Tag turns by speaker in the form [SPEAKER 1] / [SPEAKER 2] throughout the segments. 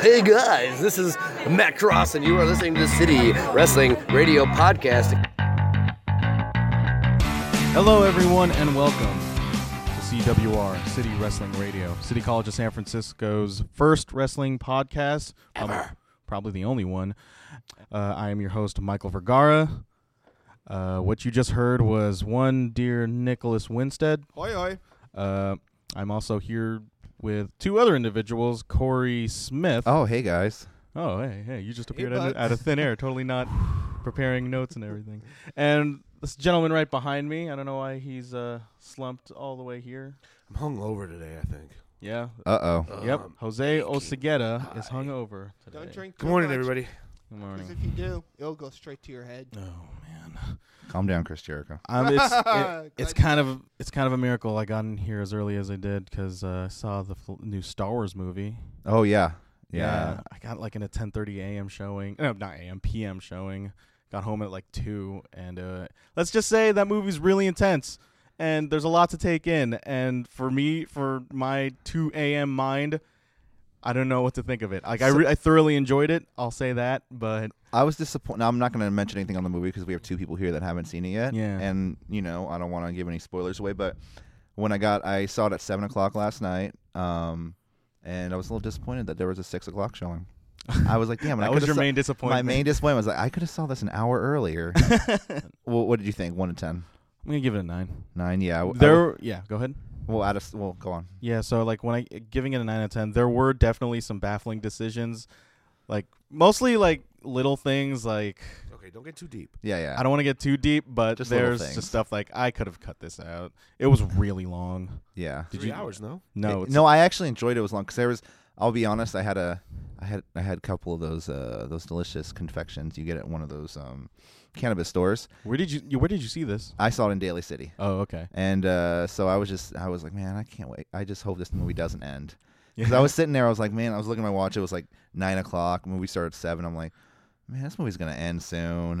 [SPEAKER 1] Hey guys, this is Matt Cross, and you are listening to the City Wrestling Radio Podcast.
[SPEAKER 2] Hello, everyone, and welcome to CWR City Wrestling Radio, City College of San Francisco's first wrestling podcast, um, probably the only one. Uh, I am your host, Michael Vergara. Uh, what you just heard was one dear Nicholas Winstead.
[SPEAKER 3] Hoi hoi.
[SPEAKER 2] Uh, I'm also here with two other individuals, Corey Smith.
[SPEAKER 4] Oh, hey guys.
[SPEAKER 2] Oh, hey, hey, you just appeared out, of,
[SPEAKER 3] bud.
[SPEAKER 2] out of thin air, totally not preparing notes and everything. And this gentleman right behind me, I don't know why he's uh, slumped all the way here.
[SPEAKER 3] I'm hungover today, I think. Um,
[SPEAKER 2] Yeah.
[SPEAKER 4] Uh oh.
[SPEAKER 2] yep. Jose Osegueda is hungover today.
[SPEAKER 5] Don't drink.
[SPEAKER 3] Good
[SPEAKER 5] too
[SPEAKER 3] morning,
[SPEAKER 5] much,
[SPEAKER 3] everybody.
[SPEAKER 2] Good
[SPEAKER 5] 'cause
[SPEAKER 2] morning.
[SPEAKER 5] if you do, it'll go straight to your head.
[SPEAKER 2] Oh man.
[SPEAKER 4] Calm down, Chris Jericho.
[SPEAKER 2] Um, it's it-
[SPEAKER 5] Glad
[SPEAKER 2] it's
[SPEAKER 5] you-
[SPEAKER 2] kind of it's kind of a miracle I got in here as early as I did because uh, I saw the fl- new Star Wars movie.
[SPEAKER 4] Oh yeah. Yeah.
[SPEAKER 2] I got like in a 10:30 a.m. showing. No, not a.m. p.m. showing. Got home at like 2 and uh let's just say that movie's really intense and there's a lot to take in and for me for my 2 a.m. mind I don't know what to think of it. Like I, re- I thoroughly enjoyed it. I'll say that, but
[SPEAKER 4] I was disappointed. Now I'm not going to mention anything on the movie because we have two people here that haven't seen it yet.
[SPEAKER 2] Yeah.
[SPEAKER 4] And you know I don't want to give any spoilers away, but when I got, I saw it at seven o'clock last night. Um, and I was a little disappointed that there was a six o'clock showing. I was like, damn.
[SPEAKER 2] That
[SPEAKER 4] I
[SPEAKER 2] was
[SPEAKER 4] coulda
[SPEAKER 2] your
[SPEAKER 4] saw-
[SPEAKER 2] main disappointment.
[SPEAKER 4] My main disappointment was like I could have saw this an hour earlier. well, what did you think? One to ten?
[SPEAKER 2] I'm going to give it a 9.
[SPEAKER 4] Nine? Yeah. I w- I
[SPEAKER 2] There
[SPEAKER 4] w-
[SPEAKER 2] were- yeah, go ahead.
[SPEAKER 4] well, out of s- well, go on.
[SPEAKER 2] Yeah, so like when I giving it a nine out of ten, there were definitely some baffling decisions, like mostly like little things. Like
[SPEAKER 3] Okay, don't get too deep.
[SPEAKER 4] Yeah, yeah.
[SPEAKER 2] I don't want to get too deep, but
[SPEAKER 4] Just little
[SPEAKER 2] there's
[SPEAKER 4] things.
[SPEAKER 2] just stuff like I could have cut this out. It was really long.
[SPEAKER 4] Yeah.
[SPEAKER 3] Three hours, no?
[SPEAKER 2] No,
[SPEAKER 4] It-
[SPEAKER 2] it's,
[SPEAKER 4] no, I actually enjoyed it. It was long because there was. I'll be honest. I had a, I had I had a couple of those uh those delicious confections you get at one of those um cannabis stores.
[SPEAKER 2] Where did you, you Where did you see this?
[SPEAKER 4] I saw it in Daly City,
[SPEAKER 2] Oh, okay.
[SPEAKER 4] and uh so I was just I was like, man, I can't wait. I just hope this movie doesn't end. Because I was sitting there, I was like, man, I was looking at my watch. It was like nine o'clock. Movie started at seven. I'm like, man, this movie's gonna end soon.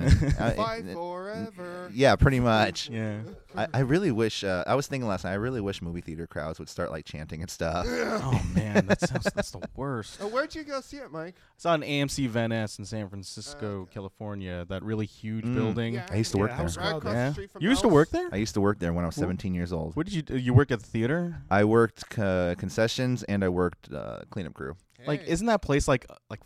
[SPEAKER 4] And I-
[SPEAKER 5] Bye
[SPEAKER 4] Uh, it-
[SPEAKER 5] forever.
[SPEAKER 4] yeah, pretty much.
[SPEAKER 2] Yeah.
[SPEAKER 4] I, I really wish. Uh, I was thinking last night. I really wish movie theater crowds would start like chanting and stuff.
[SPEAKER 2] oh man, that sounds that's the worst.
[SPEAKER 5] Oh, where'd you go see it, Mike?
[SPEAKER 2] I saw an AMC Van Ness in San Francisco, California. That really huge
[SPEAKER 4] Mm.
[SPEAKER 2] building.
[SPEAKER 5] Yeah.
[SPEAKER 4] I used to work
[SPEAKER 3] Yeah, I
[SPEAKER 4] there.
[SPEAKER 3] was
[SPEAKER 5] Right
[SPEAKER 3] Oh,
[SPEAKER 5] across
[SPEAKER 2] Yeah.
[SPEAKER 5] the street from
[SPEAKER 2] You used to
[SPEAKER 5] Al's.
[SPEAKER 2] work there.
[SPEAKER 4] I used to work there when I was
[SPEAKER 2] Wh-
[SPEAKER 4] 17 years old.
[SPEAKER 2] Where did you do? You work at the theater?
[SPEAKER 4] I worked uh, concessions and I worked uh, cleanup crew.
[SPEAKER 2] Like,
[SPEAKER 5] Hey.
[SPEAKER 2] isn't that place like uh, like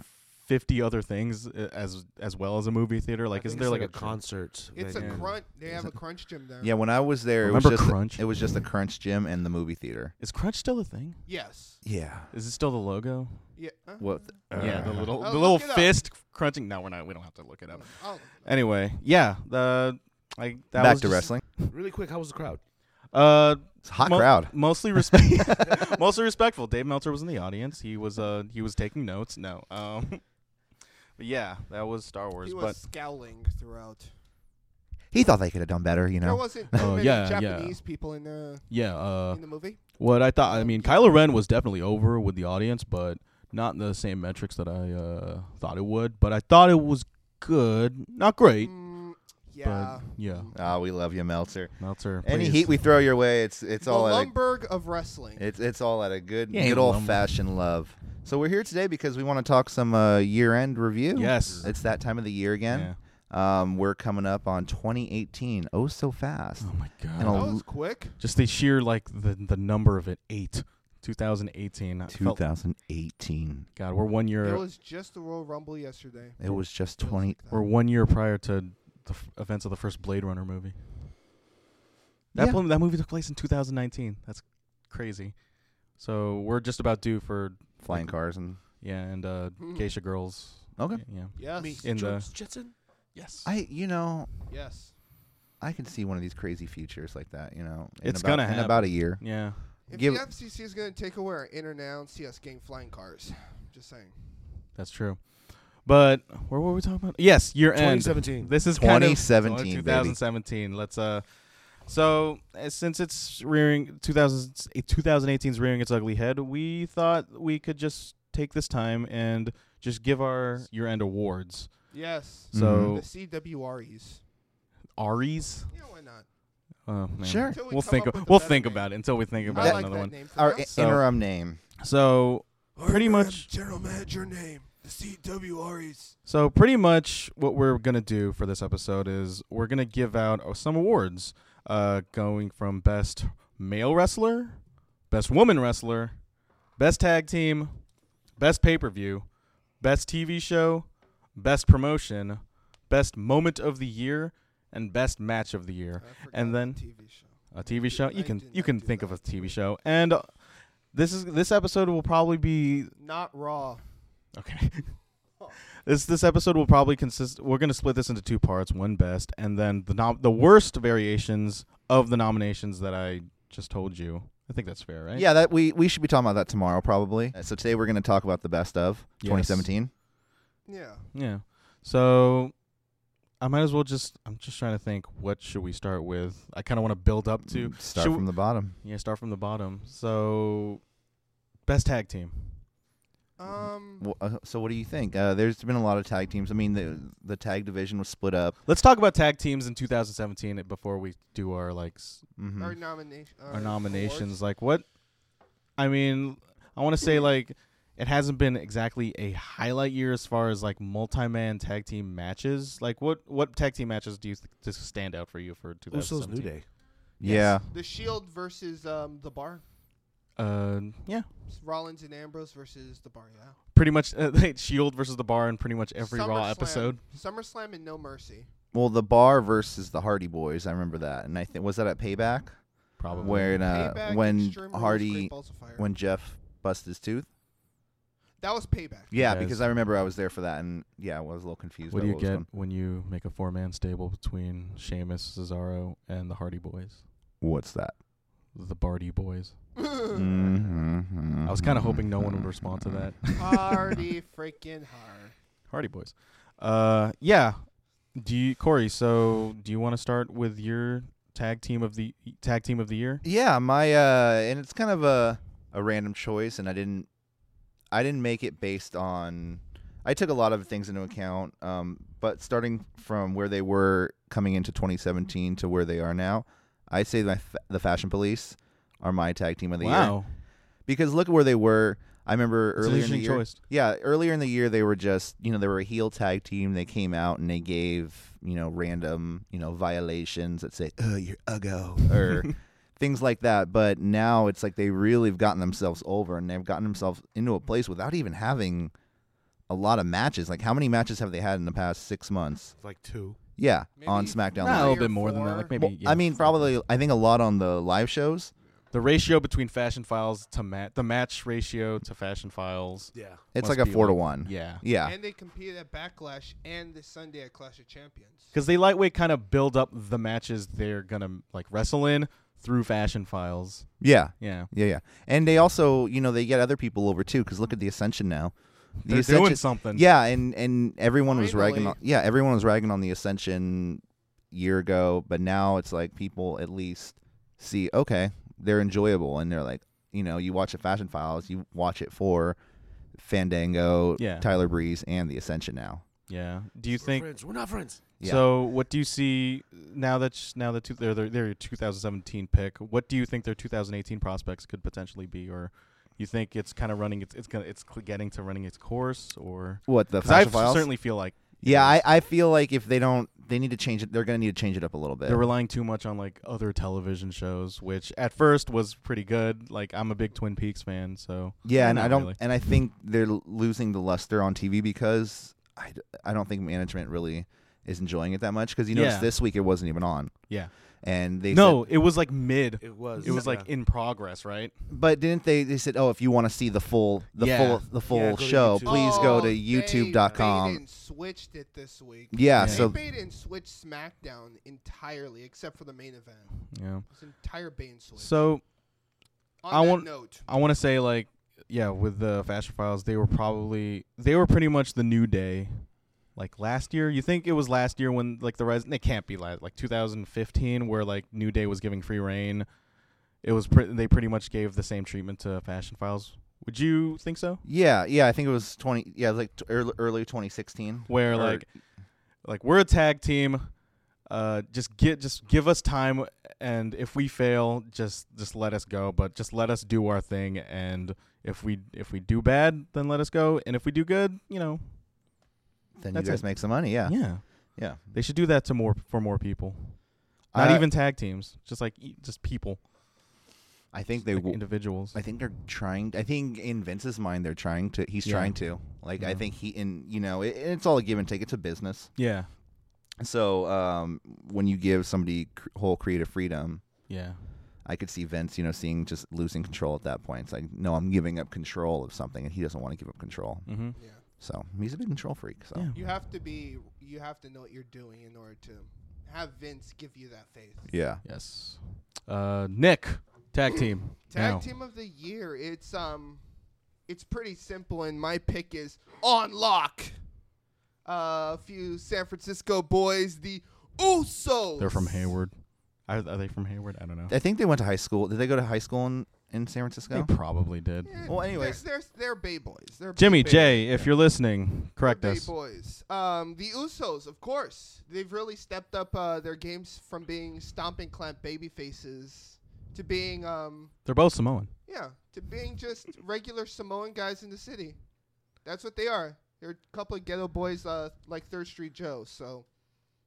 [SPEAKER 2] fifty other things uh, as as well as a movie theater? Like, isn't there like, a,
[SPEAKER 3] concert?
[SPEAKER 5] It's a
[SPEAKER 2] Yeah.
[SPEAKER 5] crunch. They have a crunch gym
[SPEAKER 2] Oh.
[SPEAKER 5] there.
[SPEAKER 4] Yeah, when I was there,
[SPEAKER 2] Remember
[SPEAKER 4] it was just
[SPEAKER 2] Crunch?
[SPEAKER 4] it was just the Crunch gym and the movie theater.
[SPEAKER 2] Is Crunch still a thing?
[SPEAKER 5] Yes.
[SPEAKER 4] Yeah.
[SPEAKER 2] Is it still the logo?
[SPEAKER 5] Yeah. huh?
[SPEAKER 4] What?
[SPEAKER 2] yeah,
[SPEAKER 4] Uh,
[SPEAKER 2] the little
[SPEAKER 5] Oh,
[SPEAKER 2] the little
[SPEAKER 5] look it up.
[SPEAKER 2] fist crunching. No, we're not. We don't have to look it up.
[SPEAKER 5] Oh,
[SPEAKER 2] Anyway, yeah, the like that
[SPEAKER 4] back
[SPEAKER 2] was
[SPEAKER 4] to
[SPEAKER 2] just-
[SPEAKER 4] wrestling.
[SPEAKER 3] Really quick, how was the crowd?
[SPEAKER 2] Uh,
[SPEAKER 4] It's a hot
[SPEAKER 2] mo-
[SPEAKER 4] crowd.
[SPEAKER 2] Mostly respect. mostly respectful. Dave Meltzer was in the audience. He was uh he was taking notes. No. Um. But yeah, that was Star Wars.
[SPEAKER 5] he was
[SPEAKER 2] but
[SPEAKER 5] scowling throughout.
[SPEAKER 4] He thought they could have done better, you
[SPEAKER 5] There
[SPEAKER 4] know.
[SPEAKER 5] wasn't too
[SPEAKER 2] Oh,
[SPEAKER 5] many
[SPEAKER 2] yeah, yeah.
[SPEAKER 5] Japanese people in the
[SPEAKER 2] yeah, uh,
[SPEAKER 5] in the movie.
[SPEAKER 2] What I thought, I mean, Kylo Ren was definitely over with the audience, but not in the same metrics that I uh, thought it would. But I thought it was good, not great.
[SPEAKER 5] Mm, yeah.
[SPEAKER 2] yeah.
[SPEAKER 4] Ah, we love you, Meltzer.
[SPEAKER 2] Meltzer,
[SPEAKER 4] Any
[SPEAKER 2] please.
[SPEAKER 4] heat we throw your way, it's it's
[SPEAKER 5] The
[SPEAKER 4] all at a,
[SPEAKER 5] Lumberg of wrestling.
[SPEAKER 4] it's it's all at a good
[SPEAKER 2] Yeah,
[SPEAKER 4] good
[SPEAKER 2] lumber.
[SPEAKER 4] old fashioned love. So we're here today because we want to talk some uh, year end review.
[SPEAKER 2] Yes.
[SPEAKER 4] it's that time of the year again. Um, we're coming up on 2018. Oh, so fast.
[SPEAKER 2] Oh my god!
[SPEAKER 4] And
[SPEAKER 5] that
[SPEAKER 4] a
[SPEAKER 5] was quick.
[SPEAKER 2] Just the sheer like the the number of it eight. 2018. I felt-
[SPEAKER 4] 2018.
[SPEAKER 2] God, we're one year.
[SPEAKER 5] It was just the Royal Rumble yesterday.
[SPEAKER 4] It was just
[SPEAKER 5] Feels
[SPEAKER 4] 20.
[SPEAKER 5] like that.
[SPEAKER 2] we're one year prior to the f- events of the first Blade Runner movie. That
[SPEAKER 4] Yeah.
[SPEAKER 2] pl- that movie took place in 2019. That's crazy. So we're just about due for
[SPEAKER 4] Flying cars and
[SPEAKER 2] yeah, and uh,
[SPEAKER 5] Hmm.
[SPEAKER 2] Geisha Girls.
[SPEAKER 4] okay.
[SPEAKER 2] Yeah.
[SPEAKER 5] Yes.
[SPEAKER 3] Meet
[SPEAKER 2] In
[SPEAKER 3] George
[SPEAKER 2] the-
[SPEAKER 3] Jetson?
[SPEAKER 2] Yes.
[SPEAKER 4] I you know
[SPEAKER 5] Yes.
[SPEAKER 4] I can see one of these crazy futures like that. You know, in
[SPEAKER 2] It's
[SPEAKER 4] about,
[SPEAKER 2] gonna
[SPEAKER 4] in
[SPEAKER 2] happen.
[SPEAKER 4] about a year.
[SPEAKER 2] yeah.
[SPEAKER 5] If
[SPEAKER 4] Give-
[SPEAKER 5] the FCC is going to take away our inner now and see us getting flying cars, just saying.
[SPEAKER 2] That's true. But where were we talking about? Yes, year end.
[SPEAKER 3] 2017.
[SPEAKER 2] This is kind of-
[SPEAKER 4] 2017, baby.
[SPEAKER 2] 2017. Let's uh. So uh, since it's rearing eh, 2000, 2018 is rearing its ugly head, we thought we could just take this time and just give our year end awards.
[SPEAKER 5] Yes.
[SPEAKER 2] So
[SPEAKER 5] The CWREs.
[SPEAKER 2] Aries.
[SPEAKER 5] Yeah, why not?
[SPEAKER 2] Oh, man.
[SPEAKER 4] Sure.
[SPEAKER 5] Until we
[SPEAKER 2] We'll
[SPEAKER 5] come
[SPEAKER 2] think.
[SPEAKER 5] up with a
[SPEAKER 2] We'll
[SPEAKER 5] better
[SPEAKER 2] think
[SPEAKER 5] name.
[SPEAKER 2] about it until we think
[SPEAKER 5] I
[SPEAKER 2] about
[SPEAKER 5] like
[SPEAKER 2] another
[SPEAKER 5] that
[SPEAKER 2] one.
[SPEAKER 5] name for
[SPEAKER 4] Our
[SPEAKER 5] now.
[SPEAKER 4] i-
[SPEAKER 2] So-
[SPEAKER 4] interim name.
[SPEAKER 2] So pretty much
[SPEAKER 5] General manager name. The CWREs.
[SPEAKER 2] So pretty much what we're gonna do for this episode is we're gonna give out uh, some awards, uh, going from best male wrestler, best woman wrestler, best tag team, best pay per view, best TV show, best promotion, best moment of the year, and best match of the year. And then
[SPEAKER 5] TV show.
[SPEAKER 2] a TV show. You
[SPEAKER 5] I
[SPEAKER 2] can
[SPEAKER 5] did
[SPEAKER 2] you
[SPEAKER 5] not
[SPEAKER 2] can
[SPEAKER 5] do
[SPEAKER 2] think
[SPEAKER 5] that.
[SPEAKER 2] of a TV show. And uh, this is this episode will probably be
[SPEAKER 5] Not Raw.
[SPEAKER 2] Okay. this this episode will probably consist. We're going to split this into two parts: one best, and then the nom- the worst variations of the nominations that I just told you. I think that's fair, right?
[SPEAKER 4] Yeah, that we we should be talking about that tomorrow probably. Uh, So today we're going to talk about the best of
[SPEAKER 2] Yes.
[SPEAKER 4] 2017.
[SPEAKER 5] Yeah.
[SPEAKER 2] Yeah. So I might as well just. I'm just trying to think. What should we start with? I kind of want to build up to.
[SPEAKER 4] Mm, Start
[SPEAKER 2] should
[SPEAKER 4] from the bottom.
[SPEAKER 2] yeah, start from the bottom. So best tag team.
[SPEAKER 5] Um.
[SPEAKER 4] Wh- uh, So what do you think? Uh, there's been a lot of tag teams. I mean, the the tag division was split up.
[SPEAKER 2] Let's talk about tag teams in 2017 before we do our like s-
[SPEAKER 4] hmm
[SPEAKER 5] Our nomination. Uh,
[SPEAKER 2] Mm-hmm. our nominations. Like what? I mean, I want to say like it hasn't been exactly a highlight year as far as like multi-man tag team matches. Like what what tag team matches do you th- just stand out for you for
[SPEAKER 3] Usos
[SPEAKER 2] 2017?
[SPEAKER 3] New Day.
[SPEAKER 4] Yeah.
[SPEAKER 5] awards. The Shield versus um the Bar.
[SPEAKER 2] Uh, yeah,
[SPEAKER 5] It's Rollins and Ambrose versus the Bar. Yeah.
[SPEAKER 2] pretty much uh, they- Shield versus the Bar in pretty much every Raw
[SPEAKER 5] SummerSlam-
[SPEAKER 2] episode.
[SPEAKER 5] SummerSlam and No Mercy.
[SPEAKER 4] Well, the Bar versus the Hardy Boys. I remember that, and I think was that at Payback
[SPEAKER 2] Probably.
[SPEAKER 4] where uh,
[SPEAKER 5] Payback,
[SPEAKER 4] when
[SPEAKER 5] Extreme Rules, Great
[SPEAKER 4] Hardy
[SPEAKER 5] Balls of Fire.
[SPEAKER 4] when Jeff busted his tooth.
[SPEAKER 5] that was payback.
[SPEAKER 4] Yeah,
[SPEAKER 2] Yes.
[SPEAKER 4] because I remember I was there for that, and yeah, I was a little confused.
[SPEAKER 2] What
[SPEAKER 4] about
[SPEAKER 2] do you
[SPEAKER 4] was
[SPEAKER 2] get
[SPEAKER 4] going-
[SPEAKER 2] when you make a four-man stable between Sheamus, Cesaro, and the Hardy Boys?
[SPEAKER 4] What's that?
[SPEAKER 2] The Barty Boys.
[SPEAKER 4] Mm. Mm-hmm.
[SPEAKER 2] I was kind of hoping no one would respond to that.
[SPEAKER 5] Hardy freaking hard.
[SPEAKER 2] Hardy Boys. Uh, yeah. Do you, Corey? So, do you want to start with your tag team of the tag team of the year?
[SPEAKER 4] Yeah, my uh, and it's kind of a a random choice, and I didn't I didn't make it based on. I took a lot of things into account, um, but starting from where they were coming into 2017 to where they are now, I say my fa- the Fashion Police are my tag team of the year
[SPEAKER 2] wow,
[SPEAKER 4] because look at where they were. I remember
[SPEAKER 2] It's an
[SPEAKER 4] earlier in the
[SPEAKER 2] interesting
[SPEAKER 4] year.
[SPEAKER 2] choice.
[SPEAKER 4] Yeah, earlier in the year they were just you know they were a heel tag team. They came out and they gave you know random you know violations that say oh you're uggo or things like that. But now it's like they really have gotten themselves over and they've gotten themselves into a place without even having a lot of matches. Like how many matches have they had in the past six months?
[SPEAKER 3] It's like two.
[SPEAKER 4] Yeah, on
[SPEAKER 5] Maybe
[SPEAKER 2] Nah, a
[SPEAKER 5] three
[SPEAKER 4] SmackDown. Live.
[SPEAKER 2] little
[SPEAKER 5] or
[SPEAKER 2] bit more than that.
[SPEAKER 5] four.
[SPEAKER 2] Like maybe.
[SPEAKER 4] Well,
[SPEAKER 2] yeah,
[SPEAKER 4] I mean,
[SPEAKER 2] something.
[SPEAKER 4] probably I think a lot on the live shows.
[SPEAKER 2] the ratio between Fashion Files to mat the match ratio to Fashion Files.
[SPEAKER 3] Yeah.
[SPEAKER 4] It's
[SPEAKER 2] Must
[SPEAKER 4] like a
[SPEAKER 2] be
[SPEAKER 4] four to
[SPEAKER 2] like-
[SPEAKER 4] one.
[SPEAKER 2] Yeah,
[SPEAKER 4] Yeah.
[SPEAKER 5] And they competed at Backlash and this Sunday at Clash of Champions.
[SPEAKER 2] because they lightweight kind of build up the matches they're gonna like wrestle in through Fashion Files.
[SPEAKER 4] Yeah.
[SPEAKER 2] Yeah,
[SPEAKER 4] Yeah, yeah. And they also, you know, they get other people over too. Because look at the Ascension now. The
[SPEAKER 2] they're
[SPEAKER 4] Ascension,
[SPEAKER 2] doing something.
[SPEAKER 4] Yeah, and and everyone was ragging.
[SPEAKER 5] Finally.
[SPEAKER 4] On, yeah, everyone was ragging on the Ascension year ago, but now it's like people at least see okay, they're enjoyable, and they're like, you know, you watch the Fashion Files, you watch it for Fandango,
[SPEAKER 2] Yeah.
[SPEAKER 4] Tyler Breeze, and the Ascension now.
[SPEAKER 2] yeah. Do you think?
[SPEAKER 3] friends. We're not friends.
[SPEAKER 4] Yeah.
[SPEAKER 2] So, what do you see now that sh- now that two, they're, they're they're your 2017 pick? What do you think their 2018 prospects could potentially be, or you think it's kind of running it's it's gonna, it's cl- getting to running its course, or
[SPEAKER 4] what the
[SPEAKER 2] because I
[SPEAKER 4] Fashion Files?
[SPEAKER 2] certainly feel like
[SPEAKER 4] yeah, I, I feel like if they don't, they need to change it. They're gonna need to change it up a little bit.
[SPEAKER 2] they're relying too much on like other television shows, which at first was pretty good. Like I'm a big Twin Peaks fan, so
[SPEAKER 4] Yeah, and
[SPEAKER 2] Not
[SPEAKER 4] I don't,
[SPEAKER 2] really.
[SPEAKER 4] and I think they're l- losing the luster on TV because I, d- I don't think management really is enjoying it that much because you
[SPEAKER 2] Yeah.
[SPEAKER 4] notice this week it wasn't even on,
[SPEAKER 2] yeah.
[SPEAKER 4] and they
[SPEAKER 2] No, it was like mid.
[SPEAKER 3] It was.
[SPEAKER 2] It was like
[SPEAKER 3] yeah.
[SPEAKER 2] in progress, right?
[SPEAKER 4] said, but didn't they? They said, oh, if you want to see the full, the
[SPEAKER 2] Yeah.
[SPEAKER 4] full, the full
[SPEAKER 3] go to
[SPEAKER 4] show,
[SPEAKER 3] YouTube.
[SPEAKER 4] please go
[SPEAKER 5] Oh,
[SPEAKER 4] to
[SPEAKER 5] they-
[SPEAKER 4] YouTube.com.
[SPEAKER 5] They didn't switched it this week.
[SPEAKER 4] yeah,
[SPEAKER 2] Yeah.
[SPEAKER 5] They
[SPEAKER 4] so
[SPEAKER 5] made and switch SmackDown entirely, except for the main event.
[SPEAKER 2] Yeah.
[SPEAKER 5] This entire Bane switch.
[SPEAKER 2] So
[SPEAKER 5] on
[SPEAKER 2] I
[SPEAKER 5] that
[SPEAKER 2] want-
[SPEAKER 5] note,
[SPEAKER 2] I want to say like yeah, with the Fashion Files, they were probably they were pretty much the new day. Like last year, you think it was last year when like the rise? It can't be last like 2015, where like New Day was giving free reign. It was pre- they pretty much gave the same treatment to Fashion Files. Would you think so?
[SPEAKER 4] yeah, yeah, I think it was twenty, yeah, it was like t- early, early twenty sixteen.
[SPEAKER 2] Where
[SPEAKER 4] Or-
[SPEAKER 2] like like we're a tag team. Uh, just get just give us time, and if we fail, just just let us go. But just let us do our thing, and if we if we do bad, then let us go, and if we do good, you know,
[SPEAKER 4] Then
[SPEAKER 2] That's
[SPEAKER 4] you guys
[SPEAKER 2] it.
[SPEAKER 4] make some money. Yeah.
[SPEAKER 2] yeah,
[SPEAKER 4] Yeah.
[SPEAKER 2] they should do that to more for more people. Not
[SPEAKER 4] Uh,
[SPEAKER 2] even tag teams, just like e- just people,
[SPEAKER 4] I think they.
[SPEAKER 2] like
[SPEAKER 4] w-
[SPEAKER 2] individuals.
[SPEAKER 4] I think they're trying. I think in Vince's mind, they're trying to. He's
[SPEAKER 2] Yeah.
[SPEAKER 4] trying to. Like I
[SPEAKER 2] Yeah.
[SPEAKER 4] think he in you know it, it's all a give and take. It's a business.
[SPEAKER 2] yeah,
[SPEAKER 4] So um, when you give somebody cr- whole creative freedom,
[SPEAKER 2] yeah,
[SPEAKER 4] I could see Vince, you know, seeing just losing control at that point. It's like, no, I'm giving up control of something, and he doesn't want to give up control.
[SPEAKER 2] mm-hmm.
[SPEAKER 5] Yeah.
[SPEAKER 4] So he's a big control freak. So
[SPEAKER 2] Yeah.
[SPEAKER 5] You have to be. You have to know what you're doing in order to have Vince give you that faith.
[SPEAKER 4] yeah.
[SPEAKER 2] yes. Uh, Nick, tag team,
[SPEAKER 5] Tag
[SPEAKER 2] now.
[SPEAKER 5] team of the year. It's um, it's pretty simple, and my pick is on lock. Uh, a few San Francisco boys, the Usos.
[SPEAKER 2] They're from Hayward. Are, are they from Hayward? I don't know.
[SPEAKER 4] I think they went to high school. Did they go to high school in, in San Francisco?
[SPEAKER 2] They probably did.
[SPEAKER 5] Eh,
[SPEAKER 4] Well, anyways.
[SPEAKER 5] they're they're, they're Bay Boys. They're
[SPEAKER 2] Jimmy
[SPEAKER 5] Bay
[SPEAKER 2] J, if you're listening,
[SPEAKER 5] They're
[SPEAKER 2] correct
[SPEAKER 5] Bay
[SPEAKER 2] us.
[SPEAKER 5] Boys. Um, the Usos, of course. They've really stepped up uh, their games from being stomping clamp baby faces to being um,
[SPEAKER 2] They're both Samoan.
[SPEAKER 5] yeah, to being just regular Samoan guys in the city. That's what they are. They're a couple of ghetto boys uh, like Third Street Joe. So,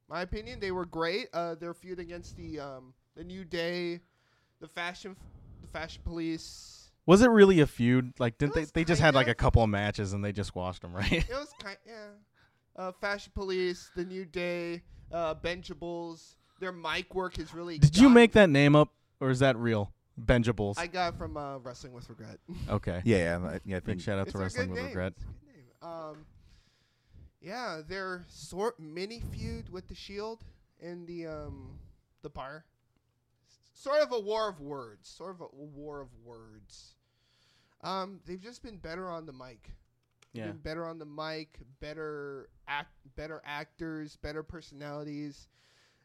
[SPEAKER 5] my opinion, they were great. Uh, their feud against the um, the New Day, the Fashion, the Fashion Police.
[SPEAKER 2] Was it really a feud? Like, didn't
[SPEAKER 5] It
[SPEAKER 2] they?
[SPEAKER 5] was
[SPEAKER 2] They just had
[SPEAKER 5] kind
[SPEAKER 2] like
[SPEAKER 5] of.
[SPEAKER 2] a couple of matches and they just washed them, right?
[SPEAKER 5] It was kind, yeah. Uh, Fashion Police, The New Day, uh, Benjables. Their mic work is really.
[SPEAKER 2] Did you
[SPEAKER 5] gotten-
[SPEAKER 2] make that name up, or is that real? Benjables.
[SPEAKER 5] I got it from uh, Wrestling with Regret.
[SPEAKER 2] okay.
[SPEAKER 4] Yeah, yeah, I- yeah. I
[SPEAKER 2] Big
[SPEAKER 4] think
[SPEAKER 2] shout out
[SPEAKER 5] It's
[SPEAKER 2] to
[SPEAKER 5] a
[SPEAKER 2] Wrestling
[SPEAKER 5] good
[SPEAKER 2] with
[SPEAKER 5] name.
[SPEAKER 2] Regret.
[SPEAKER 5] It's a good name. Um, yeah, their sort mini feud with the Shield in the um the bar. S- Sort of a war of words. Sort of a war of words. Um, they've just been better on the mic.
[SPEAKER 2] Yeah.
[SPEAKER 5] Been better on the mic, better act, better actors, better personalities.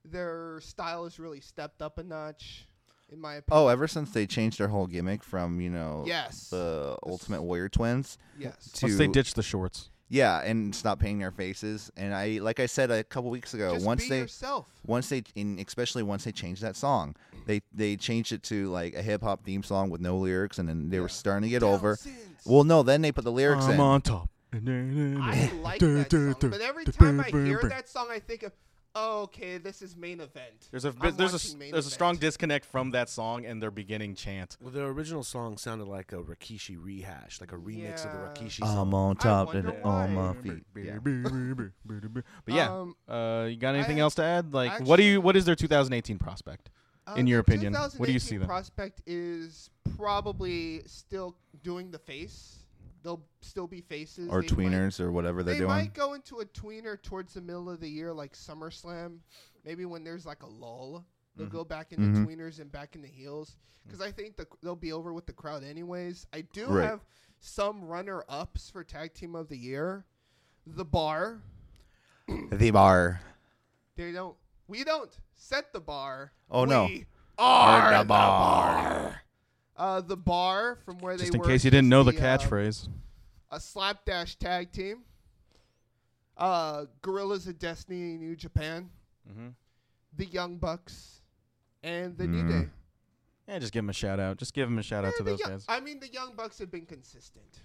[SPEAKER 5] Their style has really stepped up a notch, in my opinion.
[SPEAKER 4] Oh, ever since they changed their whole gimmick from you know
[SPEAKER 5] yes,
[SPEAKER 4] the Ultimate Warrior twins
[SPEAKER 5] yes.
[SPEAKER 4] to
[SPEAKER 2] Once they ditched the shorts.
[SPEAKER 4] yeah, and stop painting their faces. And I, like I said a couple weeks ago,
[SPEAKER 5] Just
[SPEAKER 4] once
[SPEAKER 5] be
[SPEAKER 4] they
[SPEAKER 5] yourself.
[SPEAKER 4] once they in especially once they changed that song, they they changed it to like a hip hop theme song with no lyrics, and then they were starting to get over.
[SPEAKER 5] Thousands.
[SPEAKER 4] Well, no, then they put the lyrics
[SPEAKER 2] I'm
[SPEAKER 4] in.
[SPEAKER 2] on top.
[SPEAKER 5] I like that song, but every time I hear that song, I think of, oh, okay, this is main event.
[SPEAKER 2] There's a
[SPEAKER 5] I'm
[SPEAKER 2] there's a s-
[SPEAKER 5] watching main
[SPEAKER 2] there's a strong
[SPEAKER 5] event.
[SPEAKER 2] disconnect from that song and their beginning chant.
[SPEAKER 3] Well, the original song sounded like a Rikishi rehash, like a remix of
[SPEAKER 5] Yeah.
[SPEAKER 3] the Rikishi song.
[SPEAKER 4] I'm on
[SPEAKER 5] I
[SPEAKER 4] top
[SPEAKER 5] wonder
[SPEAKER 4] and
[SPEAKER 5] why.
[SPEAKER 4] on my feet. Yeah.
[SPEAKER 2] But yeah,
[SPEAKER 5] Um,
[SPEAKER 2] uh, you got anything else to add? Like,
[SPEAKER 5] actually-
[SPEAKER 2] what do you? What is their 2018 prospect?
[SPEAKER 5] uh,
[SPEAKER 2] in your
[SPEAKER 5] the
[SPEAKER 2] opinion, what do you
[SPEAKER 5] 2018
[SPEAKER 2] see them?
[SPEAKER 5] Prospect is probably still doing the face. They'll still be faces
[SPEAKER 4] Or
[SPEAKER 5] They might-
[SPEAKER 4] tweeners or whatever they're
[SPEAKER 5] they
[SPEAKER 4] doing.
[SPEAKER 5] might go into a tweener towards the middle of the year, like SummerSlam. Maybe when there's like a lull, they'll
[SPEAKER 2] Mm-hmm.
[SPEAKER 5] go back into
[SPEAKER 4] Mhm.
[SPEAKER 5] tweeners and back into heels. Because I think the, they'll be over with the crowd anyways. I do
[SPEAKER 4] Right.
[SPEAKER 5] have some runner ups for tag team of the year. The bar,
[SPEAKER 4] the bar.
[SPEAKER 5] they don't. We don't set the bar.
[SPEAKER 4] Oh, no.
[SPEAKER 5] We Are the bar. Uh, the bar from where
[SPEAKER 2] Just
[SPEAKER 5] they
[SPEAKER 2] in
[SPEAKER 5] were
[SPEAKER 2] case you didn't
[SPEAKER 5] is
[SPEAKER 2] know the
[SPEAKER 5] uh,
[SPEAKER 2] catchphrase.
[SPEAKER 5] a slapdash tag team. Uh, Gorillas of Destiny, New Japan,
[SPEAKER 2] Mhm.
[SPEAKER 5] the Young Bucks, and the New
[SPEAKER 4] Mm.
[SPEAKER 5] Day.
[SPEAKER 2] Yeah, just give them a shout out. Just give them a shout out
[SPEAKER 5] Eh,
[SPEAKER 2] to
[SPEAKER 5] the
[SPEAKER 2] those
[SPEAKER 5] Young-
[SPEAKER 2] guys.
[SPEAKER 5] I mean, the Young Bucks have been consistent.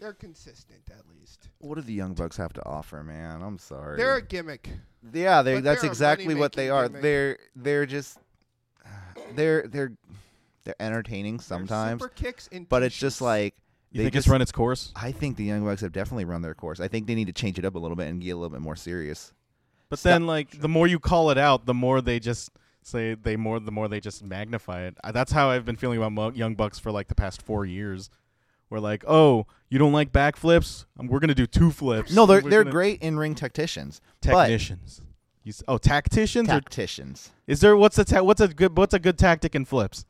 [SPEAKER 5] They're consistent at least.
[SPEAKER 4] What do the young bucks have to offer, man? I'm sorry.
[SPEAKER 5] They're a gimmick.
[SPEAKER 4] yeah, they
[SPEAKER 5] but
[SPEAKER 4] that's
[SPEAKER 5] they're a
[SPEAKER 4] exactly what
[SPEAKER 5] money-making
[SPEAKER 4] they are.
[SPEAKER 5] gimmick.
[SPEAKER 4] They're they're just they're they're they're entertaining sometimes,
[SPEAKER 5] super kicks and
[SPEAKER 4] but it's just
[SPEAKER 5] t-shirts.
[SPEAKER 4] like
[SPEAKER 2] You
[SPEAKER 4] they
[SPEAKER 2] think
[SPEAKER 4] just
[SPEAKER 2] it's run its course?
[SPEAKER 4] I think the young bucks have definitely run their course. I think they need to change it up a little bit and get a little bit more serious.
[SPEAKER 2] But then, like, the more you call it out, the more they just say they more the more they just magnify it. Uh, That's how I've been feeling about Mo- Young Bucks for like the past four years. We're like, oh, you don't like backflips? Um, We're gonna do two flips.
[SPEAKER 4] No, they're
[SPEAKER 2] We're
[SPEAKER 4] they're
[SPEAKER 2] gonna-
[SPEAKER 4] great in ring tacticians,
[SPEAKER 2] technicians. You s- oh, tacticians?
[SPEAKER 4] but
[SPEAKER 2] Or,
[SPEAKER 4] tacticians.
[SPEAKER 2] is there what's a ta- what's a good what's a good tactic in flips?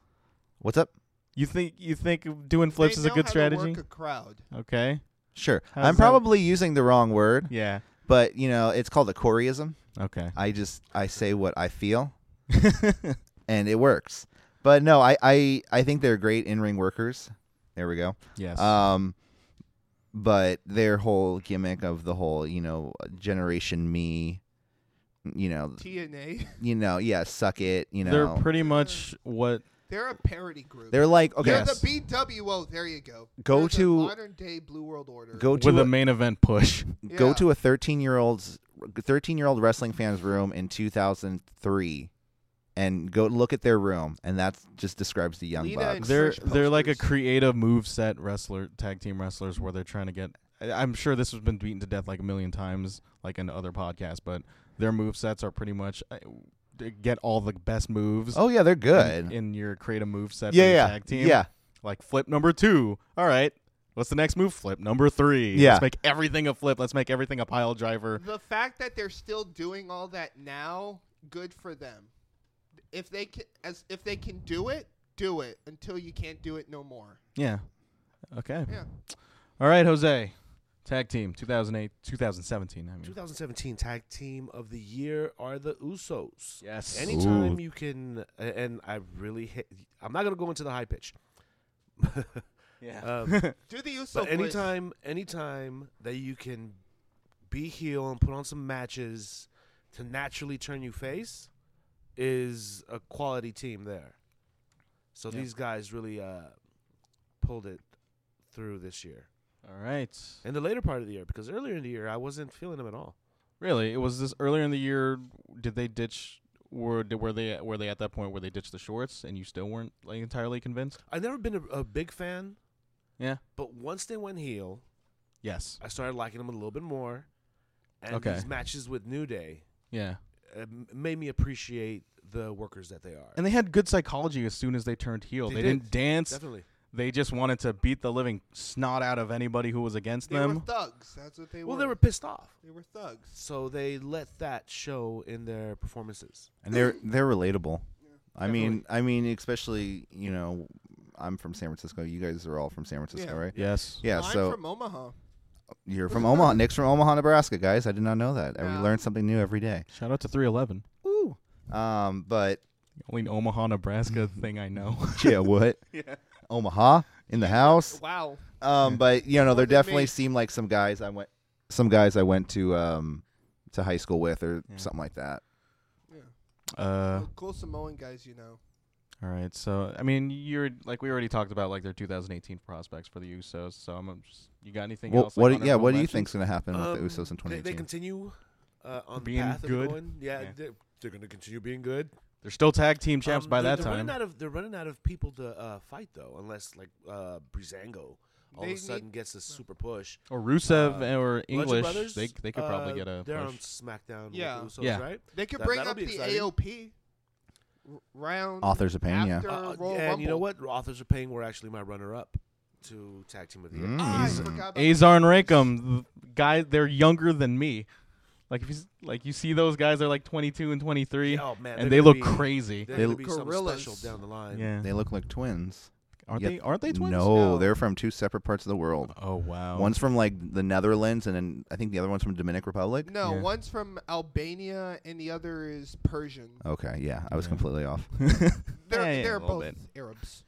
[SPEAKER 4] What's up?
[SPEAKER 2] You think you think doing
[SPEAKER 5] They
[SPEAKER 2] flips is a
[SPEAKER 5] know
[SPEAKER 2] good
[SPEAKER 5] how To
[SPEAKER 2] strategy?
[SPEAKER 5] work a crowd.
[SPEAKER 2] Okay.
[SPEAKER 4] Sure,
[SPEAKER 2] How
[SPEAKER 4] I'm
[SPEAKER 2] does that-
[SPEAKER 4] probably using the wrong word,
[SPEAKER 2] Yeah.
[SPEAKER 4] but you know it's called a Coreyism.
[SPEAKER 2] Okay.
[SPEAKER 4] I just I say what I feel, and it works. But no, I I, I think they're great in ring workers. There we go.
[SPEAKER 2] yes.
[SPEAKER 4] Um, but their whole gimmick of the whole you know generation me, you know
[SPEAKER 5] TNA.
[SPEAKER 4] you know yeah suck it you know
[SPEAKER 2] They're pretty much what
[SPEAKER 5] They're a parody group.
[SPEAKER 4] They're like okay,
[SPEAKER 5] They're
[SPEAKER 4] yes.
[SPEAKER 5] the BWO. There you go.
[SPEAKER 4] Go
[SPEAKER 5] They're the
[SPEAKER 4] to-
[SPEAKER 5] modern day Blue World Order.
[SPEAKER 4] go to
[SPEAKER 2] with
[SPEAKER 4] a-
[SPEAKER 2] a main event push.
[SPEAKER 4] go
[SPEAKER 5] Yeah.
[SPEAKER 4] to a 13 year old's 13 year old wrestling fans room in 2003 and go look at their room and that just describes the young
[SPEAKER 5] Lita and
[SPEAKER 4] bucks
[SPEAKER 2] They're
[SPEAKER 5] Search
[SPEAKER 2] they're like a
[SPEAKER 5] posters.
[SPEAKER 2] creative move set wrestler tag team wrestlers where they're trying to get. I- I'm sure this has been beaten to death like a million times, like in other podcasts, but their move sets are pretty much uh, they get all the best moves.
[SPEAKER 4] oh yeah they're
[SPEAKER 2] in-
[SPEAKER 4] good
[SPEAKER 2] In, your creative move set.
[SPEAKER 4] yeah
[SPEAKER 2] for your
[SPEAKER 4] yeah
[SPEAKER 2] Tag team.
[SPEAKER 4] yeah
[SPEAKER 2] Like flip number two. All right. What's the next move? Flip number three.
[SPEAKER 4] Yeah.
[SPEAKER 2] Let's make everything a flip. Let's make everything a pile driver.
[SPEAKER 5] The fact that they're still doing all that now, good for them. If they can, as if they can do it, do it until you can't do it no more.
[SPEAKER 2] Yeah. Okay.
[SPEAKER 5] Yeah.
[SPEAKER 2] All right, Jose. Tag team 2008, 2017. I mean.
[SPEAKER 3] 2017 Tag Team of the Year are the Usos.
[SPEAKER 2] Yes.
[SPEAKER 3] Anytime you can, a- and I really hit. I'm not gonna go into the high pitch. um,
[SPEAKER 5] Do the use
[SPEAKER 3] but
[SPEAKER 5] of Blitz.
[SPEAKER 3] anytime, anytime that you can be heel and put on some matches to naturally turn you face is a quality team there. So
[SPEAKER 2] Yeah.
[SPEAKER 3] these guys really uh, pulled it through this year
[SPEAKER 2] All right.
[SPEAKER 3] in the later part of the year because earlier in the year I wasn't feeling them at all.
[SPEAKER 2] Really, it was this earlier in the year. Did they ditch? Were did, were they were they at that point where they ditched the shorts and you still weren't like entirely convinced?
[SPEAKER 3] I've never been a, a big fan,
[SPEAKER 2] Yeah.
[SPEAKER 3] but once they went heel,
[SPEAKER 2] Yes.
[SPEAKER 3] I started liking them a little bit more. And
[SPEAKER 2] Okay.
[SPEAKER 3] these matches with New Day
[SPEAKER 2] Yeah.
[SPEAKER 3] uh, m- made me appreciate the workers that they are.
[SPEAKER 2] And they had good psychology as soon as they turned heel. They,
[SPEAKER 3] They
[SPEAKER 2] did.
[SPEAKER 3] did.
[SPEAKER 2] not dance.
[SPEAKER 3] Definitely.
[SPEAKER 2] They just wanted to beat the living snot out of anybody who was against
[SPEAKER 5] they were
[SPEAKER 2] them.
[SPEAKER 5] thugs. That's what they
[SPEAKER 3] Well,
[SPEAKER 5] were.
[SPEAKER 3] they were pissed off.
[SPEAKER 5] They were thugs.
[SPEAKER 3] So they let that show in their performances.
[SPEAKER 4] and they're they're relatable i mean i mean especially you know i'm from san francisco you guys are all from san francisco
[SPEAKER 5] Yeah.
[SPEAKER 4] right
[SPEAKER 2] yes.
[SPEAKER 4] yeah
[SPEAKER 5] Mine
[SPEAKER 4] so
[SPEAKER 5] from Omaha.
[SPEAKER 4] you're from omaha nick's from omaha nebraska guys i did not know that and
[SPEAKER 5] Yeah.
[SPEAKER 4] we learn something new every day
[SPEAKER 2] Shout out to 311.
[SPEAKER 4] Ooh. um but
[SPEAKER 2] Only Omaha, Nebraska thing I know.
[SPEAKER 4] yeah what yeah omaha in the house
[SPEAKER 5] Wow.
[SPEAKER 4] Um, but you know, there
[SPEAKER 5] Wasn't me.
[SPEAKER 4] definitely seemed like some guys I went, some guys I went to um to high school with or something like that.
[SPEAKER 2] uh,
[SPEAKER 5] Oh, cool Samoan guys, you know.
[SPEAKER 2] all right. So I mean, you're like we already talked about like their 2018 prospects for the Usos. So I'm just you got anything
[SPEAKER 4] Well,
[SPEAKER 2] else? like,
[SPEAKER 4] what? do-
[SPEAKER 2] honorable
[SPEAKER 4] yeah, what do you
[SPEAKER 2] mentions?
[SPEAKER 4] think's gonna happen with
[SPEAKER 3] Um,
[SPEAKER 4] the Usos in
[SPEAKER 3] they,
[SPEAKER 4] 2018?
[SPEAKER 3] they continue uh, on
[SPEAKER 2] Being
[SPEAKER 3] the path
[SPEAKER 2] good?
[SPEAKER 3] of going. Yeah,
[SPEAKER 2] Yeah.
[SPEAKER 3] they're, they're going to continue being good.
[SPEAKER 2] They're still tag team champs
[SPEAKER 3] Um,
[SPEAKER 2] by
[SPEAKER 3] they're,
[SPEAKER 2] that
[SPEAKER 3] they're
[SPEAKER 2] time.
[SPEAKER 3] Running out of, they're running out of people to uh, fight, though, unless, like, uh, Brizango all
[SPEAKER 5] They
[SPEAKER 3] of
[SPEAKER 5] need-
[SPEAKER 3] a sudden gets a super push.
[SPEAKER 2] or Rusev
[SPEAKER 3] Uh,
[SPEAKER 2] or
[SPEAKER 3] Bludgeon
[SPEAKER 2] English,
[SPEAKER 3] Brothers,
[SPEAKER 2] they they could probably
[SPEAKER 3] uh,
[SPEAKER 2] get a
[SPEAKER 3] They're on
[SPEAKER 2] push.
[SPEAKER 3] SmackDown
[SPEAKER 5] Yeah.
[SPEAKER 3] with the Usos,
[SPEAKER 2] Yeah.
[SPEAKER 3] right?
[SPEAKER 5] They could
[SPEAKER 3] That-
[SPEAKER 5] bring
[SPEAKER 3] that'll
[SPEAKER 5] up
[SPEAKER 3] be
[SPEAKER 5] the
[SPEAKER 3] exciting.
[SPEAKER 5] AOP r- round.
[SPEAKER 4] Authors of pain, yeah.
[SPEAKER 5] after
[SPEAKER 3] Uh,
[SPEAKER 5] Royal
[SPEAKER 3] and you know
[SPEAKER 5] Rumble.
[SPEAKER 3] what? Authors of Pain were actually my runner-up to Tag Team of the Year.
[SPEAKER 4] Mm.
[SPEAKER 5] Ah, I
[SPEAKER 4] Amazing.
[SPEAKER 5] forgot about
[SPEAKER 2] Azar and Rakum, th- guy, they're younger than me. Like if you s- like you see those guys, they're like 22 and 23,
[SPEAKER 3] Oh, man,
[SPEAKER 2] and
[SPEAKER 3] they're
[SPEAKER 2] they
[SPEAKER 3] gonna
[SPEAKER 2] look
[SPEAKER 3] be-
[SPEAKER 2] crazy.
[SPEAKER 3] They're
[SPEAKER 4] They
[SPEAKER 3] gonna
[SPEAKER 4] look
[SPEAKER 3] be something
[SPEAKER 5] gorillas.
[SPEAKER 3] special down the line.
[SPEAKER 2] yeah,
[SPEAKER 4] They look like twins.
[SPEAKER 2] aren't
[SPEAKER 4] yeah,
[SPEAKER 2] they? Aren't they twins?
[SPEAKER 4] No,
[SPEAKER 5] No.
[SPEAKER 4] they're from two separate parts of the world.
[SPEAKER 2] Oh wow.
[SPEAKER 4] One's from like the Netherlands, and then I think the other one's from Dominican Republic.
[SPEAKER 5] No,
[SPEAKER 2] Yeah.
[SPEAKER 5] one's from Albania and the other is Persian.
[SPEAKER 4] Okay, yeah, I was
[SPEAKER 2] Yeah.
[SPEAKER 4] completely off.
[SPEAKER 5] They're,
[SPEAKER 2] Yeah, yeah, a
[SPEAKER 5] they're
[SPEAKER 2] little
[SPEAKER 5] both
[SPEAKER 2] bit.
[SPEAKER 5] Arabs.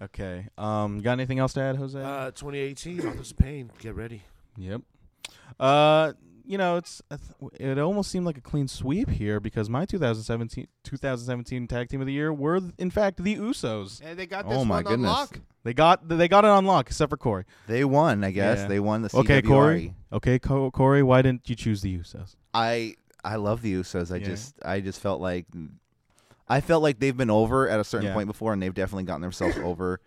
[SPEAKER 2] Okay. Um, got anything else to add, Jose?
[SPEAKER 3] Uh, 2018, Authors of Pain. Get ready.
[SPEAKER 2] Yep. Uh, you know, it's I th- it almost seemed like a clean sweep here because my 2017 2017 tag team of the year were in fact the Usos.
[SPEAKER 5] And they got
[SPEAKER 4] Oh
[SPEAKER 5] this
[SPEAKER 4] my
[SPEAKER 5] one
[SPEAKER 4] goodness.
[SPEAKER 5] on lock.
[SPEAKER 2] They got they got it on lock except for Corey.
[SPEAKER 4] They won, I guess.
[SPEAKER 2] Yeah.
[SPEAKER 4] They won the CWRE.
[SPEAKER 2] Okay,
[SPEAKER 5] E.
[SPEAKER 4] E.
[SPEAKER 2] Corey. Okay, Co- Corey, why didn't you choose the Usos?
[SPEAKER 4] I I love the Usos. I
[SPEAKER 2] Yeah.
[SPEAKER 4] just I just felt like I felt like they've been over at a certain
[SPEAKER 2] Yeah.
[SPEAKER 4] point before, and they've definitely gotten themselves over.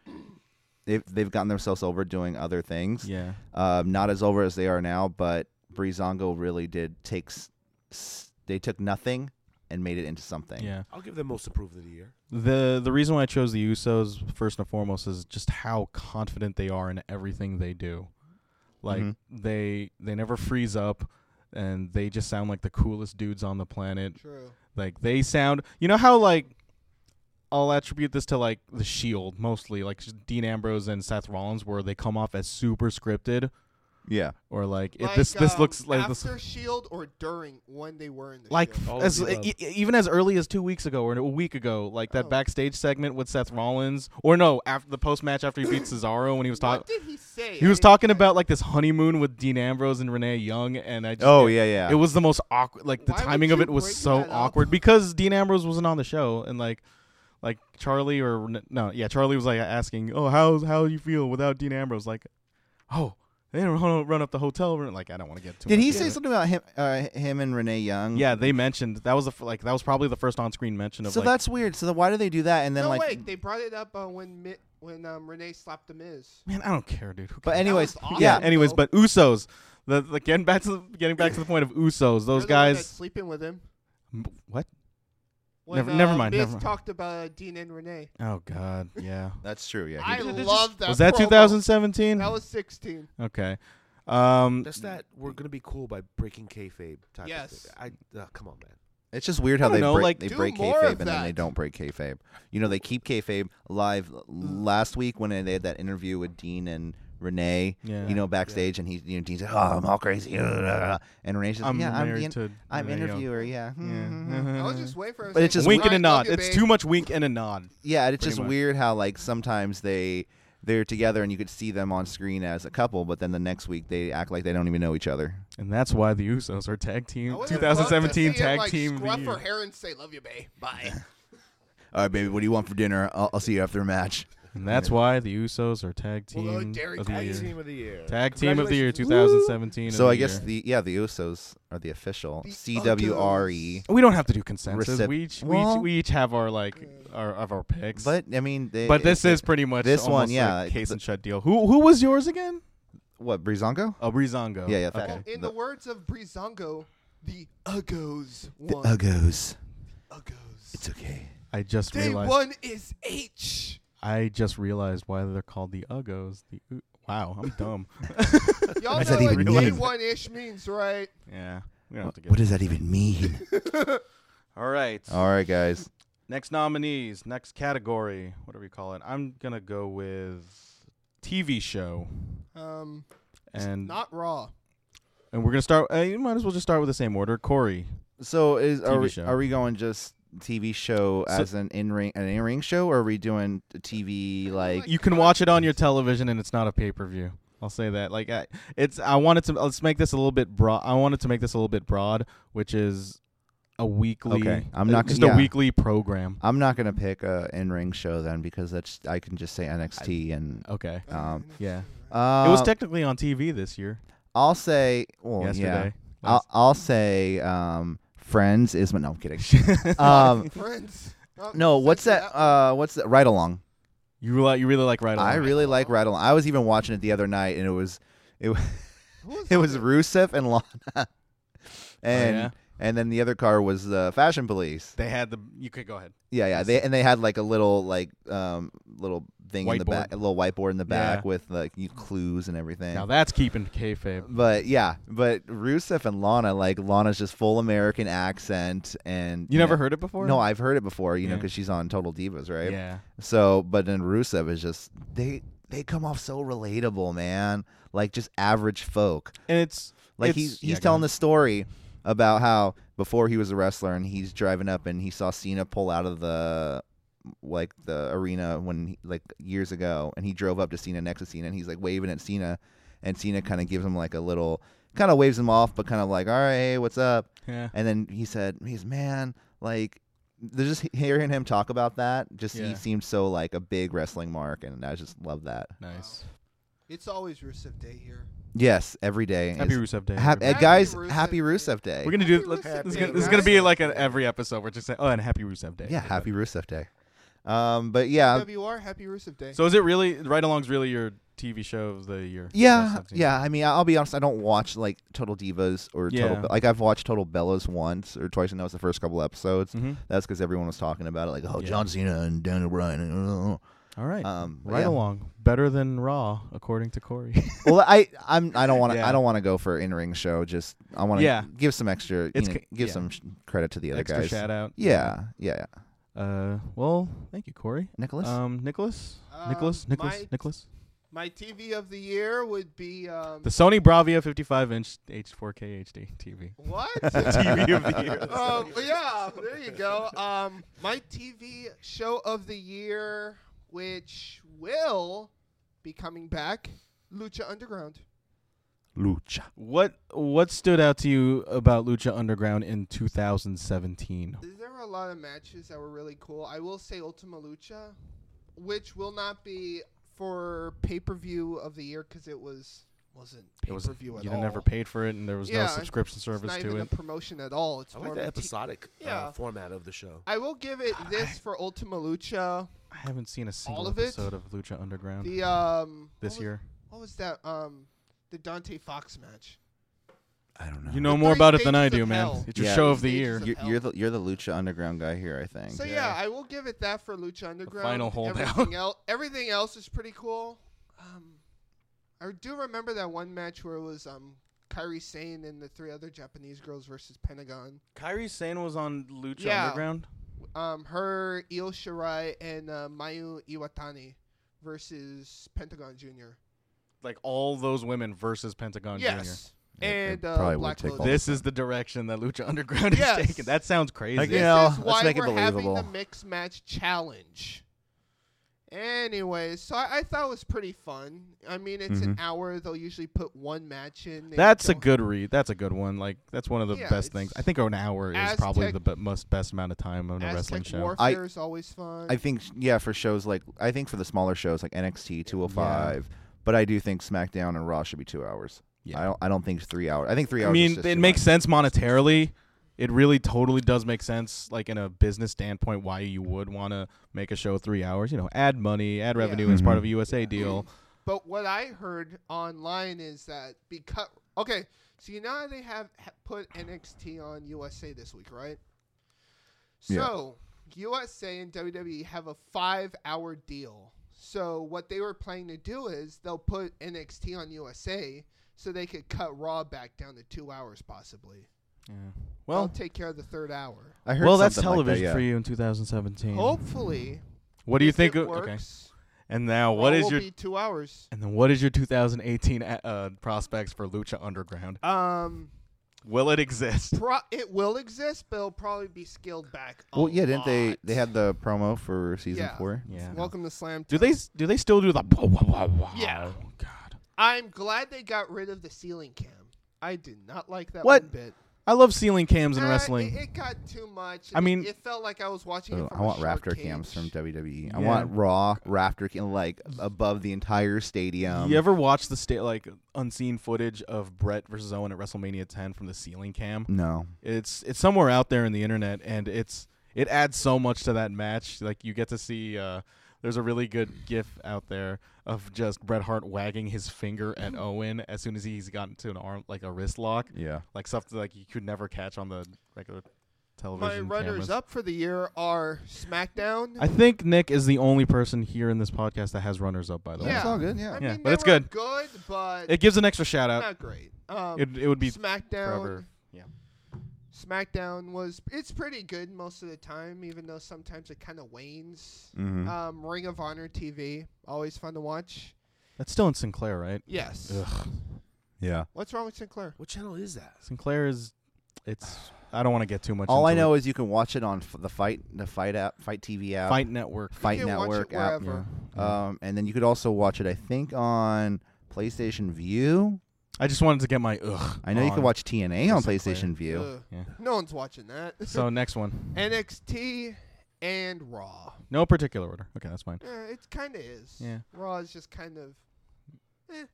[SPEAKER 4] They've they've gotten themselves over doing other things.
[SPEAKER 2] Yeah.
[SPEAKER 4] Um, not as over as they are now, but Breezango really did take. s- s- They took nothing and made it into something.
[SPEAKER 2] Yeah.
[SPEAKER 3] I'll give them most improved of the year.
[SPEAKER 2] The the reason why I chose the Usos first and foremost is just how confident they are in everything they do. Like
[SPEAKER 4] Mhm.
[SPEAKER 5] Mm-hmm.
[SPEAKER 2] they they never freeze up and they just sound like the coolest dudes on the planet.
[SPEAKER 5] True.
[SPEAKER 2] Like they sound, you know how like I'll attribute this to like the Shield mostly, like Dean Ambrose and Seth Rollins, where they come off as super scripted,
[SPEAKER 4] yeah.
[SPEAKER 2] or like, if
[SPEAKER 5] Like,
[SPEAKER 2] this this
[SPEAKER 5] um,
[SPEAKER 2] looks like this,
[SPEAKER 5] after Shield E or during when they were in the
[SPEAKER 2] like
[SPEAKER 5] Shield.
[SPEAKER 3] All
[SPEAKER 2] as,
[SPEAKER 3] of the above.
[SPEAKER 2] e- e- even as early as two weeks ago or a week ago, like that
[SPEAKER 5] Oh.
[SPEAKER 2] backstage segment with Seth Rollins, or no, after the post match after he beat Cesaro when he was
[SPEAKER 5] What
[SPEAKER 2] talking.
[SPEAKER 5] did he say?
[SPEAKER 2] oh, He
[SPEAKER 5] I
[SPEAKER 2] was
[SPEAKER 5] didn't-
[SPEAKER 2] talking about like this honeymoon with Dean Ambrose and Renee Young, and I just
[SPEAKER 4] Oh yeah, yeah.
[SPEAKER 2] it was the most awkward. Like the
[SPEAKER 5] Why would
[SPEAKER 2] timing of
[SPEAKER 5] you
[SPEAKER 2] it was
[SPEAKER 5] bring
[SPEAKER 2] so
[SPEAKER 5] that up?
[SPEAKER 2] awkward because Dean Ambrose wasn't on the show, and like, like Charlie or no, yeah, Charlie was like asking, "Oh, how how do you feel without Dean Ambrose?" Like, "Oh, they didn't run, run up the hotel room." Like, I don't want to get too.
[SPEAKER 4] Did
[SPEAKER 2] much
[SPEAKER 4] he
[SPEAKER 2] into
[SPEAKER 4] say
[SPEAKER 2] it.
[SPEAKER 4] something about him? Uh, him and Renee Young.
[SPEAKER 2] Yeah,
[SPEAKER 5] Mm-hmm.
[SPEAKER 2] they mentioned that was the f- like that was probably the first on-screen mention of
[SPEAKER 4] So
[SPEAKER 2] like
[SPEAKER 4] that's weird. So then why do they do that? And then
[SPEAKER 5] no,
[SPEAKER 4] like,
[SPEAKER 5] wait, they brought it up uh, when Mi- when um, Renee slapped the Miz.
[SPEAKER 2] man, I don't care, dude. Who
[SPEAKER 4] but
[SPEAKER 2] cares?
[SPEAKER 4] anyways,
[SPEAKER 5] was awesome.
[SPEAKER 4] yeah.
[SPEAKER 5] any-
[SPEAKER 2] anyways,
[SPEAKER 5] though.
[SPEAKER 2] but Usos. The, the getting back to the, getting back to the point of Usos,
[SPEAKER 5] They're
[SPEAKER 2] those
[SPEAKER 5] the ones
[SPEAKER 2] guys.
[SPEAKER 5] that's sleeping with him.
[SPEAKER 2] M- What?
[SPEAKER 5] When,
[SPEAKER 2] Never-
[SPEAKER 5] uh,
[SPEAKER 2] never mind,
[SPEAKER 5] Miz
[SPEAKER 2] never mind.
[SPEAKER 5] talked about uh, Dean and Renee.
[SPEAKER 2] Oh God, yeah.
[SPEAKER 4] That's true. Yeah.
[SPEAKER 5] I
[SPEAKER 4] he-
[SPEAKER 5] love that.
[SPEAKER 2] was that
[SPEAKER 5] promo.
[SPEAKER 2] 2017?
[SPEAKER 5] That was 16.
[SPEAKER 2] okay. Um,
[SPEAKER 3] That's that we're gonna be cool by breaking kayfabe type.
[SPEAKER 5] Yes.
[SPEAKER 3] Of thing. I uh, come on, man.
[SPEAKER 4] it's just weird how
[SPEAKER 2] don't
[SPEAKER 4] they
[SPEAKER 2] know,
[SPEAKER 4] break,
[SPEAKER 2] like,
[SPEAKER 4] they
[SPEAKER 5] do
[SPEAKER 4] break
[SPEAKER 5] more of
[SPEAKER 4] kayfabe and then they
[SPEAKER 5] that.
[SPEAKER 4] don't break kayfabe. You know, they keep kayfabe live.
[SPEAKER 2] Mm.
[SPEAKER 4] Last week when they had that interview with Dean and Renee,
[SPEAKER 2] Yeah.
[SPEAKER 4] you know, backstage, and he, you know, Dean's like, "Oh, I'm all crazy," and Renee's just,
[SPEAKER 2] I'm
[SPEAKER 4] "Yeah, I'm,
[SPEAKER 2] married
[SPEAKER 4] the in-
[SPEAKER 2] to.
[SPEAKER 4] I'm
[SPEAKER 2] Renee Young. Uh-huh.
[SPEAKER 4] interviewer." Yeah. Mhm.
[SPEAKER 5] Mm-hmm. I was just waiting for. him to
[SPEAKER 4] But it's
[SPEAKER 5] say,
[SPEAKER 4] just
[SPEAKER 2] wink and a nod.
[SPEAKER 5] "Alright, love you,
[SPEAKER 2] It's
[SPEAKER 5] babe."
[SPEAKER 2] too much wink and a nod.
[SPEAKER 4] Yeah, it's
[SPEAKER 2] Pretty
[SPEAKER 4] just
[SPEAKER 2] much.
[SPEAKER 4] weird how like sometimes they they're together and you could see them on screen as a couple, but then the next week they act like they don't even know each other.
[SPEAKER 2] And that's why the Usos are tag
[SPEAKER 5] I
[SPEAKER 2] team
[SPEAKER 5] would've loved to
[SPEAKER 2] 2017
[SPEAKER 5] see him,
[SPEAKER 2] tag
[SPEAKER 5] like,
[SPEAKER 2] team. of the
[SPEAKER 5] Scruff her
[SPEAKER 2] year.
[SPEAKER 5] hair and say, "Love you, babe." Bye.
[SPEAKER 4] All right, baby, what do you want for dinner? I'll, I'll see you after the match.
[SPEAKER 2] And that's why the Usos are tag team
[SPEAKER 5] Well, uh, Dairy
[SPEAKER 2] of the
[SPEAKER 5] Tag
[SPEAKER 2] year.
[SPEAKER 5] Team
[SPEAKER 3] of the year.
[SPEAKER 2] Tag team of the year
[SPEAKER 3] Congratulations.
[SPEAKER 2] 2017. of
[SPEAKER 4] So
[SPEAKER 2] the
[SPEAKER 4] I guess
[SPEAKER 2] year.
[SPEAKER 4] the yeah the Usos are the official
[SPEAKER 5] The
[SPEAKER 4] CWRE.
[SPEAKER 2] we don't have to do consensus.
[SPEAKER 4] Recep-
[SPEAKER 2] we each we,
[SPEAKER 4] Well-
[SPEAKER 2] each we each have our like our of our picks.
[SPEAKER 4] But I mean, they,
[SPEAKER 2] But
[SPEAKER 4] it-
[SPEAKER 2] this
[SPEAKER 4] it-
[SPEAKER 2] is pretty much
[SPEAKER 4] this one,
[SPEAKER 2] almost like
[SPEAKER 4] yeah,
[SPEAKER 2] case
[SPEAKER 4] the-
[SPEAKER 2] and shut deal. Who who was yours again?
[SPEAKER 4] what Brizongo.
[SPEAKER 2] Oh, Brizongo.
[SPEAKER 4] Yeah, yeah, that-
[SPEAKER 2] Okay.
[SPEAKER 5] Well, in
[SPEAKER 4] The-
[SPEAKER 5] the words of Brizongo, the Uggos
[SPEAKER 4] The
[SPEAKER 5] won.
[SPEAKER 4] Uggos.
[SPEAKER 5] Uggos.
[SPEAKER 4] It's okay.
[SPEAKER 2] I just
[SPEAKER 5] Day
[SPEAKER 2] realized.
[SPEAKER 5] one is H.
[SPEAKER 2] I just realized why they're called the Uggos. The U- wow, I'm dumb.
[SPEAKER 5] Y'all
[SPEAKER 4] What does
[SPEAKER 5] know
[SPEAKER 4] that
[SPEAKER 5] what
[SPEAKER 4] even
[SPEAKER 5] day
[SPEAKER 4] mean?
[SPEAKER 5] one ish means, right?
[SPEAKER 2] yeah. We don't have
[SPEAKER 4] What,
[SPEAKER 2] to get
[SPEAKER 4] what does that even mean?
[SPEAKER 2] All right.
[SPEAKER 4] All right, guys.
[SPEAKER 2] Next nominees, next category, whatever you call it. I'm gonna go with TV show,
[SPEAKER 5] Um,
[SPEAKER 2] and
[SPEAKER 5] not Raw.
[SPEAKER 2] and we're gonna start. Uh, you might as well just start with the same order. Corey,
[SPEAKER 4] So is are
[SPEAKER 2] TV
[SPEAKER 4] we,
[SPEAKER 2] show.
[SPEAKER 4] are we going just TV show as an in ring an in ring show, or are we doing a TV like?
[SPEAKER 2] you can watch it on your television, and it's not a pay per view. I'll say that. Like, I, it's. I wanted to. Let's make this a little bit broad. I wanted to make this a little bit broad, which is a weekly. uh,
[SPEAKER 4] Okay, I'm not-
[SPEAKER 2] just
[SPEAKER 4] yeah.
[SPEAKER 2] a weekly program.
[SPEAKER 4] I'm not gonna pick a in ring show then because that's I can just say NXT and
[SPEAKER 2] Okay.
[SPEAKER 4] um.
[SPEAKER 2] Yeah.
[SPEAKER 4] Uh,
[SPEAKER 2] it was technically on TV this year.
[SPEAKER 4] I'll say. Well, yeah. Uh,
[SPEAKER 2] yesterday.
[SPEAKER 4] I'll
[SPEAKER 2] Last-
[SPEAKER 4] I'll say. Um, Friends is. No, I'm kidding. um,
[SPEAKER 5] Friends. Uh,
[SPEAKER 4] no, what's
[SPEAKER 5] censor
[SPEAKER 4] that? Uh, what's that? Right along.
[SPEAKER 2] you like. You really like right.
[SPEAKER 4] I really like Right Along. I was even watching it the other night, and it was it wa-
[SPEAKER 5] Who was
[SPEAKER 4] it was
[SPEAKER 5] that?
[SPEAKER 4] Rusev and Lana,
[SPEAKER 2] Oh,
[SPEAKER 4] and
[SPEAKER 2] yeah?
[SPEAKER 4] and then the other car was the Fashion Police.
[SPEAKER 2] They had the. You could go ahead.
[SPEAKER 4] Yeah, yeah. They and they had like a little like um little thing in the
[SPEAKER 2] Whiteboard.
[SPEAKER 4] back, a little whiteboard in the
[SPEAKER 2] Yeah.
[SPEAKER 4] back with like you- clues and everything.
[SPEAKER 2] Now that's keeping kayfabe.
[SPEAKER 4] but yeah, but Rusev and Lana, like Lana's just full American accent, and
[SPEAKER 2] You never heard it before?
[SPEAKER 4] No, I've heard it before. You know,
[SPEAKER 2] Yeah.
[SPEAKER 4] because she's on Total Divas, right?
[SPEAKER 2] Yeah.
[SPEAKER 4] So, but then Rusev is just they they come off so relatable, man. Like just average folk.
[SPEAKER 2] And it's
[SPEAKER 4] Like
[SPEAKER 2] it's-
[SPEAKER 4] he's
[SPEAKER 2] yeah,
[SPEAKER 4] he's
[SPEAKER 2] go
[SPEAKER 4] telling
[SPEAKER 2] ahead.
[SPEAKER 4] the story about how before he was a wrestler and he's driving up and he saw Cena pull out of the like the arena when he- like years ago and he drove up to Cena next to Cena and he's like waving at Cena and Cena kind of gives him like a little kind of waves him off but kind of like all right hey what's up
[SPEAKER 2] Yeah.
[SPEAKER 4] and then he said, "He's man, like." They're just hearing him talk about that. Just
[SPEAKER 2] Yeah.
[SPEAKER 4] he seemed so like a big wrestling mark, and I just love that.
[SPEAKER 2] Nice.
[SPEAKER 5] It's always Rusev Day here.
[SPEAKER 4] Yes, every day.
[SPEAKER 2] Happy
[SPEAKER 4] is-
[SPEAKER 2] Rusev Day.
[SPEAKER 4] Hap- uh,
[SPEAKER 2] everybody.
[SPEAKER 5] Happy
[SPEAKER 4] guys,
[SPEAKER 5] Rusev
[SPEAKER 4] happy
[SPEAKER 5] Day.
[SPEAKER 4] Rusev Day.
[SPEAKER 2] we're gonna do.
[SPEAKER 5] Happy
[SPEAKER 2] Let's,
[SPEAKER 5] Rusev
[SPEAKER 2] this, is
[SPEAKER 5] Day,
[SPEAKER 2] gonna, this is gonna be
[SPEAKER 5] guys.
[SPEAKER 2] like an every episode. We're just saying, oh, and Happy Rusev Day.
[SPEAKER 4] yeah, happy Rusev Day. Um, but yeah,
[SPEAKER 5] WR, happy Rusev Day.
[SPEAKER 2] So is it really right along's really your TV show of the year?
[SPEAKER 4] yeah,
[SPEAKER 2] 2017?
[SPEAKER 4] yeah. I mean, I'll be honest. I don't watch like Total Divas or Total.
[SPEAKER 2] Yeah.
[SPEAKER 4] Be- like I've watched Total Bellas once or twice, and that was the first couple episodes.
[SPEAKER 2] Mhm.
[SPEAKER 4] That's because everyone was talking about it, like oh,
[SPEAKER 2] Yeah.
[SPEAKER 4] John Cena and Daniel Bryan.
[SPEAKER 2] All right.
[SPEAKER 4] Um, but
[SPEAKER 2] right
[SPEAKER 4] yeah.
[SPEAKER 2] along, better than Raw, according to Corey.
[SPEAKER 4] well, I I'm I don't want to
[SPEAKER 2] Yeah.
[SPEAKER 4] I don't want to go for in ring show. Just I want to
[SPEAKER 2] Yeah.
[SPEAKER 4] give some extra you
[SPEAKER 2] It's
[SPEAKER 4] know,
[SPEAKER 2] ca-
[SPEAKER 4] give
[SPEAKER 2] yeah.
[SPEAKER 4] some sh- credit to the other
[SPEAKER 2] Extra
[SPEAKER 4] guys.
[SPEAKER 2] shout out.
[SPEAKER 4] Yeah, yeah, yeah.
[SPEAKER 2] Uh, well, thank you, Corey.
[SPEAKER 4] Nicholas.
[SPEAKER 2] Um, Nicholas,
[SPEAKER 5] Um,
[SPEAKER 2] Nicholas, Nicholas,
[SPEAKER 5] my-
[SPEAKER 2] Nicholas.
[SPEAKER 5] My TV of the year would be um,
[SPEAKER 2] The Sony Bravia 55 inch H4K HD TV.
[SPEAKER 5] what?
[SPEAKER 2] TV of the year.
[SPEAKER 5] um, yeah, there you go. Um, my TV show of the year, which will be coming back, Lucha Underground.
[SPEAKER 4] Lucha.
[SPEAKER 2] What what stood out to you about Lucha Underground in 2017?
[SPEAKER 5] There were a lot of matches that were really cool. I will say Ultima Lucha, which will not be for pay per view of the year because it was wasn't pay
[SPEAKER 2] It was
[SPEAKER 5] per view at
[SPEAKER 2] you
[SPEAKER 5] all.
[SPEAKER 2] never paid for it, and there was
[SPEAKER 5] Yeah,
[SPEAKER 2] no subscription
[SPEAKER 5] It's
[SPEAKER 2] service
[SPEAKER 5] not
[SPEAKER 2] to
[SPEAKER 5] even
[SPEAKER 2] it.
[SPEAKER 5] a promotion at all. It's
[SPEAKER 3] I
[SPEAKER 5] more
[SPEAKER 3] like
[SPEAKER 5] of
[SPEAKER 3] the
[SPEAKER 5] a te-
[SPEAKER 3] episodic
[SPEAKER 5] Yeah.
[SPEAKER 3] uh, format of the show.
[SPEAKER 5] I will give it this for Ultima Lucha.
[SPEAKER 2] I haven't seen a single
[SPEAKER 5] of it?
[SPEAKER 2] episode of Lucha Underground
[SPEAKER 5] The um
[SPEAKER 2] this
[SPEAKER 5] what was-
[SPEAKER 2] year.
[SPEAKER 5] What was that? Um, the Dante Fox match.
[SPEAKER 4] I don't know.
[SPEAKER 2] You know
[SPEAKER 5] The
[SPEAKER 2] more
[SPEAKER 5] three
[SPEAKER 2] about it than I
[SPEAKER 5] stages
[SPEAKER 2] do,
[SPEAKER 5] of
[SPEAKER 2] man.
[SPEAKER 5] hell.
[SPEAKER 2] It's your
[SPEAKER 4] Yeah.
[SPEAKER 2] show of the
[SPEAKER 5] Stages
[SPEAKER 2] year.
[SPEAKER 5] of-
[SPEAKER 4] You're, you're the you're the Lucha Underground guy here, I think.
[SPEAKER 5] So yeah. I will give it that for Lucha Underground.
[SPEAKER 2] final holdout.
[SPEAKER 5] Everything, el- everything else is pretty cool. Um, I do remember that one match where it was um Kairi Sane and the three other Japanese girls versus Pentagon.
[SPEAKER 2] Kyrie Sane was on Lucha
[SPEAKER 5] Yeah.
[SPEAKER 2] Underground.
[SPEAKER 5] Um, her Io Shirai and uh, Mayu Iwatani versus Pentagon Junior.
[SPEAKER 2] Like all those women versus Pentagon
[SPEAKER 5] Yes.
[SPEAKER 4] Yeah, it
[SPEAKER 5] And uh,
[SPEAKER 4] probably would
[SPEAKER 5] Black
[SPEAKER 4] take
[SPEAKER 5] Lotus.
[SPEAKER 2] Jr. This is the direction that Lucha Underground
[SPEAKER 5] Yes.
[SPEAKER 2] is taking. That sounds crazy.
[SPEAKER 4] Like,
[SPEAKER 5] This
[SPEAKER 4] you know,
[SPEAKER 5] is
[SPEAKER 4] let's
[SPEAKER 5] why
[SPEAKER 4] make it
[SPEAKER 5] we're having the
[SPEAKER 4] believable.
[SPEAKER 5] mixed match challenge. Anyways, so I, I thought it was pretty fun. I mean, it's an hour. They'll usually put one match in.
[SPEAKER 2] Mm-hmm.
[SPEAKER 5] They
[SPEAKER 2] That's a
[SPEAKER 5] don't-
[SPEAKER 2] good read. That's a good one. Like that's one of the
[SPEAKER 5] Yeah,
[SPEAKER 2] best things.
[SPEAKER 5] it's-
[SPEAKER 2] I think an hour is probably
[SPEAKER 5] Aztec-
[SPEAKER 2] the be- most best amount of time on a
[SPEAKER 5] Aztec
[SPEAKER 2] wrestling show.
[SPEAKER 5] Warfare is always fun.
[SPEAKER 4] I think yeah for shows like I think for the smaller shows like NXT 205, but I do think SmackDown and Raw should be two hours.
[SPEAKER 2] Yeah.
[SPEAKER 4] I don't I don't think three hours. I think three hours.
[SPEAKER 2] I
[SPEAKER 4] is
[SPEAKER 2] mean,
[SPEAKER 4] just
[SPEAKER 2] it
[SPEAKER 4] too
[SPEAKER 2] makes
[SPEAKER 4] much.
[SPEAKER 2] sense monetarily. It really totally does make sense, like in a business standpoint, why you would want to make a show three hours. You know, add money, add revenue as part of a USA deal.
[SPEAKER 5] But what I heard online is that because okay, so you know how they have ha- put NXT on USA this week, right?
[SPEAKER 4] Yeah.
[SPEAKER 5] So USA and WWE have a five-hour deal. So what they were planning to do is they'll put NXT on USA so they could cut Raw back down to two hours, possibly.
[SPEAKER 2] Yeah.
[SPEAKER 5] Well,
[SPEAKER 2] Well,
[SPEAKER 5] they'll take care of the third hour.
[SPEAKER 4] I heard
[SPEAKER 2] well, that's
[SPEAKER 4] something like that,
[SPEAKER 2] television
[SPEAKER 4] yeah.
[SPEAKER 2] for you in 2017.
[SPEAKER 5] Hopefully,
[SPEAKER 2] What do you
[SPEAKER 5] if
[SPEAKER 2] think?
[SPEAKER 5] It
[SPEAKER 2] o- Okay.
[SPEAKER 5] works,
[SPEAKER 2] And now, what
[SPEAKER 5] Raw
[SPEAKER 2] is
[SPEAKER 5] will
[SPEAKER 2] your
[SPEAKER 5] be two hours?
[SPEAKER 2] and then what is your 2018 a- uh, prospects for Lucha Underground?
[SPEAKER 5] Um.
[SPEAKER 2] Will it exist?
[SPEAKER 5] Pro- it will exist, but it'll probably be scaled back. a
[SPEAKER 4] Well, yeah, didn't they?
[SPEAKER 5] lot.
[SPEAKER 4] They had the promo for season
[SPEAKER 5] Yeah.
[SPEAKER 4] four.
[SPEAKER 2] Yeah.
[SPEAKER 5] Welcome to Slam.
[SPEAKER 2] Do
[SPEAKER 5] Town.
[SPEAKER 2] they s- do they still do the wow, wow, wow, wow?
[SPEAKER 5] Yeah.
[SPEAKER 2] God.
[SPEAKER 5] I'm glad they got rid of the ceiling cam. I did not like that
[SPEAKER 2] What?
[SPEAKER 5] one bit.
[SPEAKER 2] I love ceiling cams in
[SPEAKER 5] Uh,
[SPEAKER 2] wrestling.
[SPEAKER 5] it, it got too much.
[SPEAKER 2] I
[SPEAKER 5] and
[SPEAKER 2] mean-
[SPEAKER 5] it felt like I was watching.
[SPEAKER 4] Oh,
[SPEAKER 5] it from
[SPEAKER 4] I want
[SPEAKER 5] a shark
[SPEAKER 4] rafter
[SPEAKER 5] cage.
[SPEAKER 4] cams from WWE. I
[SPEAKER 2] Yeah.
[SPEAKER 4] want raw rafter cam like above the entire stadium.
[SPEAKER 2] you ever watch the sta- like unseen footage of Brett versus Owen at WrestleMania 10 from the ceiling cam?
[SPEAKER 4] No.
[SPEAKER 2] It's it's somewhere out there in the internet, and it's it adds so much to that match. Like you get to see. Uh, there's a really good GIF out there of just Bret Hart wagging his finger at Owen as soon as he's gotten to an arm, like a wrist lock,
[SPEAKER 4] Yeah.
[SPEAKER 2] like something like you could never catch on the regular
[SPEAKER 5] My
[SPEAKER 2] television.
[SPEAKER 5] runners
[SPEAKER 2] cameras.
[SPEAKER 5] up for the year are SmackDown.
[SPEAKER 2] I think Nick is the only person here in this podcast that has runners up. By the
[SPEAKER 5] Yeah.
[SPEAKER 4] It's
[SPEAKER 2] way,
[SPEAKER 4] all good. Yeah.
[SPEAKER 5] I
[SPEAKER 2] Yeah,
[SPEAKER 5] mean,
[SPEAKER 2] but
[SPEAKER 5] they
[SPEAKER 2] it's
[SPEAKER 5] were
[SPEAKER 2] good.
[SPEAKER 5] Good, but
[SPEAKER 2] it gives an extra shout out.
[SPEAKER 5] not great. Um,
[SPEAKER 2] It, it would be
[SPEAKER 5] SmackDown.
[SPEAKER 2] forever. Yeah.
[SPEAKER 5] SmackDown was it's pretty good most of the time, even though sometimes it kind of wanes.
[SPEAKER 2] Mm-hmm.
[SPEAKER 4] Mhm.
[SPEAKER 5] Um, Ring of Honor TV, always fun to watch.
[SPEAKER 2] That's still in Sinclair, right?
[SPEAKER 5] Yes.
[SPEAKER 2] Ugh.
[SPEAKER 4] Yeah.
[SPEAKER 5] What's wrong with Sinclair?
[SPEAKER 3] What channel is that?
[SPEAKER 2] Sinclair is. It's. I don't want to get too much.
[SPEAKER 4] All I
[SPEAKER 2] into
[SPEAKER 4] know
[SPEAKER 2] it.
[SPEAKER 4] is you can watch it on f- the fight, the fight app, fight TV app,
[SPEAKER 2] Fight Network.
[SPEAKER 4] Fight
[SPEAKER 5] You can watch
[SPEAKER 4] network
[SPEAKER 5] it
[SPEAKER 4] app.
[SPEAKER 5] wherever.
[SPEAKER 2] Yeah.
[SPEAKER 4] Um, and then you could also watch it, I think, on PlayStation View.
[SPEAKER 2] I just wanted to get my ugh.
[SPEAKER 4] I know you
[SPEAKER 2] on.
[SPEAKER 4] can watch TNA on
[SPEAKER 2] Sinclair.
[SPEAKER 4] PlayStation View.
[SPEAKER 5] Ugh.
[SPEAKER 2] Yeah.
[SPEAKER 5] No one's watching that.
[SPEAKER 2] So next one,
[SPEAKER 5] NXT and Raw.
[SPEAKER 2] no particular order. Okay, that's fine.
[SPEAKER 5] Eh, it kind of is.
[SPEAKER 2] Yeah.
[SPEAKER 5] Raw is just kind of. Eh,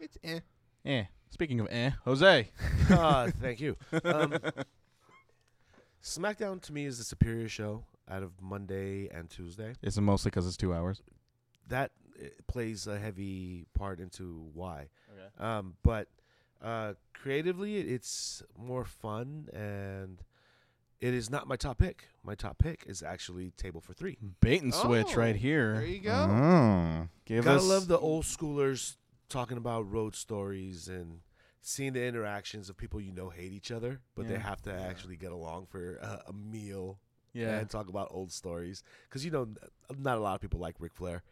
[SPEAKER 5] it's eh.
[SPEAKER 2] Eh. Speaking of eh, Jose.
[SPEAKER 3] uh, thank you. Um, SmackDown to me is the superior show out of Monday and Tuesday.
[SPEAKER 2] It's mostly because it's two hours.
[SPEAKER 3] That uh, plays a heavy part into why.
[SPEAKER 2] Okay.
[SPEAKER 3] Um, but uh, creatively, it- it's more fun, and it is not my top pick. My top pick is actually Table for Three.
[SPEAKER 2] Bait and switch
[SPEAKER 5] Oh,
[SPEAKER 2] right
[SPEAKER 5] There
[SPEAKER 2] here.
[SPEAKER 5] you go.
[SPEAKER 4] Oh.
[SPEAKER 2] Give
[SPEAKER 3] Gotta
[SPEAKER 2] us.
[SPEAKER 3] love the old schoolers talking about road stories and seeing the interactions of people you know hate each other, but they
[SPEAKER 2] Yeah.
[SPEAKER 3] have to actually get along for uh, a meal
[SPEAKER 2] yeah.
[SPEAKER 3] and talk about old stories. Because you know, n- not a lot of people like Ric Flair,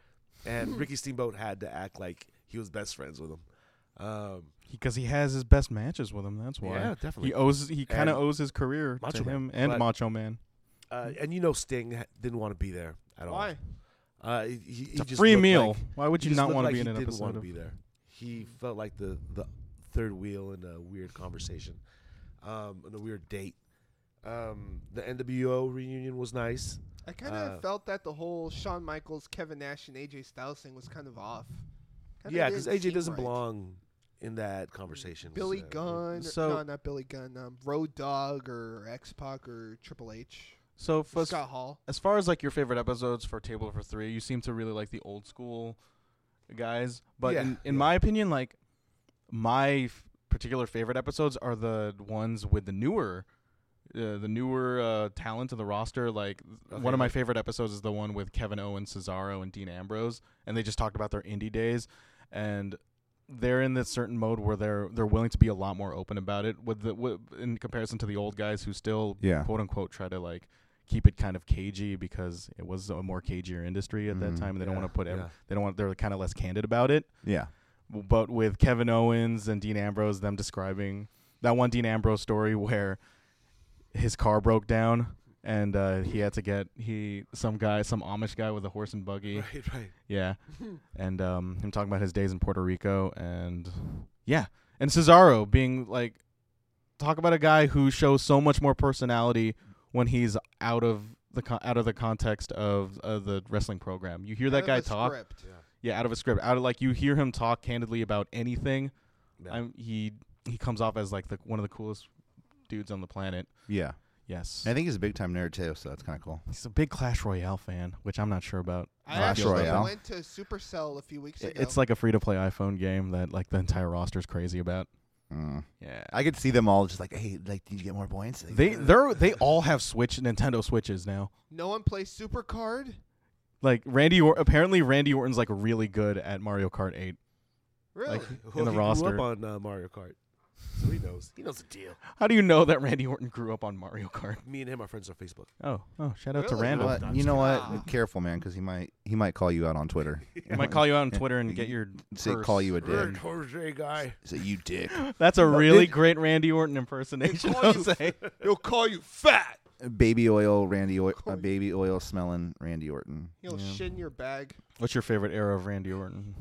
[SPEAKER 3] and Ricky Steamboat had to act like he was best friends with him. Um,
[SPEAKER 2] Because he has his best matches with him. That's why.
[SPEAKER 3] yeah, definitely.
[SPEAKER 2] He owes. He kind of
[SPEAKER 3] And
[SPEAKER 2] owes his career
[SPEAKER 3] Macho
[SPEAKER 2] to
[SPEAKER 3] Man,
[SPEAKER 2] him and
[SPEAKER 3] but-
[SPEAKER 2] Macho Man.
[SPEAKER 3] uh, and you know, Sting ha- didn't want to be there at
[SPEAKER 5] Why?
[SPEAKER 3] all. Uh, he, he, he
[SPEAKER 2] It's a
[SPEAKER 3] just
[SPEAKER 2] free
[SPEAKER 3] looked
[SPEAKER 2] meal.
[SPEAKER 3] like-
[SPEAKER 2] why would
[SPEAKER 3] he
[SPEAKER 2] you
[SPEAKER 3] just
[SPEAKER 2] not
[SPEAKER 3] looked
[SPEAKER 2] want to
[SPEAKER 3] like
[SPEAKER 2] be
[SPEAKER 3] he
[SPEAKER 2] in an
[SPEAKER 3] didn't
[SPEAKER 2] episode
[SPEAKER 3] wanna
[SPEAKER 2] of?
[SPEAKER 3] be there. He felt like the the third wheel in a weird conversation, um, in a weird date. Um, the NWO reunion was nice.
[SPEAKER 5] I kind of
[SPEAKER 3] Uh,
[SPEAKER 5] felt that the whole Shawn Michaels, Kevin Nash, and AJ Styles thing was kind of off. Kinda
[SPEAKER 3] yeah,
[SPEAKER 5] didn't
[SPEAKER 3] because AJ
[SPEAKER 5] seem
[SPEAKER 3] doesn't
[SPEAKER 5] right.
[SPEAKER 3] belong in that conversation.
[SPEAKER 5] Billy
[SPEAKER 3] so-
[SPEAKER 5] Gunn,
[SPEAKER 2] So-
[SPEAKER 5] no, not Billy Gunn. Um, Road Dog or X Pac or Triple H.
[SPEAKER 2] So for as,
[SPEAKER 5] Scott Hall.
[SPEAKER 2] as far as like your favorite episodes for Table for Three, you seem to really like the old school guys. But
[SPEAKER 3] Yeah,
[SPEAKER 2] in, in
[SPEAKER 3] yeah.
[SPEAKER 2] my opinion, like my f- particular favorite episodes are the ones with the newer. Uh, the newer uh, talent of the roster, like
[SPEAKER 3] Okay,
[SPEAKER 2] one of my
[SPEAKER 3] like-
[SPEAKER 2] favorite episodes is the one with Kevin Owens, Cesaro, and Dean Ambrose, and they just talked about their indie days, and they're in this certain mode where they're they're willing to be a lot more open about it with the w- in comparison to the old guys who still
[SPEAKER 4] Yeah.
[SPEAKER 2] quote unquote try to like keep it kind of cagey because it was a more cagier industry at
[SPEAKER 4] Mhm.
[SPEAKER 2] that time and they don't
[SPEAKER 3] Mm-hmm. Yeah,
[SPEAKER 2] want to put ev-
[SPEAKER 3] yeah.
[SPEAKER 2] they don't want they're kind of less candid about it
[SPEAKER 4] Yeah.
[SPEAKER 2] W- but with Kevin Owens and Dean Ambrose them describing that one Dean Ambrose story where his car broke down and uh, he had to get he some guy some Amish guy with a horse and buggy
[SPEAKER 3] Right, right.
[SPEAKER 2] yeah. and um, him talking about his days in Puerto Rico and yeah. And Cesaro being like talk about a guy who shows so much more personality when he's out of the con- out of the context of uh, the wrestling program. You hear that
[SPEAKER 5] Out
[SPEAKER 2] guy
[SPEAKER 5] of a
[SPEAKER 2] talk
[SPEAKER 5] script.
[SPEAKER 2] yeah, out of a script. Out of like you hear him talk candidly about anything.
[SPEAKER 3] Yeah.
[SPEAKER 2] I'm he he comes off as like the one of the coolest dudes on the planet.
[SPEAKER 4] Yeah.
[SPEAKER 2] Yes.
[SPEAKER 4] And I think he's a big time nerd too, so that's kind of cool.
[SPEAKER 2] he's a big Clash Royale fan, which I'm not sure about.
[SPEAKER 5] I
[SPEAKER 2] how it
[SPEAKER 4] Clash
[SPEAKER 2] feels
[SPEAKER 5] actually
[SPEAKER 2] about
[SPEAKER 4] Royale.
[SPEAKER 5] went to Supercell a few weeks ago.
[SPEAKER 2] it. It's like a free to play iPhone game that like the entire roster's crazy about.
[SPEAKER 4] Mm.
[SPEAKER 2] Yeah.
[SPEAKER 4] I could see them all just like, hey, like, did you get more points? Like,
[SPEAKER 2] They they're they all have Switch Nintendo Switches now.
[SPEAKER 5] no one plays Supercard.
[SPEAKER 2] Like Randy or- apparently Randy Orton's like really good at Mario Kart 8.
[SPEAKER 5] Really?
[SPEAKER 2] Like-
[SPEAKER 3] Well,
[SPEAKER 2] the
[SPEAKER 3] he
[SPEAKER 2] roster.
[SPEAKER 3] grew up on uh, Mario Kart, so he knows. He knows the deal.
[SPEAKER 2] How do you know that Randy Orton grew up on Mario Kart?
[SPEAKER 3] Me and him are friends on Facebook.
[SPEAKER 2] Oh, oh, shout out to
[SPEAKER 5] Really?
[SPEAKER 2] Random.
[SPEAKER 4] But you know what?
[SPEAKER 5] Ah.
[SPEAKER 4] Careful, man, because he might he might call you out on Twitter.
[SPEAKER 2] I might call you out on Twitter and
[SPEAKER 4] You
[SPEAKER 2] get your
[SPEAKER 4] say
[SPEAKER 2] purse.
[SPEAKER 4] call you a dick.
[SPEAKER 3] Jose guy.
[SPEAKER 4] Say you dick.
[SPEAKER 2] That's a
[SPEAKER 4] No,
[SPEAKER 2] really
[SPEAKER 4] did-
[SPEAKER 2] great Randy Orton impersonation.
[SPEAKER 5] call you
[SPEAKER 2] Jose.
[SPEAKER 5] He'll call you fat.
[SPEAKER 4] baby oil, Randy oil,
[SPEAKER 5] Oh,
[SPEAKER 4] uh,
[SPEAKER 5] yeah.
[SPEAKER 4] baby oil smelling Randy Orton.
[SPEAKER 5] He'll
[SPEAKER 2] Yeah.
[SPEAKER 5] shin your bag.
[SPEAKER 2] What's your favorite era of Randy Orton?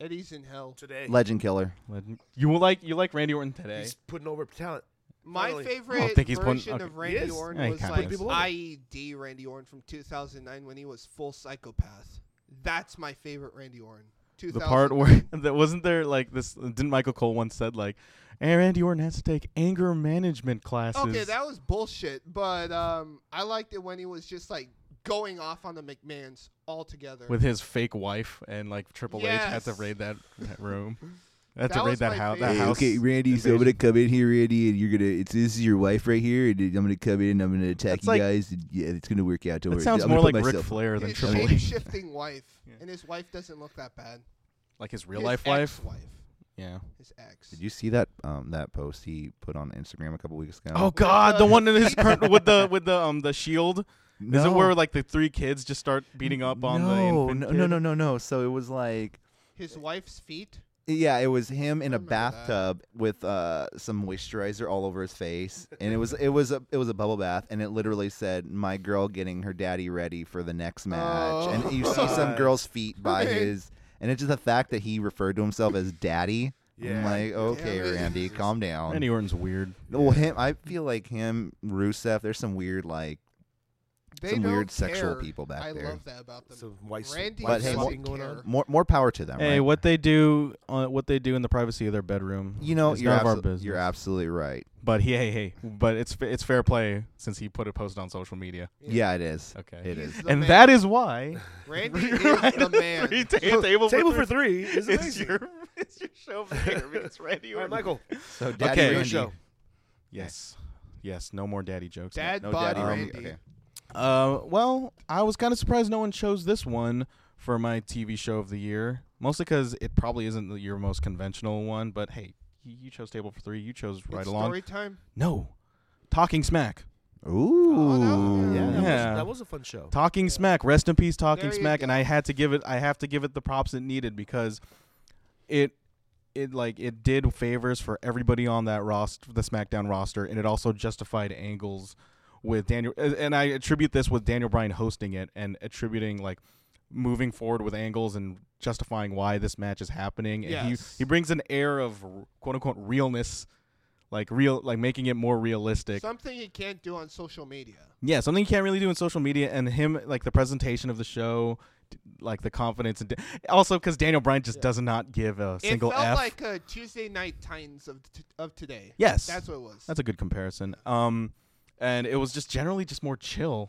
[SPEAKER 5] Eddie's in hell.
[SPEAKER 3] Today,
[SPEAKER 4] Legend killer.
[SPEAKER 2] Legend- You will like you like Randy Orton today.
[SPEAKER 3] he's putting over talent.
[SPEAKER 5] My
[SPEAKER 3] Totally.
[SPEAKER 5] favorite
[SPEAKER 2] I don't think he's putting-
[SPEAKER 5] version
[SPEAKER 2] okay.
[SPEAKER 5] of Randy
[SPEAKER 3] He is.
[SPEAKER 5] Orton
[SPEAKER 2] Yeah, he
[SPEAKER 5] was
[SPEAKER 2] kinda
[SPEAKER 5] like
[SPEAKER 2] is.
[SPEAKER 3] People love
[SPEAKER 5] IED Randy Orton from 2009 when he was full psychopath. That's my favorite Randy Orton.
[SPEAKER 2] the part where
[SPEAKER 5] 2009.
[SPEAKER 2] that wasn't there like this didn't Michael Cole once said like "Eh, Randy Orton has to take anger management classes.
[SPEAKER 5] Okay, that was bullshit, but um, I liked it when he was just like going off on the McMahons altogether.
[SPEAKER 2] with his fake wife and like Triple H had to
[SPEAKER 5] Yes.
[SPEAKER 2] raid that, that room. Had
[SPEAKER 5] That
[SPEAKER 2] to raid
[SPEAKER 5] was
[SPEAKER 2] that,
[SPEAKER 5] my
[SPEAKER 2] house. that
[SPEAKER 5] favorite. Hey,
[SPEAKER 2] house.
[SPEAKER 4] Randy,
[SPEAKER 2] so I'm gonna
[SPEAKER 4] come in here, Randy, and you're gonna. It's this is your wife right here, and I'm gonna come in and I'm gonna attack
[SPEAKER 2] That's you like-
[SPEAKER 4] guys. And yeah, it's gonna work out.
[SPEAKER 2] That sounds more like Ric Flair than
[SPEAKER 5] his
[SPEAKER 2] Triple H.
[SPEAKER 5] shape-shifting wife,
[SPEAKER 2] Yeah.
[SPEAKER 5] and his wife doesn't look that bad.
[SPEAKER 2] Like his real
[SPEAKER 5] His
[SPEAKER 2] life wife.
[SPEAKER 5] ex-wife.
[SPEAKER 2] Yeah.
[SPEAKER 5] His ex.
[SPEAKER 4] Did you see that um that post he put on Instagram a couple weeks ago?
[SPEAKER 2] Oh God, the one in his per- with the with the um the shield.
[SPEAKER 4] no.
[SPEAKER 2] Is it where like the three kids just start beating up on the
[SPEAKER 4] no,
[SPEAKER 2] infant
[SPEAKER 4] no,
[SPEAKER 2] kid?
[SPEAKER 4] no, no, no, no. So it was like.
[SPEAKER 5] His wife's feet.
[SPEAKER 4] Yeah, it was him in a
[SPEAKER 5] remember that.
[SPEAKER 4] bathtub with uh, some moisturizer all over his face, and it was it was a it was a bubble bath, and it literally said "my girl getting her daddy ready for the next match," and you see some
[SPEAKER 5] Oh.
[SPEAKER 3] God.
[SPEAKER 4] girl's feet by
[SPEAKER 5] Okay.
[SPEAKER 4] his, and it's just the fact that he referred to himself as daddy. I'm
[SPEAKER 3] Yeah.
[SPEAKER 4] like, okay,
[SPEAKER 5] Damn it.
[SPEAKER 4] Randy, calm down.
[SPEAKER 2] Randy Orton's weird.
[SPEAKER 4] well, him, I feel like him, Rusev. There's some weird like
[SPEAKER 5] They
[SPEAKER 4] some
[SPEAKER 5] don't
[SPEAKER 4] weird sexual
[SPEAKER 5] care.
[SPEAKER 4] people back
[SPEAKER 5] I
[SPEAKER 4] there.
[SPEAKER 5] love that about them.
[SPEAKER 3] Some white
[SPEAKER 5] Randy
[SPEAKER 4] But
[SPEAKER 3] white
[SPEAKER 4] hey,
[SPEAKER 5] doesn't
[SPEAKER 4] what-
[SPEAKER 3] swapping going
[SPEAKER 5] care.
[SPEAKER 3] on.
[SPEAKER 4] More more power to them.
[SPEAKER 2] Hey,
[SPEAKER 4] right?
[SPEAKER 2] what they do, uh, what they do in the privacy of their bedroom.
[SPEAKER 4] You know,
[SPEAKER 2] is
[SPEAKER 4] you're
[SPEAKER 2] none of our
[SPEAKER 4] abso-
[SPEAKER 2] business.
[SPEAKER 4] you're absolutely right.
[SPEAKER 2] but he, hey, hey, but it's fa- it's fair play since he put a post on social media.
[SPEAKER 5] Yeah.
[SPEAKER 4] Yeah, it is.
[SPEAKER 2] Okay,
[SPEAKER 4] It
[SPEAKER 5] He's
[SPEAKER 4] is.
[SPEAKER 5] the
[SPEAKER 2] and
[SPEAKER 5] man.
[SPEAKER 2] that is why
[SPEAKER 5] Randy is the man.
[SPEAKER 2] Three ta- table,
[SPEAKER 3] Table
[SPEAKER 2] for
[SPEAKER 3] for three is
[SPEAKER 2] It's
[SPEAKER 3] amazing.
[SPEAKER 2] your- it's your show of the year because Randy
[SPEAKER 3] All right,
[SPEAKER 2] Orton-
[SPEAKER 3] Michael.
[SPEAKER 4] So daddy
[SPEAKER 2] Okay.
[SPEAKER 4] Randy.
[SPEAKER 3] Show.
[SPEAKER 2] Yes, yes, no more daddy jokes.
[SPEAKER 5] Dad
[SPEAKER 4] No
[SPEAKER 5] bod
[SPEAKER 4] daddy Randy.
[SPEAKER 5] Randy.
[SPEAKER 4] Okay.
[SPEAKER 2] Uh, well, I was kind of surprised no one chose this one for my TV show of the year, mostly because it probably isn't the- your most conventional one. But hey, you you chose Table for Three. You chose Right
[SPEAKER 5] it's
[SPEAKER 2] Along.
[SPEAKER 5] story time.
[SPEAKER 2] No, Talking Smack.
[SPEAKER 4] Ooh.
[SPEAKER 5] no.
[SPEAKER 3] Yeah,
[SPEAKER 2] Yeah.
[SPEAKER 3] That, was,
[SPEAKER 2] Yeah.
[SPEAKER 3] that was a fun show.
[SPEAKER 2] Talking Smack. Rest in peace, Talking
[SPEAKER 5] There you
[SPEAKER 2] Smack. And
[SPEAKER 5] go.
[SPEAKER 2] I had to give it. I have to give it the props it needed because it, it like it did favors for everybody on that roster, the SmackDown roster, and it also justified angles with Daniel. And I attribute this with Daniel Bryan hosting it and attributing like moving forward with angles and justifying why this match is happening. And
[SPEAKER 5] Yes.
[SPEAKER 2] he he brings an air of r- quote unquote realness, like real, like making it more realistic.
[SPEAKER 5] Something you can't do on social media.
[SPEAKER 2] yeah, something you can't really do in social media. And him like the presentation of the show. d- Like the confidence, and also because Daniel Bryan just does not give a single
[SPEAKER 5] it felt
[SPEAKER 2] F.
[SPEAKER 5] like a Tuesday night Titans of t- of today.
[SPEAKER 2] Yes.
[SPEAKER 5] that's what it was.
[SPEAKER 2] That's a good comparison. Um, and it was just generally just more chill.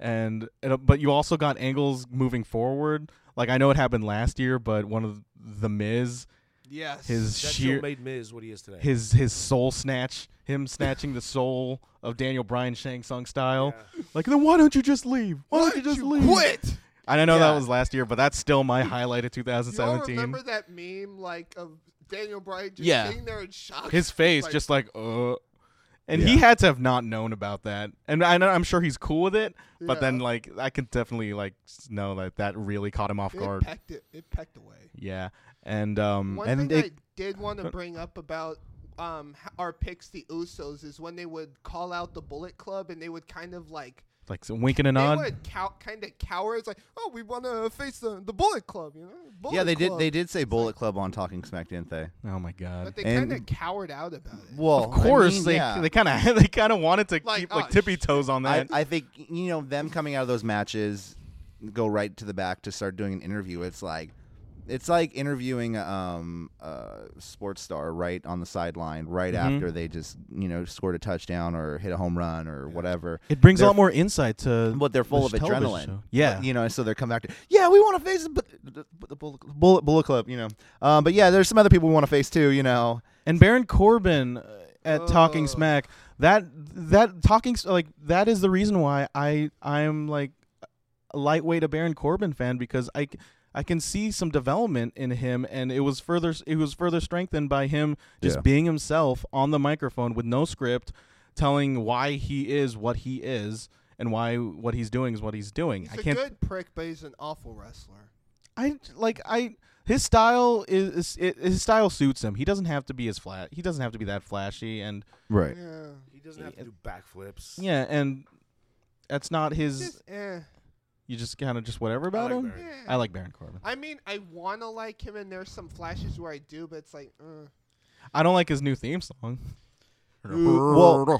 [SPEAKER 2] And it, but you also got angles moving forward. Like I know it happened last year, but one of the Miz,
[SPEAKER 5] yes,
[SPEAKER 2] his
[SPEAKER 3] That
[SPEAKER 2] sheer,
[SPEAKER 3] show made Miz what he is today.
[SPEAKER 2] his his soul snatch, him snatching the soul of Daniel Bryan Shang Tsung style. Like then why don't you just leave? Why, don't you just leave?
[SPEAKER 5] quit.
[SPEAKER 2] And I know that
[SPEAKER 5] Yeah.
[SPEAKER 2] was last year, but that's still my highlight of
[SPEAKER 5] You all
[SPEAKER 2] 2017.
[SPEAKER 5] remember that meme like of Daniel Bryan just
[SPEAKER 2] Yeah.
[SPEAKER 5] sitting there in shock.
[SPEAKER 2] his face
[SPEAKER 5] Like,
[SPEAKER 2] just like uh and he had to have not known about that and i know i'm sure he's cool with it but then
[SPEAKER 5] Yeah.
[SPEAKER 2] like i can definitely like s- know that that really caught him off
[SPEAKER 5] it
[SPEAKER 2] guard
[SPEAKER 5] pecked it. It pecked away.
[SPEAKER 2] yeah and um
[SPEAKER 5] One
[SPEAKER 4] And
[SPEAKER 5] thing
[SPEAKER 4] they-
[SPEAKER 5] I did want to bring up about um h- our picks, the Usos, is when they would call out the Bullet Club and they would kind of like
[SPEAKER 2] like so winking and
[SPEAKER 5] they
[SPEAKER 2] nod
[SPEAKER 5] would cow- kind of cower. It's like, oh, we want to face the the Bullet Club, you know? Bullet
[SPEAKER 4] yeah, they did.
[SPEAKER 5] Club.
[SPEAKER 4] They did say Bullet Club on Talking Smack, didn't they?
[SPEAKER 2] oh my god
[SPEAKER 5] But they
[SPEAKER 4] And-
[SPEAKER 5] kind of cowered out about it.
[SPEAKER 4] Well,
[SPEAKER 2] of course
[SPEAKER 4] I mean,
[SPEAKER 2] they
[SPEAKER 4] yeah.
[SPEAKER 2] they kind of they kind of wanted to
[SPEAKER 5] Like,
[SPEAKER 2] keep like
[SPEAKER 5] oh,
[SPEAKER 2] tippy
[SPEAKER 5] shit.
[SPEAKER 2] toes on
[SPEAKER 4] I,
[SPEAKER 2] that
[SPEAKER 4] I think you know them coming out of those matches, go right to the back to start doing an interview. It's like, it's like interviewing um a sports star right on the sideline right after they just you know scored a touchdown or hit a home run or whatever.
[SPEAKER 2] it brings a
[SPEAKER 4] They're-
[SPEAKER 2] lot more insight to
[SPEAKER 4] But they're full of
[SPEAKER 2] this television show.
[SPEAKER 4] adrenaline.
[SPEAKER 2] yeah
[SPEAKER 4] you know, so they're coming back to yeah, we want to face the, bu- the, the bullet, bullet bullet club, you know. Um, but yeah, there's some other people we want to face too, you know.
[SPEAKER 2] And Baron Corbin uh, at Talking
[SPEAKER 5] Ugh.
[SPEAKER 2] Smack, that that talking S- like that is the reason why I I'm like a lightweight a Baron Corbin fan because I c- I can see some development in him and it was further it was further strengthened by him just
[SPEAKER 4] Yeah.
[SPEAKER 2] being himself on the microphone with no script telling why he is what he is and why what he's doing is what he's doing.
[SPEAKER 5] He's
[SPEAKER 2] I
[SPEAKER 5] a
[SPEAKER 2] can't
[SPEAKER 5] good prick, but he's an awful wrestler.
[SPEAKER 2] I like I his style is, is it, his style suits him. He doesn't have to be as flat. He doesn't have to be that flashy and
[SPEAKER 4] Right.
[SPEAKER 5] Yeah.
[SPEAKER 3] He doesn't have to do backflips.
[SPEAKER 2] Yeah, and that's not his.
[SPEAKER 5] Just, eh.
[SPEAKER 2] You just kind of just whatever about
[SPEAKER 3] like
[SPEAKER 2] him.
[SPEAKER 3] Baron.
[SPEAKER 5] Yeah.
[SPEAKER 2] I like Baron Corbin.
[SPEAKER 5] I mean, I want to like him, and there's some flashes where I do, but it's like, uh.
[SPEAKER 2] I don't like his new theme song.
[SPEAKER 4] Well,
[SPEAKER 5] Who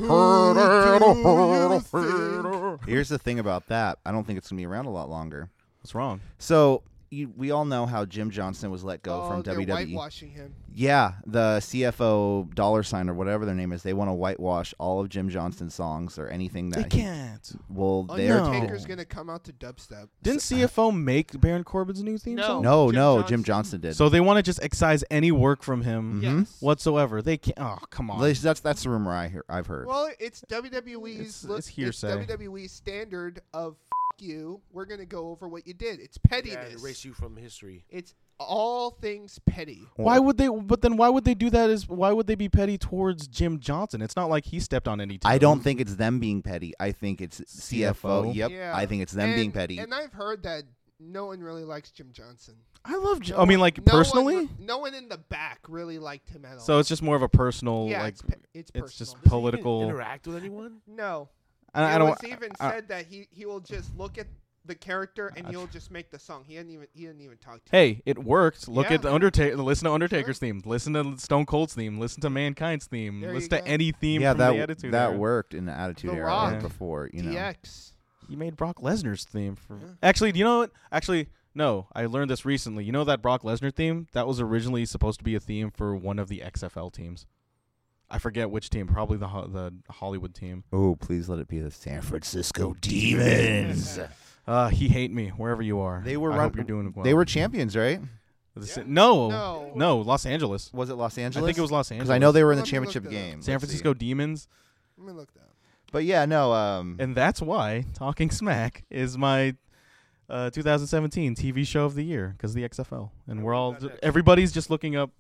[SPEAKER 5] do you think?
[SPEAKER 4] here's the thing about that. I don't think it's gonna be around a lot longer.
[SPEAKER 2] What's wrong?
[SPEAKER 4] So you, we all know how Jim Johnson was let go
[SPEAKER 5] oh,
[SPEAKER 4] from
[SPEAKER 5] they're
[SPEAKER 2] E.
[SPEAKER 4] WWE.
[SPEAKER 5] whitewashing him.
[SPEAKER 4] Yeah, the CFO dollar sign or whatever their name is, they want to whitewash all of Jim Johnson's songs or anything that he,
[SPEAKER 2] can't.
[SPEAKER 4] well
[SPEAKER 5] Oh,
[SPEAKER 4] they're
[SPEAKER 5] Undertaker's gonna come out to dubstep.
[SPEAKER 2] Didn't CFO make Baron Corbin's new theme
[SPEAKER 5] No.
[SPEAKER 2] song?
[SPEAKER 4] no
[SPEAKER 5] Jim
[SPEAKER 4] no
[SPEAKER 5] Johnson.
[SPEAKER 4] Jim Johnson did.
[SPEAKER 2] So they want to just excise any work from him
[SPEAKER 5] Yes.
[SPEAKER 2] whatsoever. They can't. Oh come on.
[SPEAKER 4] At least that's that's the rumor I hear, I've heard.
[SPEAKER 5] Well, it's WWE's
[SPEAKER 2] It's-
[SPEAKER 5] look-
[SPEAKER 2] it's hearsay.
[SPEAKER 5] WWE's E standard of F- you. We're gonna go over what you did. It's
[SPEAKER 3] Yeah, and
[SPEAKER 5] pettiness.
[SPEAKER 3] erase you from history.
[SPEAKER 5] it's all things petty.
[SPEAKER 2] why would they? But then why would they do that? Is why would they be petty towards Jim Johnson? It's not like he stepped on any.
[SPEAKER 4] I don't
[SPEAKER 2] toes.
[SPEAKER 4] think it's them being petty. I think it's CFO.
[SPEAKER 2] CFO.
[SPEAKER 4] Yep.
[SPEAKER 5] Yeah.
[SPEAKER 4] I think it's them
[SPEAKER 5] and,
[SPEAKER 4] being petty.
[SPEAKER 5] And I've heard that no one really likes Jim Johnson.
[SPEAKER 2] I love. Jim.
[SPEAKER 5] No
[SPEAKER 2] Oh, I mean,
[SPEAKER 5] one-
[SPEAKER 2] like
[SPEAKER 5] no one-
[SPEAKER 2] personally.
[SPEAKER 5] no one in the back really liked him at all.
[SPEAKER 2] so it's just more of a personal.
[SPEAKER 5] yeah,
[SPEAKER 2] like
[SPEAKER 5] it's, pe- it's personal.
[SPEAKER 2] it's just
[SPEAKER 3] Does he even
[SPEAKER 2] Political-
[SPEAKER 3] interact with anyone?
[SPEAKER 5] no.
[SPEAKER 2] I, I
[SPEAKER 5] it
[SPEAKER 2] don't.
[SPEAKER 5] was even
[SPEAKER 2] I-
[SPEAKER 5] said that he he will just look at the character and he'll just make the song. He didn't even he didn't even talk to.
[SPEAKER 2] hey, it worked. Look
[SPEAKER 5] Yeah.
[SPEAKER 2] at the Undertaker. Listen to Undertaker's theme. Listen to Stone Cold's theme. Listen to Mankind's theme.
[SPEAKER 5] There you
[SPEAKER 2] listen to
[SPEAKER 5] go.
[SPEAKER 2] any theme
[SPEAKER 4] yeah,
[SPEAKER 2] from
[SPEAKER 4] that
[SPEAKER 2] the Attitude
[SPEAKER 4] that
[SPEAKER 2] Era.
[SPEAKER 4] worked in the Attitude
[SPEAKER 5] The
[SPEAKER 4] Era
[SPEAKER 5] Rock.
[SPEAKER 4] like before, you know.
[SPEAKER 5] DX.
[SPEAKER 2] He made Brock Lesnar's theme for. Actually, do you know what? Actually, no. I learned this recently. You know that Brock Lesnar theme? That was originally supposed to be a theme for one of the XFL teams. I forget which team. Probably the Ho- the Hollywood team.
[SPEAKER 4] Oh, please let it be the San Francisco Demons.
[SPEAKER 2] Uh, he hate me wherever you are.
[SPEAKER 4] they were
[SPEAKER 2] I
[SPEAKER 4] run-
[SPEAKER 2] hope you're doing well.
[SPEAKER 4] They were champions, right?
[SPEAKER 2] The si- no,
[SPEAKER 5] No.
[SPEAKER 2] no, Los Angeles.
[SPEAKER 4] Was it Los Angeles?
[SPEAKER 2] I think it was Los Angeles.
[SPEAKER 4] because I know they were in the
[SPEAKER 5] Let me look
[SPEAKER 4] championship
[SPEAKER 5] that up.
[SPEAKER 4] game.
[SPEAKER 2] San
[SPEAKER 4] Let's see.
[SPEAKER 2] Francisco Demons.
[SPEAKER 5] Let me look down.
[SPEAKER 4] But yeah, no. Um,
[SPEAKER 2] And that's why Talking Smack is my uh, 2017 TV show of the year because the XFL. And we're all,
[SPEAKER 3] about that?
[SPEAKER 2] everybody's just looking up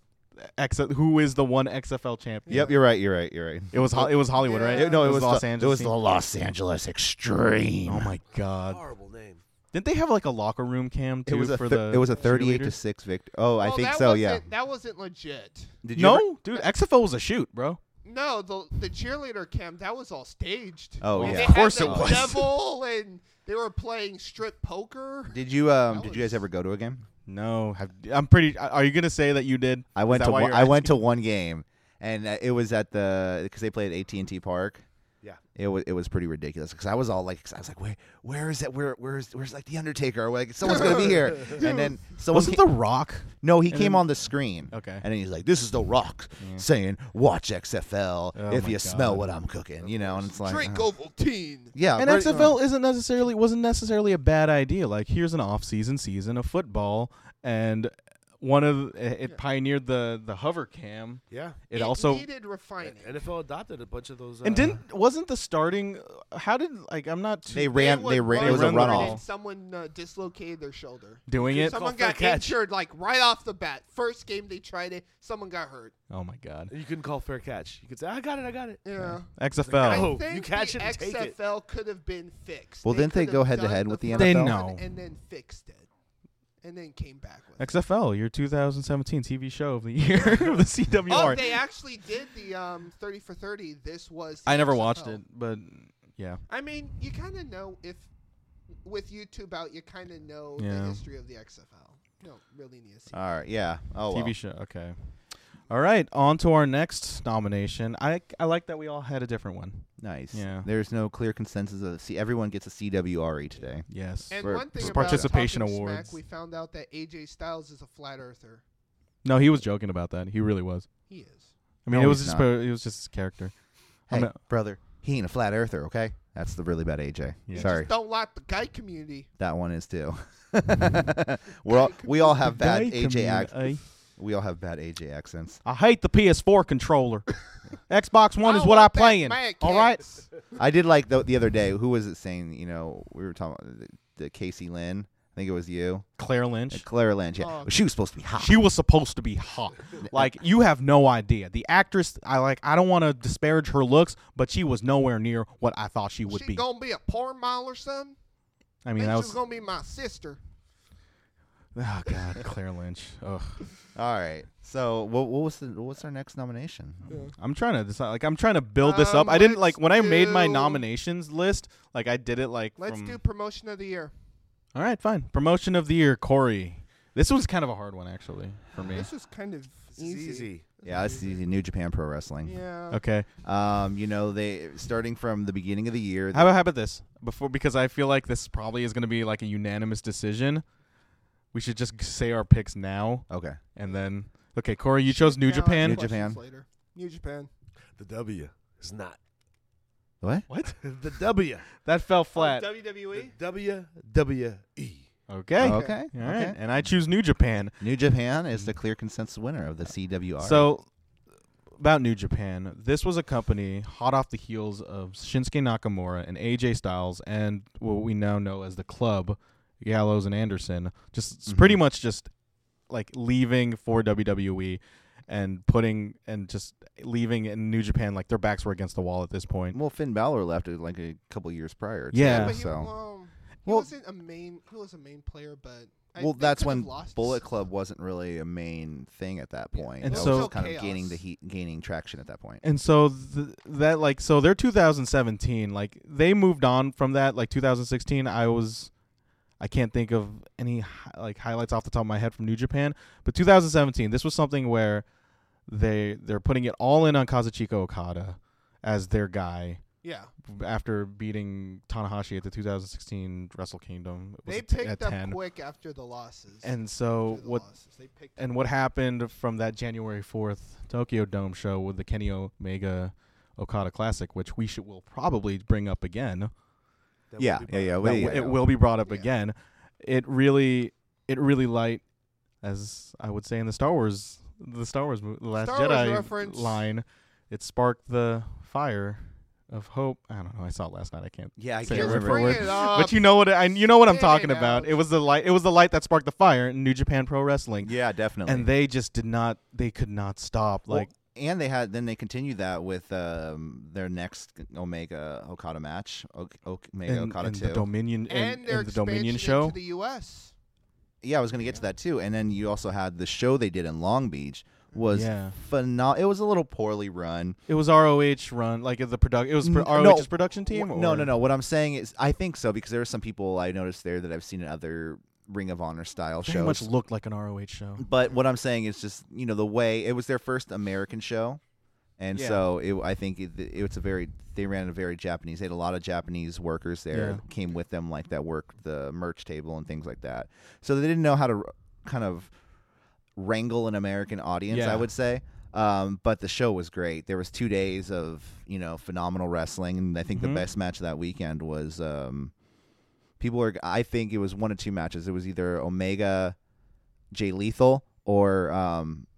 [SPEAKER 2] X, who is the one XFL champion.
[SPEAKER 4] yep, you're right. You're right. You're right.
[SPEAKER 2] It was, Ho- it was Hollywood, right?
[SPEAKER 5] Yeah.
[SPEAKER 2] no, it, was,
[SPEAKER 4] the-
[SPEAKER 2] Los Angeles.
[SPEAKER 4] It was
[SPEAKER 2] team.
[SPEAKER 4] the Los Angeles Extreme.
[SPEAKER 2] Oh my God!
[SPEAKER 3] Horrible name.
[SPEAKER 2] Didn't they have like a locker room cam
[SPEAKER 4] It
[SPEAKER 2] too
[SPEAKER 4] was a
[SPEAKER 2] for
[SPEAKER 4] thir-
[SPEAKER 2] the?
[SPEAKER 4] it was a 38 to
[SPEAKER 2] cheerleaders?
[SPEAKER 4] six victory. Oh, I
[SPEAKER 5] Well,
[SPEAKER 4] think
[SPEAKER 5] that
[SPEAKER 4] so.
[SPEAKER 5] wasn't-
[SPEAKER 4] Yeah.
[SPEAKER 5] That wasn't legit.
[SPEAKER 4] Did you
[SPEAKER 2] No,
[SPEAKER 4] ever-
[SPEAKER 2] dude, XFL was a shoot, bro.
[SPEAKER 5] No, the the cheerleader cam that was all staged.
[SPEAKER 4] Oh,
[SPEAKER 5] And
[SPEAKER 4] yeah.
[SPEAKER 5] they
[SPEAKER 4] Of
[SPEAKER 5] had
[SPEAKER 2] course
[SPEAKER 5] the
[SPEAKER 2] it was.
[SPEAKER 5] Devil and They were playing strip poker.
[SPEAKER 4] Did you um?
[SPEAKER 5] That
[SPEAKER 4] Did you
[SPEAKER 5] was-
[SPEAKER 4] guys ever go to a game?
[SPEAKER 2] No, have, I'm pretty. Are you gonna say that you did?
[SPEAKER 4] I
[SPEAKER 2] Is
[SPEAKER 4] went
[SPEAKER 2] that
[SPEAKER 4] to
[SPEAKER 2] why
[SPEAKER 4] one,
[SPEAKER 2] you're
[SPEAKER 4] I went to one game, and uh, it was at the because they played AT and T Park.
[SPEAKER 3] Yeah.
[SPEAKER 4] it was it was pretty ridiculous because I was all like, 'cause I was like, where where is that? Where where's where's like the Undertaker? Or, Like someone's gonna be here, and then someone
[SPEAKER 2] Wasn't
[SPEAKER 4] ca-
[SPEAKER 2] the Rock?
[SPEAKER 4] no, he
[SPEAKER 2] and
[SPEAKER 4] came
[SPEAKER 2] then-
[SPEAKER 4] on the screen.
[SPEAKER 2] Okay.
[SPEAKER 4] and then he's like, this is the Rock saying, watch XFL
[SPEAKER 2] Oh
[SPEAKER 4] if
[SPEAKER 2] my
[SPEAKER 4] you smell
[SPEAKER 2] God.
[SPEAKER 4] what I'm cooking, you know, and it's like
[SPEAKER 5] Drink
[SPEAKER 4] oh.
[SPEAKER 5] Ovaltine.
[SPEAKER 4] yeah,
[SPEAKER 2] And
[SPEAKER 4] very-
[SPEAKER 2] XFL isn't necessarily wasn't necessarily a bad idea. Like here's an off-season season of football, and one of it it pioneered the the hover cam.
[SPEAKER 3] Yeah.
[SPEAKER 2] It, also
[SPEAKER 5] needed refining.
[SPEAKER 3] NFL adopted a bunch of those. Uh,
[SPEAKER 2] and didn't wasn't the starting. How did like I'm not too
[SPEAKER 4] They ran. They
[SPEAKER 5] would
[SPEAKER 4] ran.
[SPEAKER 5] run
[SPEAKER 4] It was a
[SPEAKER 5] the
[SPEAKER 2] run
[SPEAKER 5] ring
[SPEAKER 4] runoff.
[SPEAKER 5] and Someone uh, dislocated their shoulder.
[SPEAKER 2] doing it.
[SPEAKER 5] Someone
[SPEAKER 3] Call
[SPEAKER 5] got
[SPEAKER 3] for a catch.
[SPEAKER 5] injured like right off the bat. First game they tried it, someone got hurt.
[SPEAKER 2] Oh my god,
[SPEAKER 3] uh, You couldn't call fair catch. You could say, I got it, I got it.
[SPEAKER 5] Yeah.
[SPEAKER 2] XFL.
[SPEAKER 3] Oh,
[SPEAKER 5] I think
[SPEAKER 3] you catch
[SPEAKER 5] the
[SPEAKER 3] it and take it.
[SPEAKER 5] XFL could have been fixed.
[SPEAKER 4] Well, didn't they
[SPEAKER 5] could
[SPEAKER 4] go
[SPEAKER 5] have
[SPEAKER 4] head to
[SPEAKER 5] done
[SPEAKER 4] head with the
[SPEAKER 5] first
[SPEAKER 2] NFL?
[SPEAKER 5] one
[SPEAKER 2] No.
[SPEAKER 5] and then fixed it, and then came back with. it.
[SPEAKER 2] XFL, your 2017 TV show of the year of the CWR.
[SPEAKER 5] Oh, they actually did the um, thirty for thirty. This was. the
[SPEAKER 2] I never
[SPEAKER 5] XFL.
[SPEAKER 2] watched it, but yeah.
[SPEAKER 5] I mean, you kind of know if with YouTube out, you kind of know
[SPEAKER 2] Yeah. Uh,
[SPEAKER 5] the history of the XFL. You don't really need to see.
[SPEAKER 4] All right. Yeah. Oh.
[SPEAKER 2] TV
[SPEAKER 4] well.
[SPEAKER 2] show. Okay. All right. On to our next nomination. I I like that we all had a different one.
[SPEAKER 4] Nice.
[SPEAKER 2] Yeah.
[SPEAKER 4] There's no clear consensus of see everyone gets a CWRE E today.
[SPEAKER 2] Yes.
[SPEAKER 5] and
[SPEAKER 4] Or
[SPEAKER 5] one thing
[SPEAKER 2] just
[SPEAKER 5] about
[SPEAKER 2] participation
[SPEAKER 5] Talking Smack,
[SPEAKER 2] awards.
[SPEAKER 5] we found out that AJ Styles is a flat earther.
[SPEAKER 2] no, he was joking about that. He really was.
[SPEAKER 5] He is.
[SPEAKER 2] I mean,
[SPEAKER 4] No,
[SPEAKER 2] it was
[SPEAKER 4] he's
[SPEAKER 2] just
[SPEAKER 4] not.
[SPEAKER 2] po- it was just his character. I'm
[SPEAKER 4] Hey,
[SPEAKER 2] not-
[SPEAKER 4] brother, he ain't a flat earther, okay? That's the really bad AJ.
[SPEAKER 2] Yeah.
[SPEAKER 4] Sorry,
[SPEAKER 5] Just don't like the gay community.
[SPEAKER 4] that one is too.
[SPEAKER 2] Mm-hmm.
[SPEAKER 4] We're all we all have bad
[SPEAKER 2] Hey,
[SPEAKER 4] AJ ac-
[SPEAKER 2] community.
[SPEAKER 4] we all have bad AJ accents.
[SPEAKER 2] I hate the PS4 controller. Xbox One is
[SPEAKER 5] I
[SPEAKER 2] what I'm
[SPEAKER 5] want that
[SPEAKER 2] playing.
[SPEAKER 5] mad
[SPEAKER 2] All right.
[SPEAKER 5] kids.
[SPEAKER 4] I did like the, the other day. Who was it saying? You know, we were talking about the, the Casey Lynn. I think it was you,
[SPEAKER 2] Claire
[SPEAKER 4] Uh,
[SPEAKER 2] Lynch.
[SPEAKER 4] Clara Lynch. Yeah,
[SPEAKER 5] Oh.
[SPEAKER 4] she was supposed to be hot.
[SPEAKER 2] She was supposed to be hot. Like you have no idea. The actress, I like. I don't want to disparage her looks, but she was nowhere near what I thought she would
[SPEAKER 5] she
[SPEAKER 2] be.
[SPEAKER 5] gonna be a porn model or something?
[SPEAKER 2] I mean,
[SPEAKER 5] Bitch
[SPEAKER 2] that
[SPEAKER 5] is
[SPEAKER 2] was.
[SPEAKER 5] gonna be my sister.
[SPEAKER 2] Oh God, Claire Lynch. Ugh.
[SPEAKER 4] all right. So what, what was the, what's our next nomination?
[SPEAKER 2] I'm trying to decide. Like, I'm trying to build this up.
[SPEAKER 5] Um,
[SPEAKER 2] I didn't like
[SPEAKER 5] let's
[SPEAKER 2] when I made my
[SPEAKER 5] do-
[SPEAKER 2] nominations list. Like, I did it like.
[SPEAKER 5] Let's
[SPEAKER 2] from-
[SPEAKER 5] do promotion of the year.
[SPEAKER 2] All right, fine. Promotion of the year, Corey. This was kind of a hard one actually for me.
[SPEAKER 5] This is kind of
[SPEAKER 3] This is easy.
[SPEAKER 4] Yeah, this is the New Japan Pro Wrestling.
[SPEAKER 5] Yeah.
[SPEAKER 2] Okay.
[SPEAKER 4] Um, you know they starting from the beginning of the year.
[SPEAKER 2] How about how about this before because I feel like this probably is going to be like a unanimous decision. We should just say our picks now
[SPEAKER 4] okay.
[SPEAKER 2] and then. Okay, Corey, you chose New
[SPEAKER 5] Now I have
[SPEAKER 2] Japan.
[SPEAKER 4] New
[SPEAKER 5] questions
[SPEAKER 4] Japan.
[SPEAKER 5] Later. New Japan.
[SPEAKER 3] The W is not.
[SPEAKER 4] What?
[SPEAKER 2] What?
[SPEAKER 3] the W.
[SPEAKER 2] That fell flat.
[SPEAKER 3] E?
[SPEAKER 5] WWE.
[SPEAKER 3] The WWE.
[SPEAKER 2] Okay.
[SPEAKER 4] Oh, Okay. okay.
[SPEAKER 2] All right. And I choose New Japan.
[SPEAKER 4] New Japan is the clear consensus winner of the CWR.
[SPEAKER 2] Mm-hmm. Uh, So about New Japan, this was a company hot off the heels of Shinsuke Nakamura and AJ Styles and what we now know as the Club, Gallows and Anderson, just s- pretty much just like leaving for WWE and putting and just leaving in New Japan like their backs were against the wall at this point.
[SPEAKER 4] well, Finn Balor left it like a couple years prior. too,
[SPEAKER 2] Yeah,
[SPEAKER 5] but he,
[SPEAKER 4] so
[SPEAKER 5] well, he
[SPEAKER 4] Well-
[SPEAKER 5] wasn't a main. He was a main player, but I,
[SPEAKER 4] well,
[SPEAKER 5] they
[SPEAKER 4] that's
[SPEAKER 5] could have
[SPEAKER 4] when
[SPEAKER 5] lost
[SPEAKER 4] Bullet
[SPEAKER 5] some-
[SPEAKER 4] Club wasn't really a main thing at that point.
[SPEAKER 2] And
[SPEAKER 4] That
[SPEAKER 2] so-
[SPEAKER 4] was just kind of
[SPEAKER 5] Chaos.
[SPEAKER 4] gaining the heat, gaining traction at that point.
[SPEAKER 2] And so th- that like so their 2017 like they moved on from that like 2016 I was I can't think of any hi- like highlights off the top of my head from New Japan but 2017 this was something where they they're putting it all in on Kazuchika Okada as their guy
[SPEAKER 5] Yeah,
[SPEAKER 2] after beating Tanahashi at the 2016 Wrestle Kingdom It was
[SPEAKER 5] they
[SPEAKER 2] at t-
[SPEAKER 5] picked
[SPEAKER 2] at
[SPEAKER 5] up
[SPEAKER 2] 10.
[SPEAKER 5] quick after the losses.
[SPEAKER 2] and
[SPEAKER 5] after
[SPEAKER 2] so
[SPEAKER 5] the
[SPEAKER 2] what
[SPEAKER 5] Losses. They picked
[SPEAKER 2] and
[SPEAKER 5] up
[SPEAKER 2] what happened from that January 4th Tokyo Dome show with the Kenny Omega Okada Classic, which we should will probably bring up again.
[SPEAKER 3] That
[SPEAKER 4] Yeah,
[SPEAKER 3] would be
[SPEAKER 4] yeah,
[SPEAKER 3] my-
[SPEAKER 4] yeah.
[SPEAKER 2] That
[SPEAKER 4] we-
[SPEAKER 2] w- it will be brought up
[SPEAKER 5] Yeah.
[SPEAKER 2] again. It really, it really light, as I would say in the Star Wars, the Star Wars, mo- the Last
[SPEAKER 5] Star Wars
[SPEAKER 2] Jedi
[SPEAKER 5] reference.
[SPEAKER 2] line, it sparked the fire of hope. I don't know. I saw it last night. I can't.
[SPEAKER 4] Yeah, I
[SPEAKER 2] Say
[SPEAKER 4] can't
[SPEAKER 2] it
[SPEAKER 5] Just
[SPEAKER 2] word
[SPEAKER 4] remember.
[SPEAKER 2] for
[SPEAKER 5] bring
[SPEAKER 2] word.
[SPEAKER 5] it up.
[SPEAKER 2] But you know what? I you know what I'm
[SPEAKER 5] Hey,
[SPEAKER 2] talking
[SPEAKER 5] now.
[SPEAKER 2] about. It was the light. It was the light that sparked the fire in New Japan Pro Wrestling
[SPEAKER 4] Yeah, definitely.
[SPEAKER 2] and they just did not they could not stop
[SPEAKER 4] Well,
[SPEAKER 2] like
[SPEAKER 4] and they had then they continued that with um, their next Omega Okada match, o- o- Omega
[SPEAKER 2] in,
[SPEAKER 4] Okada
[SPEAKER 2] in
[SPEAKER 4] two.
[SPEAKER 2] the dominion
[SPEAKER 5] and
[SPEAKER 2] in,
[SPEAKER 5] their
[SPEAKER 2] in the dominion
[SPEAKER 5] expansion
[SPEAKER 2] show
[SPEAKER 5] into the U.S.
[SPEAKER 4] yeah, I was gonna get to that too. And then you also had the show they did in Long Beach was
[SPEAKER 2] Yeah.
[SPEAKER 4] phenomenal. It was a little poorly run.
[SPEAKER 2] It was ROH run, like the production. It was pro-
[SPEAKER 4] N-
[SPEAKER 2] ROH's
[SPEAKER 4] no.
[SPEAKER 2] production team.
[SPEAKER 4] W- No,
[SPEAKER 2] or-
[SPEAKER 4] no, no. What I'm saying is, I think so because there are some people I noticed there that I've seen in other Ring of Honor style
[SPEAKER 2] Very
[SPEAKER 4] shows.
[SPEAKER 2] much looked like an ROH show.
[SPEAKER 4] but what I'm saying is just you know the way it was their first American show, and
[SPEAKER 2] Yeah.
[SPEAKER 4] so it, I think it, it was a very they ran a very Japanese. They had a lot of Japanese workers there
[SPEAKER 2] Yeah.
[SPEAKER 4] that came with them, like that worked the merch table and things like that. So they didn't know how to r- kind of wrangle an American audience.
[SPEAKER 2] Yeah.
[SPEAKER 4] I would say. Um, but the show was great. There was two days of you know phenomenal wrestling, and I think
[SPEAKER 2] Mhm.
[SPEAKER 4] the best match of that weekend was um, people were. I think it was one of two matches. It was either Omega, Jay Lethal, or um,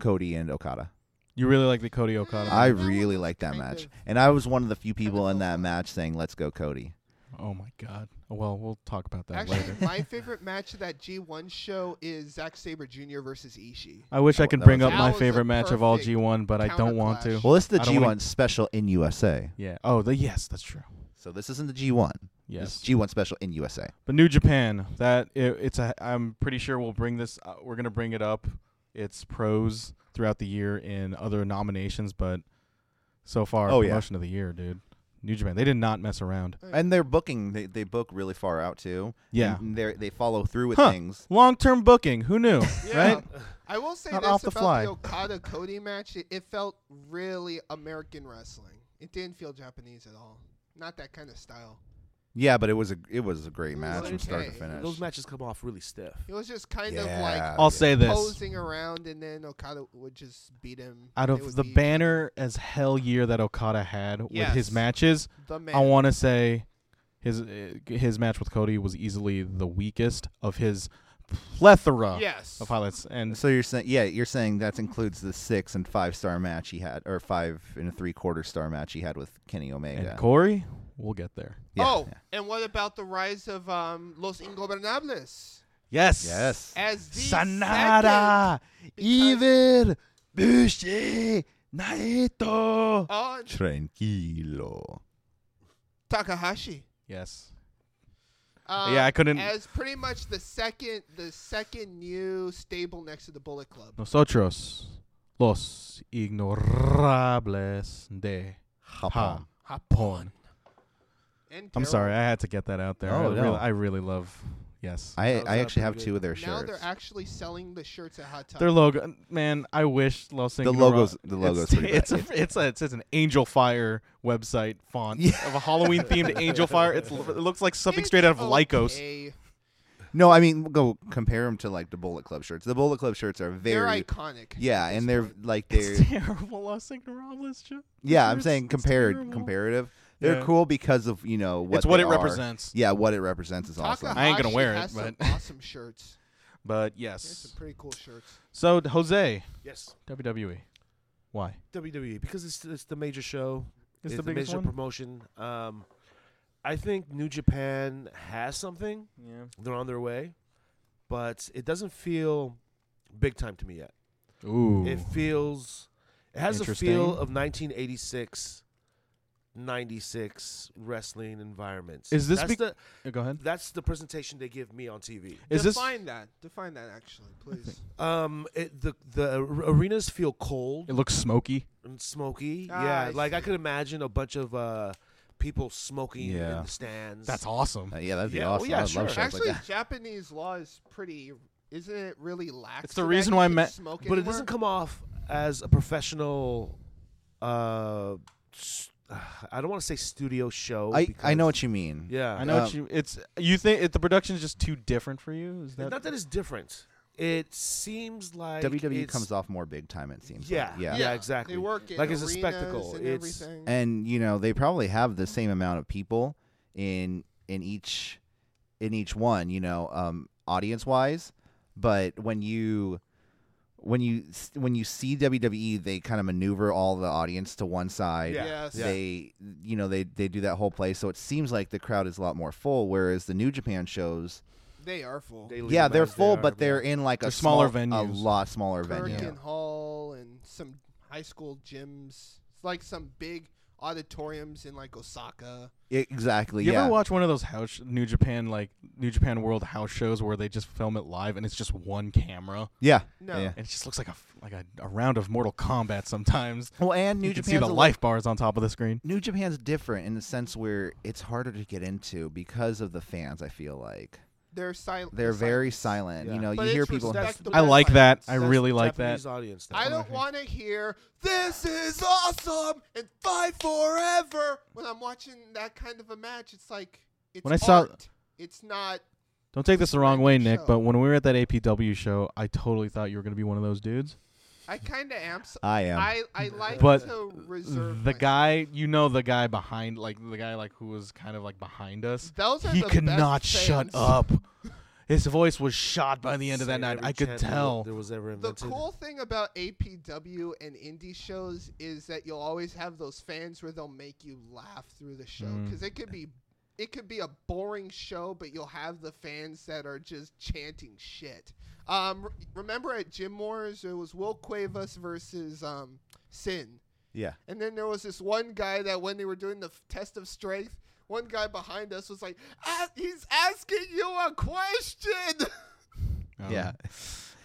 [SPEAKER 4] Cody and Okada.
[SPEAKER 2] You really like the Cody Okada.
[SPEAKER 4] I
[SPEAKER 5] that one
[SPEAKER 4] really
[SPEAKER 5] was
[SPEAKER 4] liked that
[SPEAKER 5] kind
[SPEAKER 4] match,
[SPEAKER 5] of-
[SPEAKER 4] and I was one of the few people in that match saying, "Let's go, Cody."
[SPEAKER 2] oh my god. Well, we'll talk about that
[SPEAKER 5] Actually,
[SPEAKER 2] later.
[SPEAKER 5] my favorite match of that G1 show is Zack Saber Jr. versus Ishii.
[SPEAKER 2] I wish I
[SPEAKER 4] That
[SPEAKER 2] could
[SPEAKER 4] was-
[SPEAKER 2] bring
[SPEAKER 4] that
[SPEAKER 2] up
[SPEAKER 4] was
[SPEAKER 2] my
[SPEAKER 5] a
[SPEAKER 2] favorite match of all
[SPEAKER 5] perfect
[SPEAKER 2] G1, but I don't want to.
[SPEAKER 5] counterclash.
[SPEAKER 4] Well, this is the
[SPEAKER 2] I don't
[SPEAKER 4] G1
[SPEAKER 2] wanna-
[SPEAKER 4] special in USA,
[SPEAKER 2] Yeah. Oh, the yes, that's true.
[SPEAKER 4] so this isn't the G1. This
[SPEAKER 2] Yes.
[SPEAKER 4] is G1 special in USA.
[SPEAKER 2] But New Japan, that it, it's a. I'm pretty sure we'll bring this. Uh, we're gonna bring it up. It's pros throughout the year in other nominations, but so far,
[SPEAKER 4] Oh, yeah.
[SPEAKER 2] promotion of the year, dude. New Japan, they did not mess around.
[SPEAKER 5] Mm.
[SPEAKER 4] And they're booking; they, they book really far out too.
[SPEAKER 2] Yeah.
[SPEAKER 4] and they they follow through with
[SPEAKER 2] Huh.
[SPEAKER 4] things.
[SPEAKER 2] Long term booking. Who knew?
[SPEAKER 5] Yeah.
[SPEAKER 2] Right?
[SPEAKER 5] I will say
[SPEAKER 2] Not
[SPEAKER 5] this
[SPEAKER 2] off the
[SPEAKER 5] about
[SPEAKER 2] fly.
[SPEAKER 5] the Okada Cody match. It, it felt really American wrestling. It didn't feel Japanese at all. Not that kind of style.
[SPEAKER 4] Yeah, but it was a it was a great match
[SPEAKER 5] was
[SPEAKER 4] from start to
[SPEAKER 5] okay.
[SPEAKER 4] finish.
[SPEAKER 3] Those matches come off really stiff.
[SPEAKER 5] It was just kind
[SPEAKER 4] Yeah.
[SPEAKER 5] of
[SPEAKER 2] I'll say
[SPEAKER 5] like
[SPEAKER 2] this.
[SPEAKER 5] posing around, and then Okada would just beat him.
[SPEAKER 2] Out
[SPEAKER 5] It would
[SPEAKER 2] of the
[SPEAKER 5] be
[SPEAKER 2] banner as hell year that Okada had with his
[SPEAKER 5] Yes.
[SPEAKER 2] matches,
[SPEAKER 5] the man.
[SPEAKER 2] I want to say his uh, his match with Cody was easily the weakest of his plethora
[SPEAKER 5] yes.
[SPEAKER 2] of highlights. And
[SPEAKER 4] So you're saying, yeah, you're saying that includes the six and five star match he had, or five and a three quarter star match he had with Kenny Omega.
[SPEAKER 2] and Corey, we'll get there.
[SPEAKER 4] Yeah,
[SPEAKER 5] oh,
[SPEAKER 4] yeah.
[SPEAKER 5] and what about the rise of um, Los Ingobernables
[SPEAKER 2] Yes.
[SPEAKER 4] Yes.
[SPEAKER 5] as the second?
[SPEAKER 2] Sanada, Evil, Bushi, Naito.
[SPEAKER 5] on
[SPEAKER 4] Tranquilo.
[SPEAKER 5] Takahashi.
[SPEAKER 2] Yes.
[SPEAKER 5] Um,
[SPEAKER 2] Yeah, I couldn't-
[SPEAKER 5] As pretty much the second, the second new stable next to the Bullet Club.
[SPEAKER 2] Nosotros, los ignorables de
[SPEAKER 4] Hop
[SPEAKER 2] Ha-
[SPEAKER 4] on.
[SPEAKER 2] Japón.
[SPEAKER 5] And
[SPEAKER 2] I'm sorry, I had to get that out there. I,
[SPEAKER 4] Oh,
[SPEAKER 2] really,
[SPEAKER 4] no.
[SPEAKER 2] I really love. Yes.
[SPEAKER 4] I,
[SPEAKER 3] That was,
[SPEAKER 4] I
[SPEAKER 3] uh,
[SPEAKER 4] actually have
[SPEAKER 3] pretty
[SPEAKER 4] two of their
[SPEAKER 5] Now
[SPEAKER 4] shirts.
[SPEAKER 5] they're actually selling the shirts at Hot Top.
[SPEAKER 2] Their logo, man. I wish Los
[SPEAKER 4] The
[SPEAKER 2] Ingora-
[SPEAKER 4] logo's- the logo's
[SPEAKER 2] It's
[SPEAKER 4] pretty bad.
[SPEAKER 2] it's, a, it's, a, it's an angel fire website font
[SPEAKER 4] Yeah.
[SPEAKER 2] of a Halloween themed angel fire. It's, it looks like something
[SPEAKER 5] It's
[SPEAKER 2] straight out of Lycos.
[SPEAKER 5] okay.
[SPEAKER 4] no, I mean go compare them to like the Bullet Club shirts. The Bullet Club shirts are
[SPEAKER 5] They're
[SPEAKER 4] very
[SPEAKER 5] iconic.
[SPEAKER 4] yeah,
[SPEAKER 5] at
[SPEAKER 4] and
[SPEAKER 5] this
[SPEAKER 4] they're
[SPEAKER 5] point.
[SPEAKER 4] like they're
[SPEAKER 2] It's terrible, Los Ignorables. Joe.
[SPEAKER 4] yeah. I'm
[SPEAKER 2] It's-
[SPEAKER 4] saying
[SPEAKER 2] it's
[SPEAKER 4] compared
[SPEAKER 2] terrible.
[SPEAKER 4] comparative. They're
[SPEAKER 2] Yeah.
[SPEAKER 4] cool because of you know what
[SPEAKER 2] it's what
[SPEAKER 4] they
[SPEAKER 2] it
[SPEAKER 4] are.
[SPEAKER 2] represents.
[SPEAKER 4] Yeah, what it represents is awesome.
[SPEAKER 5] Takahashi
[SPEAKER 2] I ain't gonna wear it,
[SPEAKER 5] has some
[SPEAKER 2] but-
[SPEAKER 5] awesome shirts.
[SPEAKER 2] But
[SPEAKER 5] There's some
[SPEAKER 2] yes.
[SPEAKER 5] pretty cool shirts.
[SPEAKER 2] So Jose,
[SPEAKER 3] Yes.
[SPEAKER 2] WWE. Why?
[SPEAKER 3] WWE because it's it's the major show.
[SPEAKER 2] It's the
[SPEAKER 3] the,
[SPEAKER 2] biggest
[SPEAKER 3] major
[SPEAKER 2] one?
[SPEAKER 3] promotion. Um, I think New Japan has something.
[SPEAKER 2] Yeah.
[SPEAKER 3] They're on their way, but it doesn't feel big time to me yet.
[SPEAKER 2] Ooh.
[SPEAKER 3] It feels it has a feel
[SPEAKER 2] Interesting.
[SPEAKER 3] of 1986 96 wrestling environments.
[SPEAKER 2] Is this
[SPEAKER 3] that's
[SPEAKER 2] be-
[SPEAKER 3] the
[SPEAKER 2] Uh, Go ahead.
[SPEAKER 3] that's the presentation they give me on TV.
[SPEAKER 2] Is this?
[SPEAKER 5] Define that. Define that actually, please.
[SPEAKER 3] Um it, the the ar- arenas feel cold
[SPEAKER 2] It looks smoky.
[SPEAKER 3] and smoky.
[SPEAKER 5] Ah,
[SPEAKER 3] yeah,
[SPEAKER 5] I
[SPEAKER 3] like I
[SPEAKER 5] see.
[SPEAKER 3] could imagine a bunch of uh people smoking
[SPEAKER 4] Yeah.
[SPEAKER 3] in the stands.
[SPEAKER 2] That's awesome.
[SPEAKER 4] Uh, yeah, that'd be
[SPEAKER 3] Yeah, well,
[SPEAKER 4] awesome.
[SPEAKER 3] yeah,
[SPEAKER 4] I'd
[SPEAKER 3] sure.
[SPEAKER 4] love shirts
[SPEAKER 5] Actually,
[SPEAKER 4] like that.
[SPEAKER 5] Japanese law is pretty. Isn't it really lax?
[SPEAKER 2] It's the
[SPEAKER 5] to that?
[SPEAKER 2] reason
[SPEAKER 5] You
[SPEAKER 2] why
[SPEAKER 5] can
[SPEAKER 2] ma-
[SPEAKER 5] smoke
[SPEAKER 3] But it
[SPEAKER 5] anywhere?
[SPEAKER 3] doesn't come off as a professional uh s- I don't want to say studio show.
[SPEAKER 4] I, I know
[SPEAKER 3] because-
[SPEAKER 4] what you mean.
[SPEAKER 3] Yeah.
[SPEAKER 2] I know what
[SPEAKER 4] Um,
[SPEAKER 2] you. It's you think it, the production's just too different for you. Is that?
[SPEAKER 3] Not that it's different. It seems like
[SPEAKER 2] E
[SPEAKER 4] WWE
[SPEAKER 3] it's-
[SPEAKER 4] E comes off more big time. It seems. like.
[SPEAKER 3] Yeah,
[SPEAKER 4] Yeah.
[SPEAKER 3] yeah, exactly.
[SPEAKER 5] They work in
[SPEAKER 3] like it's a
[SPEAKER 5] arenas
[SPEAKER 3] spectacle.
[SPEAKER 5] and
[SPEAKER 3] it's
[SPEAKER 5] everything.
[SPEAKER 4] And you know they probably have the same amount of people in in each in each one. You know, um, audience wise, but when you when you s- when you see WWE, they kind of maneuver all the audience to one side.
[SPEAKER 3] Yeah.
[SPEAKER 5] Yes.
[SPEAKER 4] They, you know, they they do that whole place, so it seems like the crowd is a lot more full. Whereas the New Japan shows,
[SPEAKER 5] They are full.
[SPEAKER 3] daily
[SPEAKER 4] yeah, they're
[SPEAKER 3] demands,
[SPEAKER 4] full,
[SPEAKER 3] they are,
[SPEAKER 4] but they're in like
[SPEAKER 2] They're
[SPEAKER 4] a small-
[SPEAKER 2] smaller
[SPEAKER 4] a
[SPEAKER 2] venues.
[SPEAKER 4] lot smaller venue.
[SPEAKER 5] Hurricane Hall and some high school gyms. It's like some big auditoriums in like Osaka.
[SPEAKER 4] Yeah, E, exactly.
[SPEAKER 2] You
[SPEAKER 4] yeah.
[SPEAKER 2] ever watch one of those house New Japan like New Japan World house shows where they just film it live and it's just one camera
[SPEAKER 4] yeah.
[SPEAKER 5] No.
[SPEAKER 4] Yeah.
[SPEAKER 2] and it just looks like a f- like a, a round of Mortal Kombat sometimes.
[SPEAKER 4] Well, and New
[SPEAKER 2] you can
[SPEAKER 4] Japan's
[SPEAKER 2] see the
[SPEAKER 4] a li-
[SPEAKER 2] life bars on top of the screen.
[SPEAKER 4] New Japan's different in the sense where it's harder to get into because of the fans. I feel like
[SPEAKER 5] They're silent.
[SPEAKER 4] they're very silent. You
[SPEAKER 3] Yeah.
[SPEAKER 4] know,
[SPEAKER 5] But
[SPEAKER 4] you
[SPEAKER 5] it's
[SPEAKER 4] hear people.
[SPEAKER 3] respect-
[SPEAKER 5] respectable
[SPEAKER 2] I like that. I
[SPEAKER 5] silence.
[SPEAKER 3] That's
[SPEAKER 2] really like that.
[SPEAKER 3] Japanese Audience though.
[SPEAKER 5] I don't want to hear "This is awesome" and "Fight forever" when I'm watching that kind of a match. It's like it's
[SPEAKER 2] When I saw-
[SPEAKER 5] art. it's not.
[SPEAKER 2] Don't take this the wrong
[SPEAKER 5] Random
[SPEAKER 2] way, Nick,
[SPEAKER 5] show.
[SPEAKER 2] but when we were at that APW show, I totally thought you were going to be one of those dudes.
[SPEAKER 5] I kind of am. So
[SPEAKER 4] I am.
[SPEAKER 5] I I like
[SPEAKER 2] But
[SPEAKER 5] to reserve
[SPEAKER 2] The
[SPEAKER 5] my-
[SPEAKER 2] guy, you know, the guy behind, like the guy, like who was kind of like behind us.
[SPEAKER 5] Those are
[SPEAKER 2] He
[SPEAKER 5] the
[SPEAKER 2] could
[SPEAKER 5] best
[SPEAKER 2] not shut
[SPEAKER 5] fans.
[SPEAKER 2] up. His voice was shot by the end of that
[SPEAKER 3] Say
[SPEAKER 2] night.
[SPEAKER 3] every
[SPEAKER 2] I could
[SPEAKER 3] chant there wa-
[SPEAKER 2] tell.
[SPEAKER 3] There was ever
[SPEAKER 5] The
[SPEAKER 3] invented.
[SPEAKER 5] cool thing about APW and indie shows is that you'll always have those fans where they'll make you laugh through the show
[SPEAKER 2] Mm.
[SPEAKER 5] because it could be it could be a boring show, but you'll have the fans that are just chanting shit. Um, re- remember at Jim Moore's, it was Will Cuevas versus um, Sin.
[SPEAKER 4] yeah.
[SPEAKER 5] And then there was this one guy that when they were doing the f- test of strength, one guy behind us was like, "Ah, "He's asking you a question."
[SPEAKER 2] Um,
[SPEAKER 4] Yeah.
[SPEAKER 5] Uh,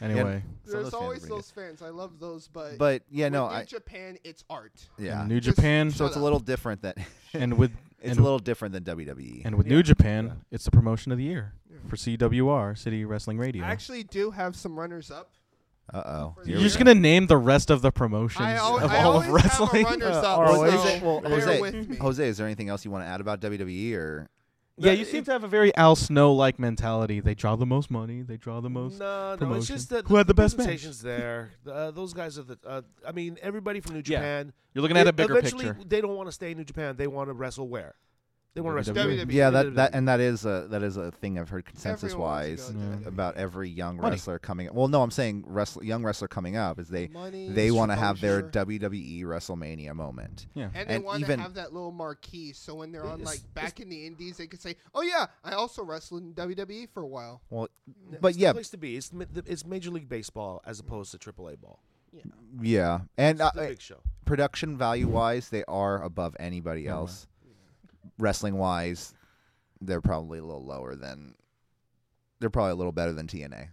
[SPEAKER 2] Anyway,
[SPEAKER 4] Some of those
[SPEAKER 5] There's
[SPEAKER 4] fans are
[SPEAKER 5] always
[SPEAKER 4] pretty
[SPEAKER 5] those fans. I love those, but
[SPEAKER 4] good. But yeah, no.
[SPEAKER 5] with New
[SPEAKER 4] I,
[SPEAKER 5] Japan, it's art.
[SPEAKER 4] yeah.
[SPEAKER 2] in New
[SPEAKER 5] Just
[SPEAKER 2] Japan,
[SPEAKER 4] so it's a
[SPEAKER 5] Shut up.
[SPEAKER 4] little different that
[SPEAKER 2] and with
[SPEAKER 4] it's
[SPEAKER 2] and
[SPEAKER 4] a little different than E. WWE.
[SPEAKER 2] and with New Japan, it's the promotion of the year for CWR City Wrestling Radio.
[SPEAKER 5] I actually do have some runners up.
[SPEAKER 4] uh oh.
[SPEAKER 5] You're
[SPEAKER 2] You're just gonna name the rest of the promotions
[SPEAKER 5] I, al-
[SPEAKER 2] of
[SPEAKER 5] I
[SPEAKER 2] all
[SPEAKER 5] always
[SPEAKER 2] of wrestling.
[SPEAKER 5] have a runners up.
[SPEAKER 4] or
[SPEAKER 5] so
[SPEAKER 4] is it- well,
[SPEAKER 5] bear
[SPEAKER 4] Jose-
[SPEAKER 5] with me.
[SPEAKER 4] Jose, is there anything else you want to add about WWE or
[SPEAKER 2] Yeah, you seem to have a very Al Snow like mentality. They draw the most money. They draw the most.
[SPEAKER 3] No, no,
[SPEAKER 2] promotion.
[SPEAKER 3] it's just that
[SPEAKER 2] Who had the best match?
[SPEAKER 3] presentations there. The, uh, those guys are the. Uh, I mean, everybody from New
[SPEAKER 2] Yeah.
[SPEAKER 3] Japan.
[SPEAKER 2] You're looking at
[SPEAKER 5] E-,
[SPEAKER 3] they-
[SPEAKER 2] a bigger
[SPEAKER 3] eventually,
[SPEAKER 2] picture.
[SPEAKER 3] They don't want to stay in New Japan. They want to wrestle where? They want to wrestle.
[SPEAKER 5] E.
[SPEAKER 3] E.
[SPEAKER 2] WWE.
[SPEAKER 3] here.
[SPEAKER 4] Yeah, that, that and that is a that is a thing I've heard consensus
[SPEAKER 5] Everyone wants
[SPEAKER 4] wise
[SPEAKER 5] to E. go to WWE.
[SPEAKER 4] about every young
[SPEAKER 2] Money.
[SPEAKER 4] wrestler coming. Well, no, I'm saying wrestler, young wrestler coming up is they
[SPEAKER 5] Money,
[SPEAKER 4] they want to have their
[SPEAKER 5] exposure.
[SPEAKER 4] WWE WrestleMania moment.
[SPEAKER 2] Yeah.
[SPEAKER 5] and they
[SPEAKER 4] and
[SPEAKER 5] want to
[SPEAKER 4] even-
[SPEAKER 5] have that little marquee, so when they're on
[SPEAKER 4] It's-
[SPEAKER 5] like back in the indies, they could say, "Oh yeah, I also wrestled in WWE for a while."
[SPEAKER 4] Well,
[SPEAKER 3] It's
[SPEAKER 4] but
[SPEAKER 3] the
[SPEAKER 4] yeah,
[SPEAKER 3] place to be. It's ma- the- it's Major League Baseball as opposed to AAA ball.
[SPEAKER 4] yeah, and
[SPEAKER 3] It's
[SPEAKER 4] uh,
[SPEAKER 3] the big show.
[SPEAKER 4] production value wise, they are above anybody else. Wrestling wise, they're probably a little lower than. They're probably a little better than TNA.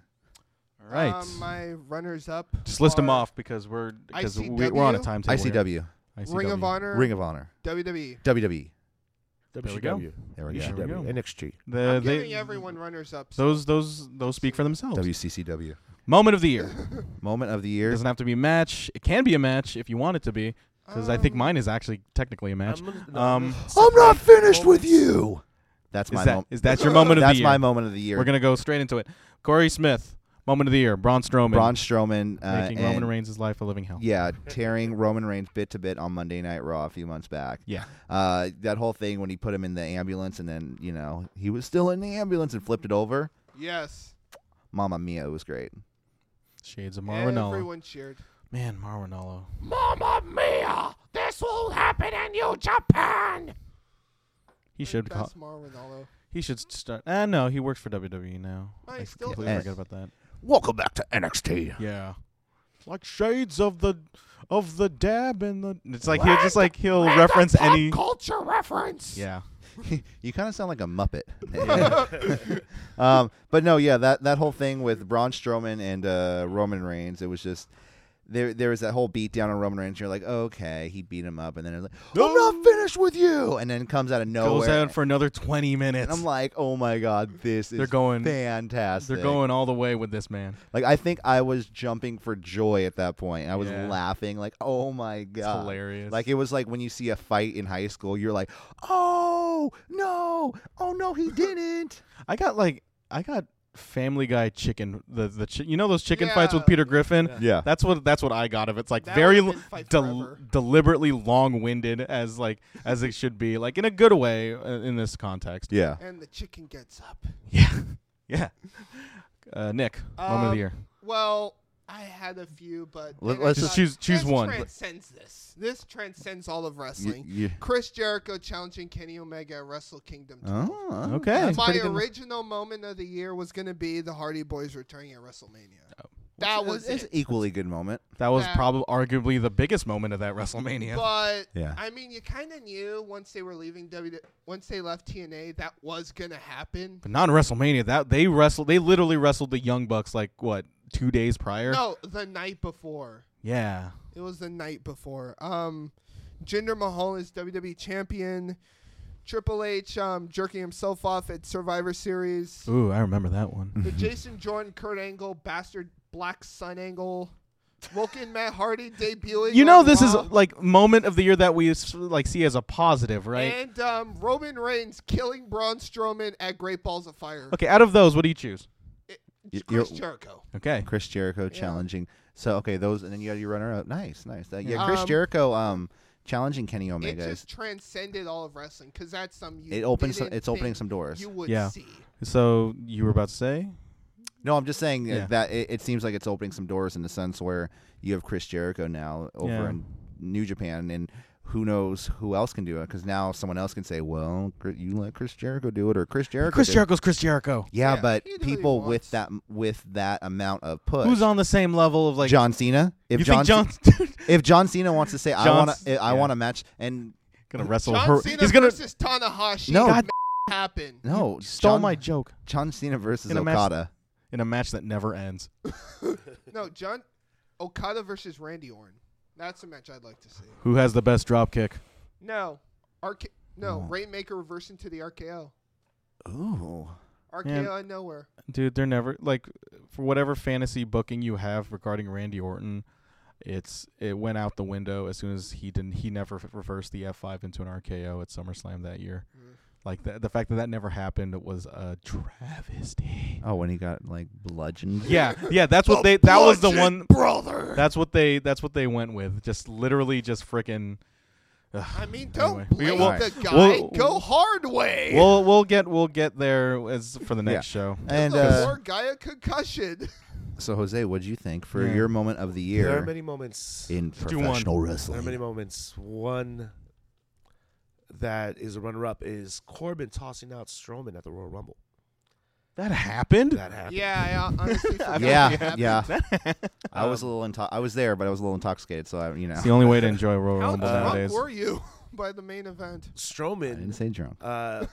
[SPEAKER 2] All right.
[SPEAKER 5] Um, my runners up.
[SPEAKER 2] Just list them
[SPEAKER 5] are
[SPEAKER 2] off because we're because we,
[SPEAKER 5] ICW,
[SPEAKER 2] we're on a timetable.
[SPEAKER 4] ICW,
[SPEAKER 2] Here. ICW.
[SPEAKER 5] Ring of Honor, E.
[SPEAKER 4] Ring of Honor,
[SPEAKER 5] WWE.
[SPEAKER 4] WWE.
[SPEAKER 2] There we go.
[SPEAKER 3] WCW,
[SPEAKER 4] There we
[SPEAKER 2] You
[SPEAKER 4] go.
[SPEAKER 2] should-
[SPEAKER 3] WCW,
[SPEAKER 2] go.
[SPEAKER 3] NXT.
[SPEAKER 2] The-
[SPEAKER 5] I'm
[SPEAKER 2] they-
[SPEAKER 5] giving everyone runners up. So
[SPEAKER 2] those those those speak for themselves.
[SPEAKER 4] WCCW.
[SPEAKER 2] Moment of the year.
[SPEAKER 4] Moment of the
[SPEAKER 2] It
[SPEAKER 4] year.
[SPEAKER 2] doesn't have to be a match. It can be a match if you want it to be, because I think
[SPEAKER 5] Um,
[SPEAKER 2] mine is actually technically a match.
[SPEAKER 3] I'm gonna- no, I'm
[SPEAKER 2] Um,
[SPEAKER 3] gonna
[SPEAKER 4] I'm not
[SPEAKER 3] separate
[SPEAKER 4] finished with
[SPEAKER 3] moments.
[SPEAKER 4] you. That's my
[SPEAKER 2] is that
[SPEAKER 4] moment.
[SPEAKER 2] is that your moment of
[SPEAKER 4] That's
[SPEAKER 2] the year?
[SPEAKER 4] my moment of the year.
[SPEAKER 2] We're gonna go straight into it. Corey Smith, moment of the year. Braun Strowman
[SPEAKER 4] Braun Strowman uh,
[SPEAKER 2] making
[SPEAKER 4] and-
[SPEAKER 2] Roman Reigns' life a living hell.
[SPEAKER 4] Yeah, tearing Roman Reigns bit to bit on Monday Night Raw a few months back.
[SPEAKER 2] Yeah.
[SPEAKER 4] Uh, that whole thing when he put him in the ambulance and then you know he was still in the ambulance and flipped it over.
[SPEAKER 5] yes,
[SPEAKER 4] Mama Mia, it was great.
[SPEAKER 2] Shades of Marwanolo.
[SPEAKER 5] everyone cheered.
[SPEAKER 2] Man, Marwanolo.
[SPEAKER 3] Mamma mia! This will happen in New Japan.
[SPEAKER 2] He should call,
[SPEAKER 5] That's Marwanolo.
[SPEAKER 2] he should start. Ah, no, he works for WWE now.
[SPEAKER 5] Oh,
[SPEAKER 2] I
[SPEAKER 5] he still
[SPEAKER 2] completely
[SPEAKER 4] does.
[SPEAKER 2] forget about that.
[SPEAKER 3] Welcome back to NXT.
[SPEAKER 2] Yeah, like shades of the of the dab and the. It's like he'll just like he'll reference any.
[SPEAKER 3] culture reference.
[SPEAKER 2] Yeah,
[SPEAKER 4] you kind of sound like a Muppet. um, but no, yeah, that that whole thing with Braun Strowman and uh, Roman Reigns, it was just. There, there was that whole beat down on Roman Reigns. You're like, okay, he beat him up, and then it's like, I'm not finished with you, and then comes out of nowhere.
[SPEAKER 2] goes out for another twenty minutes.
[SPEAKER 4] And I'm like, oh my god, this is
[SPEAKER 2] They're going-
[SPEAKER 4] fantastic.
[SPEAKER 2] They're going all the way with this man.
[SPEAKER 4] like I think I was jumping for joy at that point. I was
[SPEAKER 2] Yeah.
[SPEAKER 4] laughing like, oh my god,
[SPEAKER 2] hilarious.
[SPEAKER 4] Like it was like when you see a fight in high school, you're like, oh no, oh no, he didn't.
[SPEAKER 2] I got like I got Family Guy chicken the the chi- you know those chicken
[SPEAKER 5] Yeah.
[SPEAKER 2] fights with Peter Griffin.
[SPEAKER 4] yeah,
[SPEAKER 2] That's what that's what I got of it. It's like
[SPEAKER 5] That
[SPEAKER 2] very
[SPEAKER 5] would've
[SPEAKER 2] l-
[SPEAKER 5] been fight
[SPEAKER 2] del-
[SPEAKER 5] forever.
[SPEAKER 2] deliberately long winded as like as it should be, like in a good way uh, in this context.
[SPEAKER 4] yeah.
[SPEAKER 5] And the chicken gets up.
[SPEAKER 2] Yeah, yeah. Uh, Nick, moment of the
[SPEAKER 5] Um,
[SPEAKER 2] year.
[SPEAKER 5] Well, I had a few, but
[SPEAKER 4] Let-
[SPEAKER 5] then I
[SPEAKER 4] let's
[SPEAKER 2] Just
[SPEAKER 5] thought,
[SPEAKER 2] choose choose
[SPEAKER 5] this
[SPEAKER 2] one.
[SPEAKER 5] Transcends this. This transcends all of
[SPEAKER 4] You-
[SPEAKER 5] wrestling.
[SPEAKER 4] you-
[SPEAKER 5] Chris Jericho challenging Kenny Omega at Wrestle Kingdom. 12.
[SPEAKER 4] oh,
[SPEAKER 2] Okay.
[SPEAKER 4] that's
[SPEAKER 5] My
[SPEAKER 4] pretty good.
[SPEAKER 5] original moment of the year was going to be the Hardy Boys returning at WrestleMania. That was
[SPEAKER 4] it's
[SPEAKER 5] it.
[SPEAKER 4] equally good moment.
[SPEAKER 2] That was
[SPEAKER 5] Yeah.
[SPEAKER 2] probably arguably the biggest moment of that WrestleMania.
[SPEAKER 5] But
[SPEAKER 4] Yeah.
[SPEAKER 5] I mean, you kind of knew once they were leaving W, once they left TNA, that was gonna happen.
[SPEAKER 2] But not in WrestleMania. That they wrestled. They literally wrestled the Young Bucks like what two days prior.
[SPEAKER 5] No, the night before.
[SPEAKER 2] Yeah.
[SPEAKER 5] It was the night before. Um, Jinder Mahal is WWE champion. Triple H um, jerking himself off at Survivor Series.
[SPEAKER 2] Ooh, I remember that
[SPEAKER 4] Mm-hmm.
[SPEAKER 2] one.
[SPEAKER 5] The Jason Jordan, Kurt Angle, bastard Black Sun Angle. Woken Matt Hardy debuting.
[SPEAKER 2] You
[SPEAKER 5] on
[SPEAKER 2] know, this is
[SPEAKER 5] Raw.
[SPEAKER 2] like moment of the year that we s- like see as a positive, right?
[SPEAKER 5] And um, Roman Reigns killing Braun Strowman at Great Balls of Fire.
[SPEAKER 2] okay, out of those, what do you choose?
[SPEAKER 4] Y-
[SPEAKER 5] Chris
[SPEAKER 4] you're-
[SPEAKER 5] Jericho.
[SPEAKER 2] Okay.
[SPEAKER 4] Chris Jericho challenging. So okay, those and then you got your runner up. Nice, nice. That, yeah,
[SPEAKER 5] Yeah.
[SPEAKER 4] Chris
[SPEAKER 5] Um,
[SPEAKER 4] Jericho um challenging Kenny
[SPEAKER 5] It
[SPEAKER 4] Omega.
[SPEAKER 5] just
[SPEAKER 4] Is,
[SPEAKER 5] transcended all of wrestling because that's some. You
[SPEAKER 4] it opens. Some,
[SPEAKER 5] didn't
[SPEAKER 4] it's opening
[SPEAKER 5] think
[SPEAKER 4] some doors.
[SPEAKER 5] You would
[SPEAKER 2] Yeah.
[SPEAKER 5] see.
[SPEAKER 2] So you were about to say?
[SPEAKER 4] No, I'm just saying
[SPEAKER 2] Yeah.
[SPEAKER 4] that it, it seems like it's opening some doors in the sense where you have Chris Jericho now over
[SPEAKER 2] Yeah.
[SPEAKER 4] in New Japan, and who knows who else can do it? Because now someone else can say, "Well, Gr- you let Chris Jericho do it," or Chris Jericho.
[SPEAKER 2] Chris
[SPEAKER 4] did it."
[SPEAKER 2] Jericho's Chris Jericho.
[SPEAKER 4] Yeah,
[SPEAKER 5] Yeah.
[SPEAKER 4] but
[SPEAKER 5] He can do what he
[SPEAKER 4] people with
[SPEAKER 5] wants.
[SPEAKER 4] that with that amount of push.
[SPEAKER 2] Who's on the same level of like
[SPEAKER 4] John Cena? If
[SPEAKER 2] you
[SPEAKER 4] John,
[SPEAKER 2] think John
[SPEAKER 4] if John Cena wants to say, "I
[SPEAKER 2] John
[SPEAKER 4] want
[SPEAKER 2] C-
[SPEAKER 4] to," I
[SPEAKER 2] yeah.
[SPEAKER 4] want a match, and
[SPEAKER 2] gonna wrestle
[SPEAKER 5] John
[SPEAKER 2] her?
[SPEAKER 5] Cena
[SPEAKER 2] He's gonna
[SPEAKER 5] versus Tanahashi.
[SPEAKER 4] No.
[SPEAKER 5] God happen.
[SPEAKER 4] no,
[SPEAKER 2] stole
[SPEAKER 4] John-
[SPEAKER 2] my joke
[SPEAKER 4] John Cena versus
[SPEAKER 2] In a match-
[SPEAKER 4] Okada.
[SPEAKER 2] in a match that never ends.
[SPEAKER 5] No, John Okada versus Randy Orton. That's a match I'd like to see.
[SPEAKER 2] Who has the best drop kick?
[SPEAKER 5] No, RK. No,
[SPEAKER 4] Oh.
[SPEAKER 5] Rainmaker reversing to the RKO.
[SPEAKER 4] Ooh,
[SPEAKER 5] RKO out of nowhere.
[SPEAKER 2] dude they're never like for whatever fantasy booking you have regarding randy orton it's it went out the window as soon as he didn't he never f- reversed the f5 into an rko at summerslam that year
[SPEAKER 4] Mm-hmm.
[SPEAKER 2] like the, the fact that that never happened was a travesty
[SPEAKER 4] oh, when he got like bludgeoned.
[SPEAKER 2] yeah yeah that's what they that was the one brother that's what they that's what they went with just literally just freaking
[SPEAKER 5] I mean, don't
[SPEAKER 2] Anyway, we
[SPEAKER 5] blame
[SPEAKER 2] got-
[SPEAKER 4] well-
[SPEAKER 5] the guy.
[SPEAKER 2] well-
[SPEAKER 5] Go hard way.
[SPEAKER 2] we'll we'll get we'll get there as for the next show
[SPEAKER 4] And
[SPEAKER 5] the
[SPEAKER 4] uh,
[SPEAKER 5] poor guy a concussion.
[SPEAKER 4] so, Jose, what do you think for
[SPEAKER 2] Yeah.
[SPEAKER 4] your moment of the year?
[SPEAKER 3] There are many moments.
[SPEAKER 4] in
[SPEAKER 2] do one.
[SPEAKER 4] professional
[SPEAKER 3] There are
[SPEAKER 4] wrestling.
[SPEAKER 3] many moments. One that is a runner up is Corbin tossing out Strowman at the Royal Rumble.
[SPEAKER 2] that happened
[SPEAKER 3] That happened.
[SPEAKER 5] yeah, I honestly forgot that
[SPEAKER 4] yeah,
[SPEAKER 5] happened.
[SPEAKER 4] yeah. I was a little into- I was there, but I was a little intoxicated, so I, you know,
[SPEAKER 2] Um, it's the only way to enjoy Royal
[SPEAKER 5] How
[SPEAKER 2] Rumble
[SPEAKER 5] drunk
[SPEAKER 2] nowadays.
[SPEAKER 5] were you by the main event?
[SPEAKER 4] I didn't
[SPEAKER 3] Strowman
[SPEAKER 4] say drunk.
[SPEAKER 3] uh,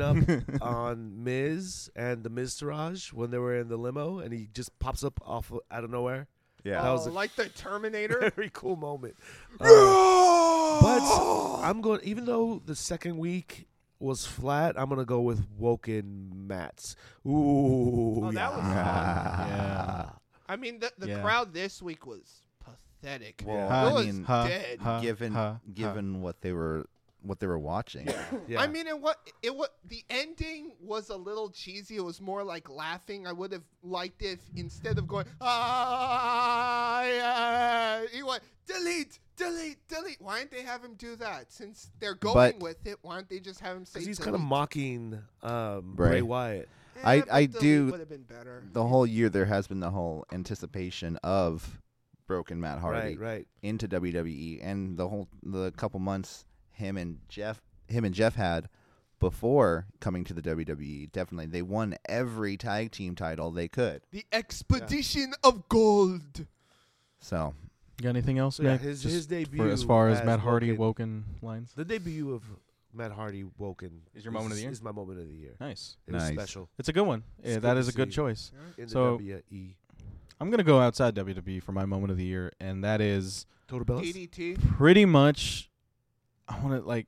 [SPEAKER 3] up on Miz and the Miztourage when they were in the limo, and he just pops up off of- out of nowhere.
[SPEAKER 4] Yeah,
[SPEAKER 3] That was
[SPEAKER 5] Oh,
[SPEAKER 3] a-
[SPEAKER 5] like the Terminator.
[SPEAKER 3] Very cool moment. Uh, but I'm going. Even though the second week was flat, I'm gonna go with Woken Mats. Ooh,
[SPEAKER 5] Oh, that was
[SPEAKER 3] yeah.
[SPEAKER 2] yeah.
[SPEAKER 5] I mean, the, the
[SPEAKER 2] Yeah.
[SPEAKER 5] crowd this week was pathetic.
[SPEAKER 4] Well,
[SPEAKER 5] it
[SPEAKER 4] I
[SPEAKER 5] was
[SPEAKER 4] mean,
[SPEAKER 2] huh,
[SPEAKER 5] dead.
[SPEAKER 2] huh,
[SPEAKER 4] given
[SPEAKER 2] huh, huh.
[SPEAKER 4] given what they were what they were watching.
[SPEAKER 3] Yeah.
[SPEAKER 5] I mean, it what it what the ending was a little cheesy. It was more like laughing. I would have liked if instead of going ah, yeah," he went delete, delete, delete. Why didn't they have him do that? Since they're going
[SPEAKER 4] But-
[SPEAKER 5] with it, why don't they just have him say?
[SPEAKER 3] 'Cause he's kind
[SPEAKER 5] delete?
[SPEAKER 3] of mocking um,
[SPEAKER 4] Bray.
[SPEAKER 3] Bray. Wyatt.
[SPEAKER 5] Eh,
[SPEAKER 4] I-
[SPEAKER 5] but
[SPEAKER 4] I
[SPEAKER 5] delete
[SPEAKER 4] do-
[SPEAKER 5] Would have been better.
[SPEAKER 4] The whole year there has been the whole anticipation of broken Matt Hardy
[SPEAKER 3] Right, right.
[SPEAKER 4] into WWE, and the whole the couple months him and Jeff him and Jeff had before coming to the WWE. Definitely, they won every tag team title they could.
[SPEAKER 5] The expedition of gold.
[SPEAKER 4] So
[SPEAKER 2] You got anything else,
[SPEAKER 3] So yeah,
[SPEAKER 2] Nick?
[SPEAKER 3] his
[SPEAKER 2] Just
[SPEAKER 3] his debut
[SPEAKER 2] for, as far as Matt Hardy
[SPEAKER 3] Woken-
[SPEAKER 2] Woken lines.
[SPEAKER 3] the debut of Matt Hardy Woken
[SPEAKER 2] Is your moment of the year?
[SPEAKER 3] Is my moment of the year.
[SPEAKER 2] Nice.
[SPEAKER 3] It was
[SPEAKER 4] Nice.
[SPEAKER 3] special
[SPEAKER 2] It's a good one. Yeah,
[SPEAKER 3] It's
[SPEAKER 2] that
[SPEAKER 3] good
[SPEAKER 2] is a
[SPEAKER 3] to
[SPEAKER 2] good
[SPEAKER 3] see.
[SPEAKER 2] choice.
[SPEAKER 3] in the E.
[SPEAKER 2] So-
[SPEAKER 3] WWE.
[SPEAKER 2] I'm gonna go outside WWE for my moment of the year, and that is
[SPEAKER 3] Total Bellas.
[SPEAKER 5] DDT.
[SPEAKER 2] pretty much. I want to like.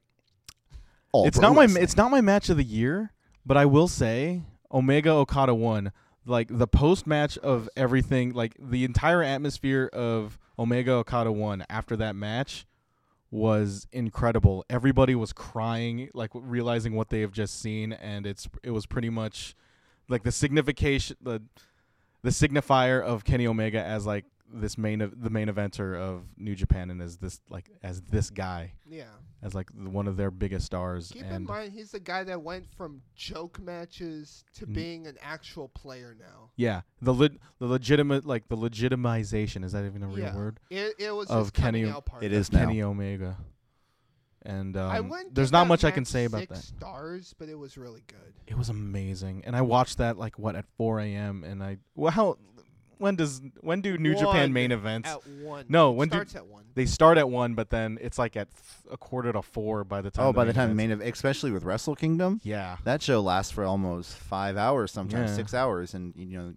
[SPEAKER 4] all
[SPEAKER 2] it's
[SPEAKER 4] pro
[SPEAKER 2] not my.
[SPEAKER 4] wrestling.
[SPEAKER 2] It's not my match of the year, but I will say Omega Okada won. Like the post match of everything, like the entire atmosphere of Omega Okada one after that match was incredible. Everybody was crying, like realizing what they have just seen, and it's it was pretty much like the signification the the signifier of Kenny Omega as like this main of the main eventer of New Japan and as this like as this guy
[SPEAKER 5] Yeah.
[SPEAKER 2] as like one of their biggest stars.
[SPEAKER 5] Keep
[SPEAKER 2] and
[SPEAKER 5] in mind, he's the guy that went from joke matches to
[SPEAKER 2] Mm.
[SPEAKER 5] being an actual player now.
[SPEAKER 2] yeah, the le- the legitimate like the legitimization is that even a real
[SPEAKER 5] Yeah.
[SPEAKER 2] word?
[SPEAKER 5] It, it was
[SPEAKER 2] Of
[SPEAKER 5] his coming
[SPEAKER 2] Kenny-
[SPEAKER 5] out party.
[SPEAKER 4] It is now.
[SPEAKER 2] Kenny Omega. And
[SPEAKER 5] I
[SPEAKER 2] um,
[SPEAKER 5] wouldn't
[SPEAKER 2] there's
[SPEAKER 5] give
[SPEAKER 2] not
[SPEAKER 5] that
[SPEAKER 2] much I can
[SPEAKER 5] match
[SPEAKER 2] say about
[SPEAKER 5] six
[SPEAKER 2] that.
[SPEAKER 5] Stars, but it was really good.
[SPEAKER 2] It was amazing, and I watched that like what at 4 a.m. and I well how when does when do New
[SPEAKER 5] One
[SPEAKER 2] Japan main events?
[SPEAKER 5] At one.
[SPEAKER 2] No, when do
[SPEAKER 5] starts at one.
[SPEAKER 2] they start at one, but then it's like at th- a quarter to four by the time.
[SPEAKER 4] Oh, by the time
[SPEAKER 2] events-
[SPEAKER 4] main event, especially with Wrestle Kingdom,
[SPEAKER 2] Yeah.
[SPEAKER 4] that show lasts for almost five hours, sometimes
[SPEAKER 2] Yeah.
[SPEAKER 4] six hours, and you know,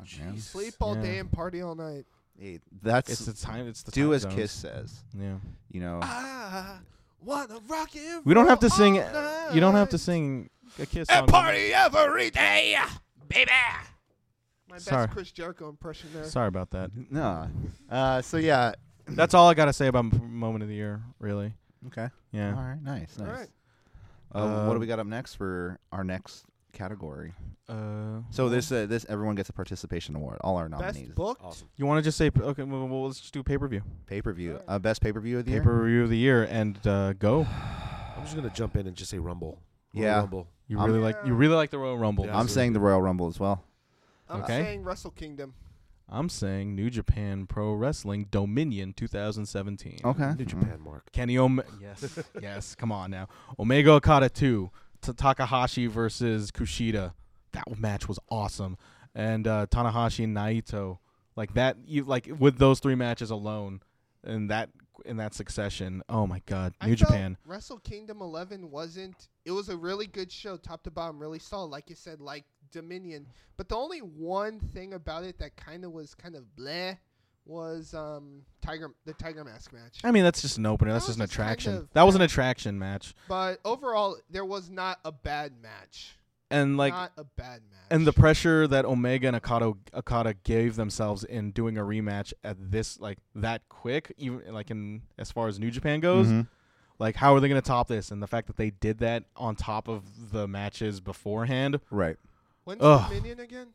[SPEAKER 4] I don't know.
[SPEAKER 5] Sleep all
[SPEAKER 2] Yeah.
[SPEAKER 5] day and party all night.
[SPEAKER 4] Hey, that's
[SPEAKER 2] It's the time. It's the
[SPEAKER 4] do
[SPEAKER 2] time
[SPEAKER 4] as
[SPEAKER 2] zones.
[SPEAKER 4] Kiss says.
[SPEAKER 2] Yeah.
[SPEAKER 4] You know,
[SPEAKER 5] I wanna rock and
[SPEAKER 2] We don't have
[SPEAKER 5] roll
[SPEAKER 2] to sing.
[SPEAKER 5] all night.
[SPEAKER 2] You don't have to sing a Kiss song.
[SPEAKER 4] every day, baby.
[SPEAKER 5] My best
[SPEAKER 2] Sorry.
[SPEAKER 5] Chris Jericho impression there.
[SPEAKER 2] Sorry about that.
[SPEAKER 4] No. Uh, so yeah.
[SPEAKER 2] That's all I gotta say about m- moment of the year, really.
[SPEAKER 4] Okay. All
[SPEAKER 2] Yeah.
[SPEAKER 4] right. Nice.
[SPEAKER 5] All
[SPEAKER 4] Nice.
[SPEAKER 5] right.
[SPEAKER 4] Uh, what
[SPEAKER 2] Uh,
[SPEAKER 4] do we got up next for our next category?
[SPEAKER 2] Uh,
[SPEAKER 4] So this uh, this everyone gets a participation award. All our nominees.
[SPEAKER 5] Best booked.
[SPEAKER 3] Awesome.
[SPEAKER 2] you want to just say p- okay? Well, well, let's just do pay per view.
[SPEAKER 4] Pay per view. Uh, best pay per view of the
[SPEAKER 2] Pay
[SPEAKER 4] year.
[SPEAKER 2] per view of the year and uh, go.
[SPEAKER 3] I'm just gonna jump in and just say Rumble. Royal
[SPEAKER 4] Yeah.
[SPEAKER 3] Rumble.
[SPEAKER 2] You
[SPEAKER 4] I'm-
[SPEAKER 2] really like you really like the Royal Rumble.
[SPEAKER 3] Yeah.
[SPEAKER 4] I'm saying the Royal Rumble as well.
[SPEAKER 5] I'm
[SPEAKER 2] Okay.
[SPEAKER 5] saying Wrestle Kingdom.
[SPEAKER 2] I'm saying New Japan Pro Wrestling Dominion 2017.
[SPEAKER 4] Okay.
[SPEAKER 3] New Japan, Mark.
[SPEAKER 2] Kenny Om. Yes, yes. Come on now. Omega Okada two. T- Takahashi versus Kushida. That w- match was awesome. And uh, Tanahashi and Naito. Like that. You like with those three matches alone, and that in that succession. Oh my God. New
[SPEAKER 5] I felt
[SPEAKER 2] Japan.
[SPEAKER 5] Wrestle Kingdom 11 wasn't. It was a really good show, top to bottom, really solid. Like you said, like Dominion. But the only one thing about it that kind of was kind of bleh was um Tiger the Tiger Mask match.
[SPEAKER 2] I mean, that's just an opener.
[SPEAKER 5] That
[SPEAKER 2] That's
[SPEAKER 5] was
[SPEAKER 2] just an
[SPEAKER 5] just kind
[SPEAKER 2] attraction.
[SPEAKER 5] of-
[SPEAKER 2] that was an attraction match.
[SPEAKER 5] But overall, there was not a bad match.
[SPEAKER 2] And like
[SPEAKER 5] not a bad match.
[SPEAKER 2] and the pressure that Omega and Okada, Okada gave themselves in doing a rematch at this like that quick, even like in as far as New Japan goes,
[SPEAKER 4] Mhm.
[SPEAKER 2] like how are they going to top this? And the fact that they did that on top of the matches beforehand,
[SPEAKER 4] Right.
[SPEAKER 5] When's
[SPEAKER 2] Ugh.
[SPEAKER 5] Dominion again?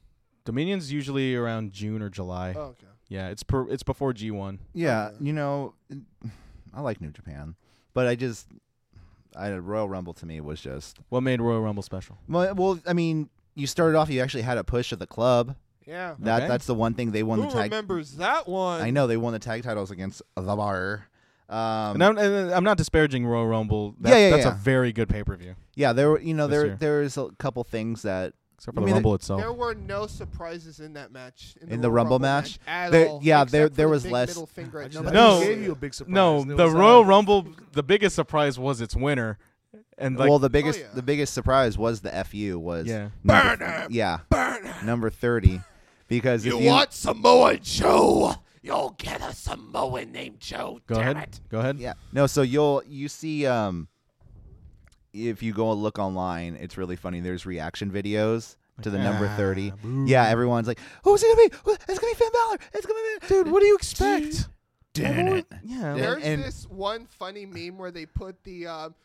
[SPEAKER 2] Dominion's usually around June or July.
[SPEAKER 5] Oh, okay.
[SPEAKER 2] Yeah, it's per, it's before G one.
[SPEAKER 4] Yeah.
[SPEAKER 5] Okay.
[SPEAKER 4] You know, I like New Japan, but I just, I Royal Rumble to me was just
[SPEAKER 2] What made Royal Rumble special?
[SPEAKER 4] well. well, I mean, you started off. You actually had a push of the club.
[SPEAKER 5] Yeah.
[SPEAKER 4] That
[SPEAKER 2] Okay.
[SPEAKER 4] that's the one thing they won the
[SPEAKER 5] Who
[SPEAKER 4] tag.
[SPEAKER 5] remembers that one?
[SPEAKER 4] I know they won the tag titles against the Bar. Um,
[SPEAKER 2] and I'm, and I'm not disparaging Royal Rumble. That,
[SPEAKER 4] Yeah, yeah,
[SPEAKER 2] that's
[SPEAKER 4] yeah.
[SPEAKER 2] a very good pay per view,
[SPEAKER 4] yeah, there were you know
[SPEAKER 2] This
[SPEAKER 4] there
[SPEAKER 2] year.
[SPEAKER 4] there's a couple things that
[SPEAKER 2] except for
[SPEAKER 4] I mean,
[SPEAKER 2] the Rumble
[SPEAKER 5] There
[SPEAKER 2] itself.
[SPEAKER 5] were no surprises in that match. In,
[SPEAKER 4] In
[SPEAKER 5] the,
[SPEAKER 4] the
[SPEAKER 5] Royal
[SPEAKER 4] Rumble match?
[SPEAKER 5] at
[SPEAKER 4] There-
[SPEAKER 5] all,
[SPEAKER 4] yeah, there-
[SPEAKER 5] except for
[SPEAKER 4] there
[SPEAKER 5] the
[SPEAKER 4] was
[SPEAKER 5] big
[SPEAKER 4] less-
[SPEAKER 5] middle finger at
[SPEAKER 3] Nobody
[SPEAKER 5] nobody
[SPEAKER 2] No.
[SPEAKER 5] gave
[SPEAKER 3] gave you
[SPEAKER 5] you
[SPEAKER 3] a big surprise.
[SPEAKER 2] No,
[SPEAKER 3] There
[SPEAKER 2] the
[SPEAKER 3] was, uh,
[SPEAKER 2] Royal Rumble, the biggest surprise was its winner, and like
[SPEAKER 4] well the biggest
[SPEAKER 5] yeah.
[SPEAKER 4] the biggest surprise was the FU was
[SPEAKER 2] Yeah.
[SPEAKER 4] number, yeah number thirty because if you
[SPEAKER 1] Samoa Joe? You'll get a Samoan named Joe.
[SPEAKER 2] Go ahead. Go ahead.
[SPEAKER 4] yeah no so you'll you see um if you go and look online it's really funny there's reaction videos to the number
[SPEAKER 2] ah,
[SPEAKER 4] thirty
[SPEAKER 2] boo.
[SPEAKER 4] yeah everyone's like who's it gonna be Who- it's gonna be Finn Balor it's gonna be
[SPEAKER 2] Dude, what do you expect?
[SPEAKER 4] Damn it.
[SPEAKER 2] Yeah.
[SPEAKER 4] Yeah.
[SPEAKER 2] like-
[SPEAKER 5] There's
[SPEAKER 4] and-
[SPEAKER 5] this one funny meme where they put the um,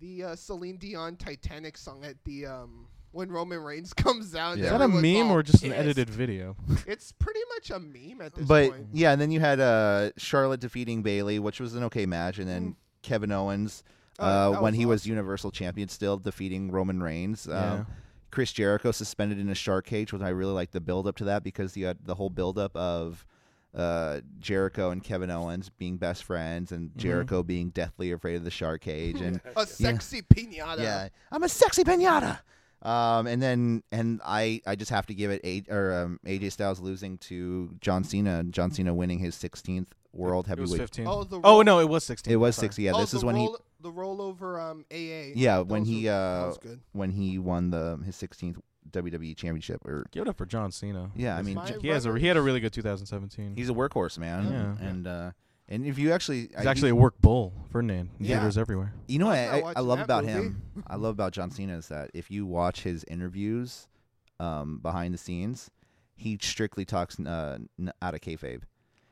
[SPEAKER 5] the uh, Celine Dion Titanic song at the um, when Roman Reigns comes out. and
[SPEAKER 4] Yeah.
[SPEAKER 2] Is that a
[SPEAKER 5] everyone's
[SPEAKER 2] meme
[SPEAKER 5] all
[SPEAKER 2] or just an
[SPEAKER 5] pissed.
[SPEAKER 2] edited video?
[SPEAKER 5] It's pretty much a meme at this
[SPEAKER 4] but
[SPEAKER 5] point.
[SPEAKER 4] yeah, and then you had uh, Charlotte defeating Bailey, which was an okay match, and then Kevin Owens
[SPEAKER 5] Mm. Oh,
[SPEAKER 4] uh,
[SPEAKER 5] that
[SPEAKER 4] when
[SPEAKER 5] was
[SPEAKER 4] he was
[SPEAKER 5] awesome.
[SPEAKER 4] Universal Champion, still defeating Roman Reigns. Um,
[SPEAKER 2] Yeah.
[SPEAKER 4] Chris Jericho suspended in a shark cage, which I really liked the build up to that because you had the whole build up of uh, Jericho and Kevin Owens being best friends, and Jericho being deathly afraid of the shark cage, and
[SPEAKER 5] A sexy pinata.
[SPEAKER 4] yeah, I'm a sexy pinata. Um, and then and I I just have to give it a or um, AJ Styles losing to John Cena. and John Cena winning his 16th world
[SPEAKER 2] It was
[SPEAKER 4] heavyweight.
[SPEAKER 2] 15.
[SPEAKER 5] Oh, the
[SPEAKER 2] Oh,
[SPEAKER 5] roll-
[SPEAKER 2] no, it was 16.
[SPEAKER 4] It was
[SPEAKER 2] Sorry.
[SPEAKER 4] 60. Yeah,
[SPEAKER 5] Oh,
[SPEAKER 4] this is
[SPEAKER 5] the
[SPEAKER 4] when he
[SPEAKER 5] roll- the rollover um, AA.
[SPEAKER 4] yeah
[SPEAKER 5] That
[SPEAKER 4] when
[SPEAKER 5] was-
[SPEAKER 4] he
[SPEAKER 5] that
[SPEAKER 4] uh
[SPEAKER 5] was good.
[SPEAKER 4] when he won the his 16th WWE E championship or
[SPEAKER 2] Give it up for John Cena.
[SPEAKER 4] yeah I mean
[SPEAKER 5] my-
[SPEAKER 4] j-
[SPEAKER 2] He has a he had a really good 2017. He's,
[SPEAKER 4] he's a workhorse man
[SPEAKER 2] Yeah.
[SPEAKER 4] and uh and if you actually I-
[SPEAKER 2] actually a work bull, Ferdinand. in
[SPEAKER 4] Yeah.
[SPEAKER 2] Theaters everywhere.
[SPEAKER 4] You know what
[SPEAKER 5] I'm not
[SPEAKER 4] I, I
[SPEAKER 5] watching
[SPEAKER 4] love
[SPEAKER 5] that
[SPEAKER 4] about
[SPEAKER 5] movie.
[SPEAKER 4] him? I love about John Cena is that if you watch his interviews um, behind the scenes, he strictly talks uh, n- out of kayfabe.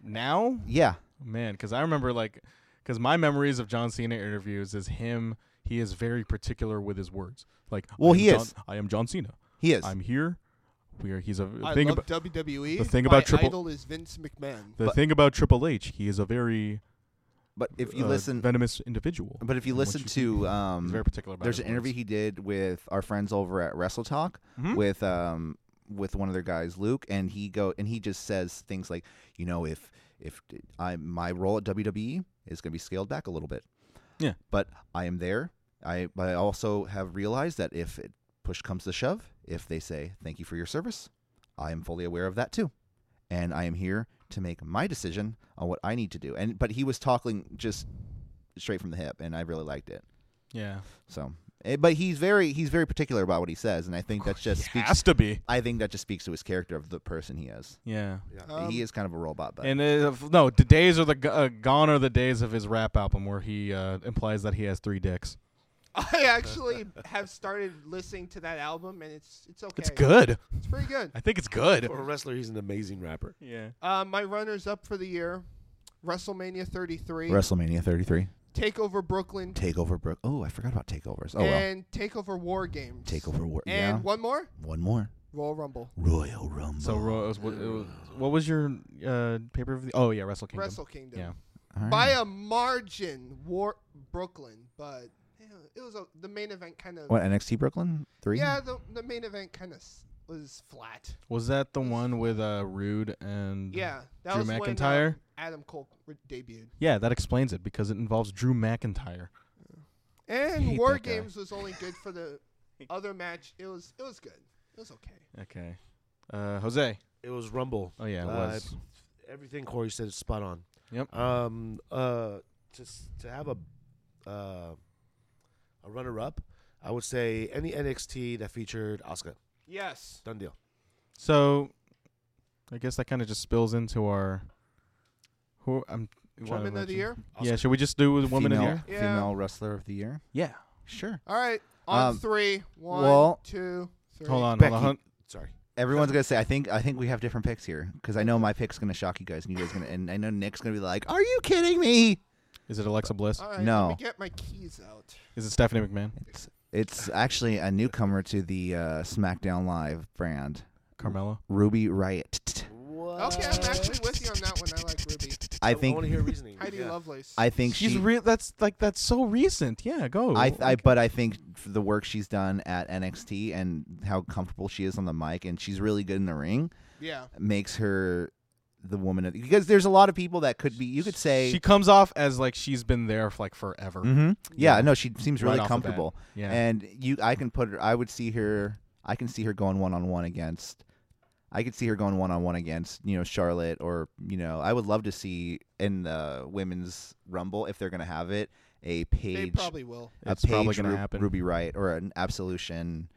[SPEAKER 2] Now,
[SPEAKER 4] Yeah,
[SPEAKER 2] man, because I remember like, because my memories of John Cena interviews is him. He is very particular with his words. Like,
[SPEAKER 4] Well,
[SPEAKER 2] I am
[SPEAKER 4] he
[SPEAKER 2] John-
[SPEAKER 4] is.
[SPEAKER 2] I am John Cena.
[SPEAKER 4] he is.
[SPEAKER 2] I'm here. We are. He's a
[SPEAKER 5] I
[SPEAKER 2] thing
[SPEAKER 5] love
[SPEAKER 2] about
[SPEAKER 5] WWE.
[SPEAKER 2] the thing
[SPEAKER 5] My
[SPEAKER 2] about Triple-
[SPEAKER 5] idol is Vince McMahon.
[SPEAKER 2] the
[SPEAKER 4] but-
[SPEAKER 2] thing about Triple H. He is a very
[SPEAKER 4] but if you
[SPEAKER 2] uh,
[SPEAKER 4] listen,
[SPEAKER 2] venomous individual.
[SPEAKER 4] but if you
[SPEAKER 2] and what
[SPEAKER 4] listen
[SPEAKER 2] you do.
[SPEAKER 4] to
[SPEAKER 2] He's
[SPEAKER 4] um,
[SPEAKER 2] very particular about.
[SPEAKER 4] there's
[SPEAKER 2] his
[SPEAKER 4] an interview
[SPEAKER 2] words.
[SPEAKER 4] he did with our friends over at Wrestle Talk
[SPEAKER 2] Mhm.
[SPEAKER 4] with um with one of their guys, Luke, and he go and he just says things like, you know, if if I my role at WWE is going to be scaled back a little bit.
[SPEAKER 2] Yeah.
[SPEAKER 4] But I am there. I but I also have realized that if it push comes to shove, if they say thank you for your service, I am fully aware of that too. and I am here to make my decision on what I need to do. And but he was talking just straight from the hip, and I really liked it.
[SPEAKER 2] Yeah,
[SPEAKER 4] So, eh, but he's very he's very particular about what he says, and I think that just
[SPEAKER 2] He
[SPEAKER 4] speaks.
[SPEAKER 2] has to be.
[SPEAKER 4] I think that just speaks to his character of the person he is.
[SPEAKER 2] Yeah.
[SPEAKER 5] Um,
[SPEAKER 4] he is kind of a robot, but
[SPEAKER 2] And uh, f- no, the days are the g- uh, gone are the days of his rap album where he uh, implies that he has three dicks.
[SPEAKER 5] I actually have started listening to that album, and it's it's okay.
[SPEAKER 2] It's good.
[SPEAKER 5] It's pretty good.
[SPEAKER 2] I think it's good.
[SPEAKER 3] For a wrestler, he's an amazing rapper.
[SPEAKER 2] Yeah.
[SPEAKER 5] Uh, my runners up for the year: WrestleMania 33,
[SPEAKER 4] WrestleMania 33,
[SPEAKER 5] Takeover Brooklyn,
[SPEAKER 4] Takeover Brook. Oh, I forgot about takeovers. Oh well,
[SPEAKER 5] and Takeover War Games.
[SPEAKER 4] Takeover War.
[SPEAKER 5] And
[SPEAKER 4] yeah,
[SPEAKER 5] one more:
[SPEAKER 4] one more
[SPEAKER 5] Royal Rumble,
[SPEAKER 4] Royal Rumble.
[SPEAKER 2] So Ro- it was, what, it was, what was your uh, pay per view? Oh yeah, Wrestle Kingdom.
[SPEAKER 5] Wrestle Kingdom.
[SPEAKER 2] Yeah.
[SPEAKER 4] All right.
[SPEAKER 5] By a margin, War Brooklyn, but you know, it was a, the main event kind of.
[SPEAKER 4] what NXT Brooklyn three?
[SPEAKER 5] Yeah, the, the main event kind of s- was flat.
[SPEAKER 2] Was that the one with uh, Rude and?
[SPEAKER 5] Yeah, that
[SPEAKER 2] Drew
[SPEAKER 5] was when, um,
[SPEAKER 2] McIntyre?
[SPEAKER 5] Adam Cole re- debuted,
[SPEAKER 2] Yeah, that explains it because it involves Drew McIntyre.
[SPEAKER 5] and
[SPEAKER 2] hate
[SPEAKER 5] War
[SPEAKER 2] that guy.
[SPEAKER 5] Games was only good for the other match. It was it was good. It was okay.
[SPEAKER 2] Okay. Uh, Jose.
[SPEAKER 3] It was Rumble.
[SPEAKER 2] Oh yeah, it
[SPEAKER 3] Uh,
[SPEAKER 2] was.
[SPEAKER 3] Everything Corey said is spot on.
[SPEAKER 2] Yep.
[SPEAKER 3] Um. Uh. Just to have a uh a runner up, I would say any NXT that featured Oscar.
[SPEAKER 5] Yes.
[SPEAKER 3] Done deal.
[SPEAKER 2] So, I guess that kind of just spills into our. Who I'm. trying to
[SPEAKER 5] Woman of the
[SPEAKER 2] mention.
[SPEAKER 5] year.
[SPEAKER 2] Yeah. Should we just do with woman
[SPEAKER 4] female,
[SPEAKER 2] of the year?
[SPEAKER 5] Yeah.
[SPEAKER 4] female wrestler of the year.
[SPEAKER 2] Yeah.
[SPEAKER 4] Sure.
[SPEAKER 5] All right. On
[SPEAKER 4] Um,
[SPEAKER 5] three. One,
[SPEAKER 4] well-
[SPEAKER 5] two, three.
[SPEAKER 2] Hold on.
[SPEAKER 4] Becky.
[SPEAKER 2] Hold on.
[SPEAKER 3] Sorry.
[SPEAKER 4] Everyone's gonna say I think I think we have different picks here because I know my pick's gonna shock you guys and you guys gonna and I know Nick's gonna be like, "Are you kidding me?"
[SPEAKER 2] Is it Alexa Bliss?
[SPEAKER 5] All right.
[SPEAKER 4] No.
[SPEAKER 5] Let me get my keys out.
[SPEAKER 2] Is it Stephanie McMahon?
[SPEAKER 4] It's it's actually a newcomer to the uh, SmackDown Live brand,
[SPEAKER 2] Carmelo?
[SPEAKER 4] Ruby Riot.
[SPEAKER 5] Okay, I'm actually with you on that one. I like Ruby.
[SPEAKER 4] I
[SPEAKER 3] I want to
[SPEAKER 4] think
[SPEAKER 3] hear reasoning.
[SPEAKER 5] Heidi
[SPEAKER 3] yeah.
[SPEAKER 5] Lovelace.
[SPEAKER 4] I think
[SPEAKER 2] She's
[SPEAKER 4] she,
[SPEAKER 2] real. That's like that's so recent. Yeah, go.
[SPEAKER 4] I, I but I think f- the work she's done at NXT and how comfortable she is on the mic and she's really good in the ring
[SPEAKER 5] yeah.
[SPEAKER 4] makes her the woman of because there's a lot of people that could be you could say
[SPEAKER 2] she comes off as like she's been there for like forever.
[SPEAKER 4] hmm yeah, no she seems
[SPEAKER 2] Right
[SPEAKER 4] really
[SPEAKER 2] off the bat.
[SPEAKER 4] comfortable
[SPEAKER 2] Yeah.
[SPEAKER 4] and you I can put her I would see her I can see her going one on one against I could see her going one on one against you know Charlotte or you know I would love to see in the women's rumble if they're gonna have it a page
[SPEAKER 5] They probably will.
[SPEAKER 4] a
[SPEAKER 2] It's probably
[SPEAKER 4] Paige
[SPEAKER 2] gonna
[SPEAKER 4] Ru-
[SPEAKER 2] happen.
[SPEAKER 4] Ruby Riot or an Absolution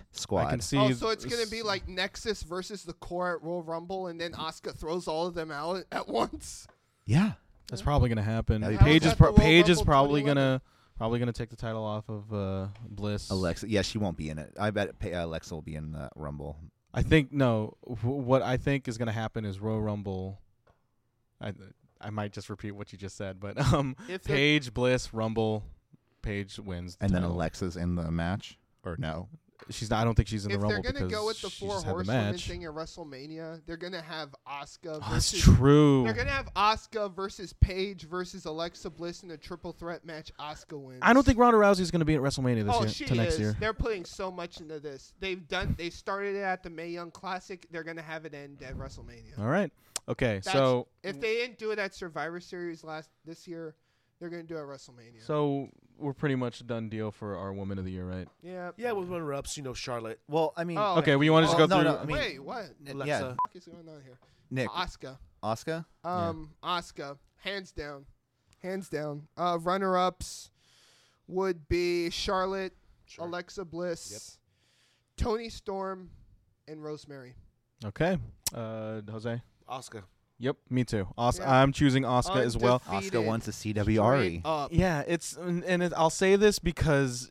[SPEAKER 2] I can
[SPEAKER 4] squad.
[SPEAKER 2] see.
[SPEAKER 5] oh, so it's gonna
[SPEAKER 2] s-
[SPEAKER 5] be like Nexus versus the Core at Royal Rumble, and then Oscar throws all of them out at once.
[SPEAKER 4] Yeah,
[SPEAKER 2] That's probably gonna happen.
[SPEAKER 4] That'd be
[SPEAKER 2] Paige
[SPEAKER 5] cool.
[SPEAKER 2] is pro-
[SPEAKER 5] How was that the Royal
[SPEAKER 2] Paige is
[SPEAKER 5] Rumble
[SPEAKER 2] probably
[SPEAKER 5] 2011?
[SPEAKER 2] gonna probably gonna take the title off of uh, Bliss.
[SPEAKER 4] Alexa. Yeah, she won't be in it. I bet Pa- Alexa will be in the Rumble.
[SPEAKER 2] I think no. Wh- what I think is gonna happen is Royal Rumble. I I might just repeat what you just said, but um,
[SPEAKER 5] If they're-
[SPEAKER 2] Paige Bliss Rumble, Paige wins, the
[SPEAKER 4] And then
[SPEAKER 2] title.
[SPEAKER 4] Alexa's in the match or no?
[SPEAKER 2] She's not. I don't think she's in the
[SPEAKER 5] if
[SPEAKER 2] Rumble
[SPEAKER 5] they're gonna
[SPEAKER 2] because
[SPEAKER 5] go with the
[SPEAKER 2] she
[SPEAKER 5] four
[SPEAKER 2] just had the
[SPEAKER 5] horsewomen
[SPEAKER 2] match.
[SPEAKER 5] thing at WrestleMania, they're gonna have Oscar
[SPEAKER 2] Oh, that's
[SPEAKER 5] versus.
[SPEAKER 2] true.
[SPEAKER 5] They're gonna have Oscar versus Paige versus Alexa Bliss in a triple threat match. Oscar wins.
[SPEAKER 2] I don't think Ronda Rousey is going to be at WrestleMania this
[SPEAKER 5] Oh,
[SPEAKER 2] year
[SPEAKER 5] she
[SPEAKER 2] to next
[SPEAKER 5] is.
[SPEAKER 2] year.
[SPEAKER 5] They're putting so much into this. They've done. They started it at the May Young Classic. They're gonna have it end at WrestleMania.
[SPEAKER 2] All right. Okay.
[SPEAKER 5] That's-
[SPEAKER 2] so
[SPEAKER 5] if they didn't do it at Survivor Series last this year, they're gonna do it at WrestleMania.
[SPEAKER 2] so we're pretty much done deal for our Woman of the Year, right?
[SPEAKER 5] yeah.
[SPEAKER 3] Yeah, with runner ups, you know Charlotte,
[SPEAKER 4] Well, I mean,
[SPEAKER 5] Oh,
[SPEAKER 2] Okay. We want to just
[SPEAKER 4] Oh,
[SPEAKER 2] go
[SPEAKER 4] no,
[SPEAKER 2] through.
[SPEAKER 4] no, I mean-
[SPEAKER 5] Wait, what? The
[SPEAKER 4] n- yeah,
[SPEAKER 3] Alexa.
[SPEAKER 5] fuck is going on here?
[SPEAKER 4] Nick,
[SPEAKER 5] Oscar.
[SPEAKER 4] Oscar.
[SPEAKER 5] Um, Oscar, hands down, hands down. Uh, runner-ups would be Charlotte,
[SPEAKER 3] Sure.
[SPEAKER 5] Alexa Bliss, Tony Storm, and Rosemary.
[SPEAKER 2] okay. Uh, Jose.
[SPEAKER 3] Oscar.
[SPEAKER 2] Yep. Me too. Os-
[SPEAKER 5] Yeah.
[SPEAKER 2] I'm choosing Oscar as well.
[SPEAKER 4] Oscar
[SPEAKER 5] Undefeated.
[SPEAKER 4] wants a
[SPEAKER 5] Straight
[SPEAKER 4] CWRE.
[SPEAKER 5] up.
[SPEAKER 2] Yeah. It's and and it, I'll say this because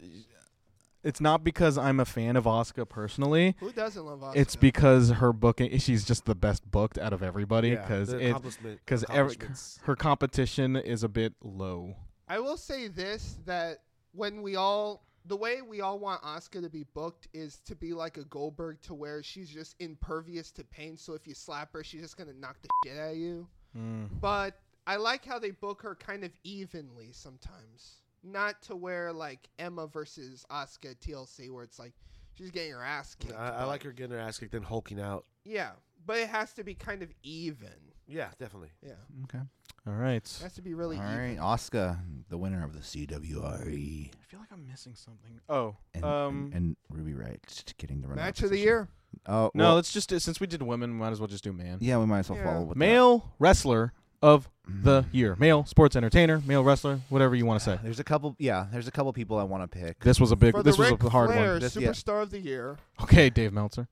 [SPEAKER 2] it's not because I'm a fan of Oscar personally.
[SPEAKER 5] Who doesn't love Oscar?
[SPEAKER 2] It's because her booking. She's just the best booked out of everybody
[SPEAKER 3] Yeah,
[SPEAKER 2] because
[SPEAKER 3] the
[SPEAKER 2] it
[SPEAKER 3] accomplishment-
[SPEAKER 2] because every
[SPEAKER 3] accomplishments.
[SPEAKER 2] her competition is a bit low.
[SPEAKER 5] I will say this that when we all the way we all want Oscar to be booked is to be like a Goldberg to where she's just impervious to pain, so if you slap her, she's just gonna knock the shit out of you.
[SPEAKER 2] Mm.
[SPEAKER 5] But I like how they book her kind of evenly sometimes. Not to where like Emma versus Oscar TLC where it's like she's getting her ass kicked.
[SPEAKER 3] I, I
[SPEAKER 5] but-
[SPEAKER 3] like her getting her ass kicked, then hulking out.
[SPEAKER 5] Yeah. But it has to be kind of even.
[SPEAKER 3] Yeah, definitely.
[SPEAKER 5] Yeah.
[SPEAKER 4] Okay.
[SPEAKER 2] All right.
[SPEAKER 5] It has to be really
[SPEAKER 4] All
[SPEAKER 5] even.
[SPEAKER 4] right, Oscar, the winner of the CWRE,
[SPEAKER 2] I feel like I'm missing something. Oh,
[SPEAKER 4] E and,
[SPEAKER 2] um,
[SPEAKER 4] and, and Ruby Wright just getting the runner.
[SPEAKER 5] Match of the year.
[SPEAKER 4] Oh
[SPEAKER 2] no.
[SPEAKER 4] well,
[SPEAKER 2] let's just do, since we did women, we might as well just do man.
[SPEAKER 4] yeah, we might as well
[SPEAKER 5] Yeah.
[SPEAKER 4] follow with that. Mm.
[SPEAKER 2] Male wrestler of the year. Male sports entertainer. Male wrestler. Whatever you want to say.
[SPEAKER 4] There's a couple. Yeah, there's a couple people I want to pick.
[SPEAKER 2] This was a big.
[SPEAKER 5] For
[SPEAKER 2] this
[SPEAKER 5] the
[SPEAKER 2] was
[SPEAKER 5] Ric
[SPEAKER 2] a hard
[SPEAKER 5] Flair
[SPEAKER 2] one.
[SPEAKER 4] This- yeah.
[SPEAKER 5] Superstar of the Year.
[SPEAKER 2] Okay, Dave Meltzer.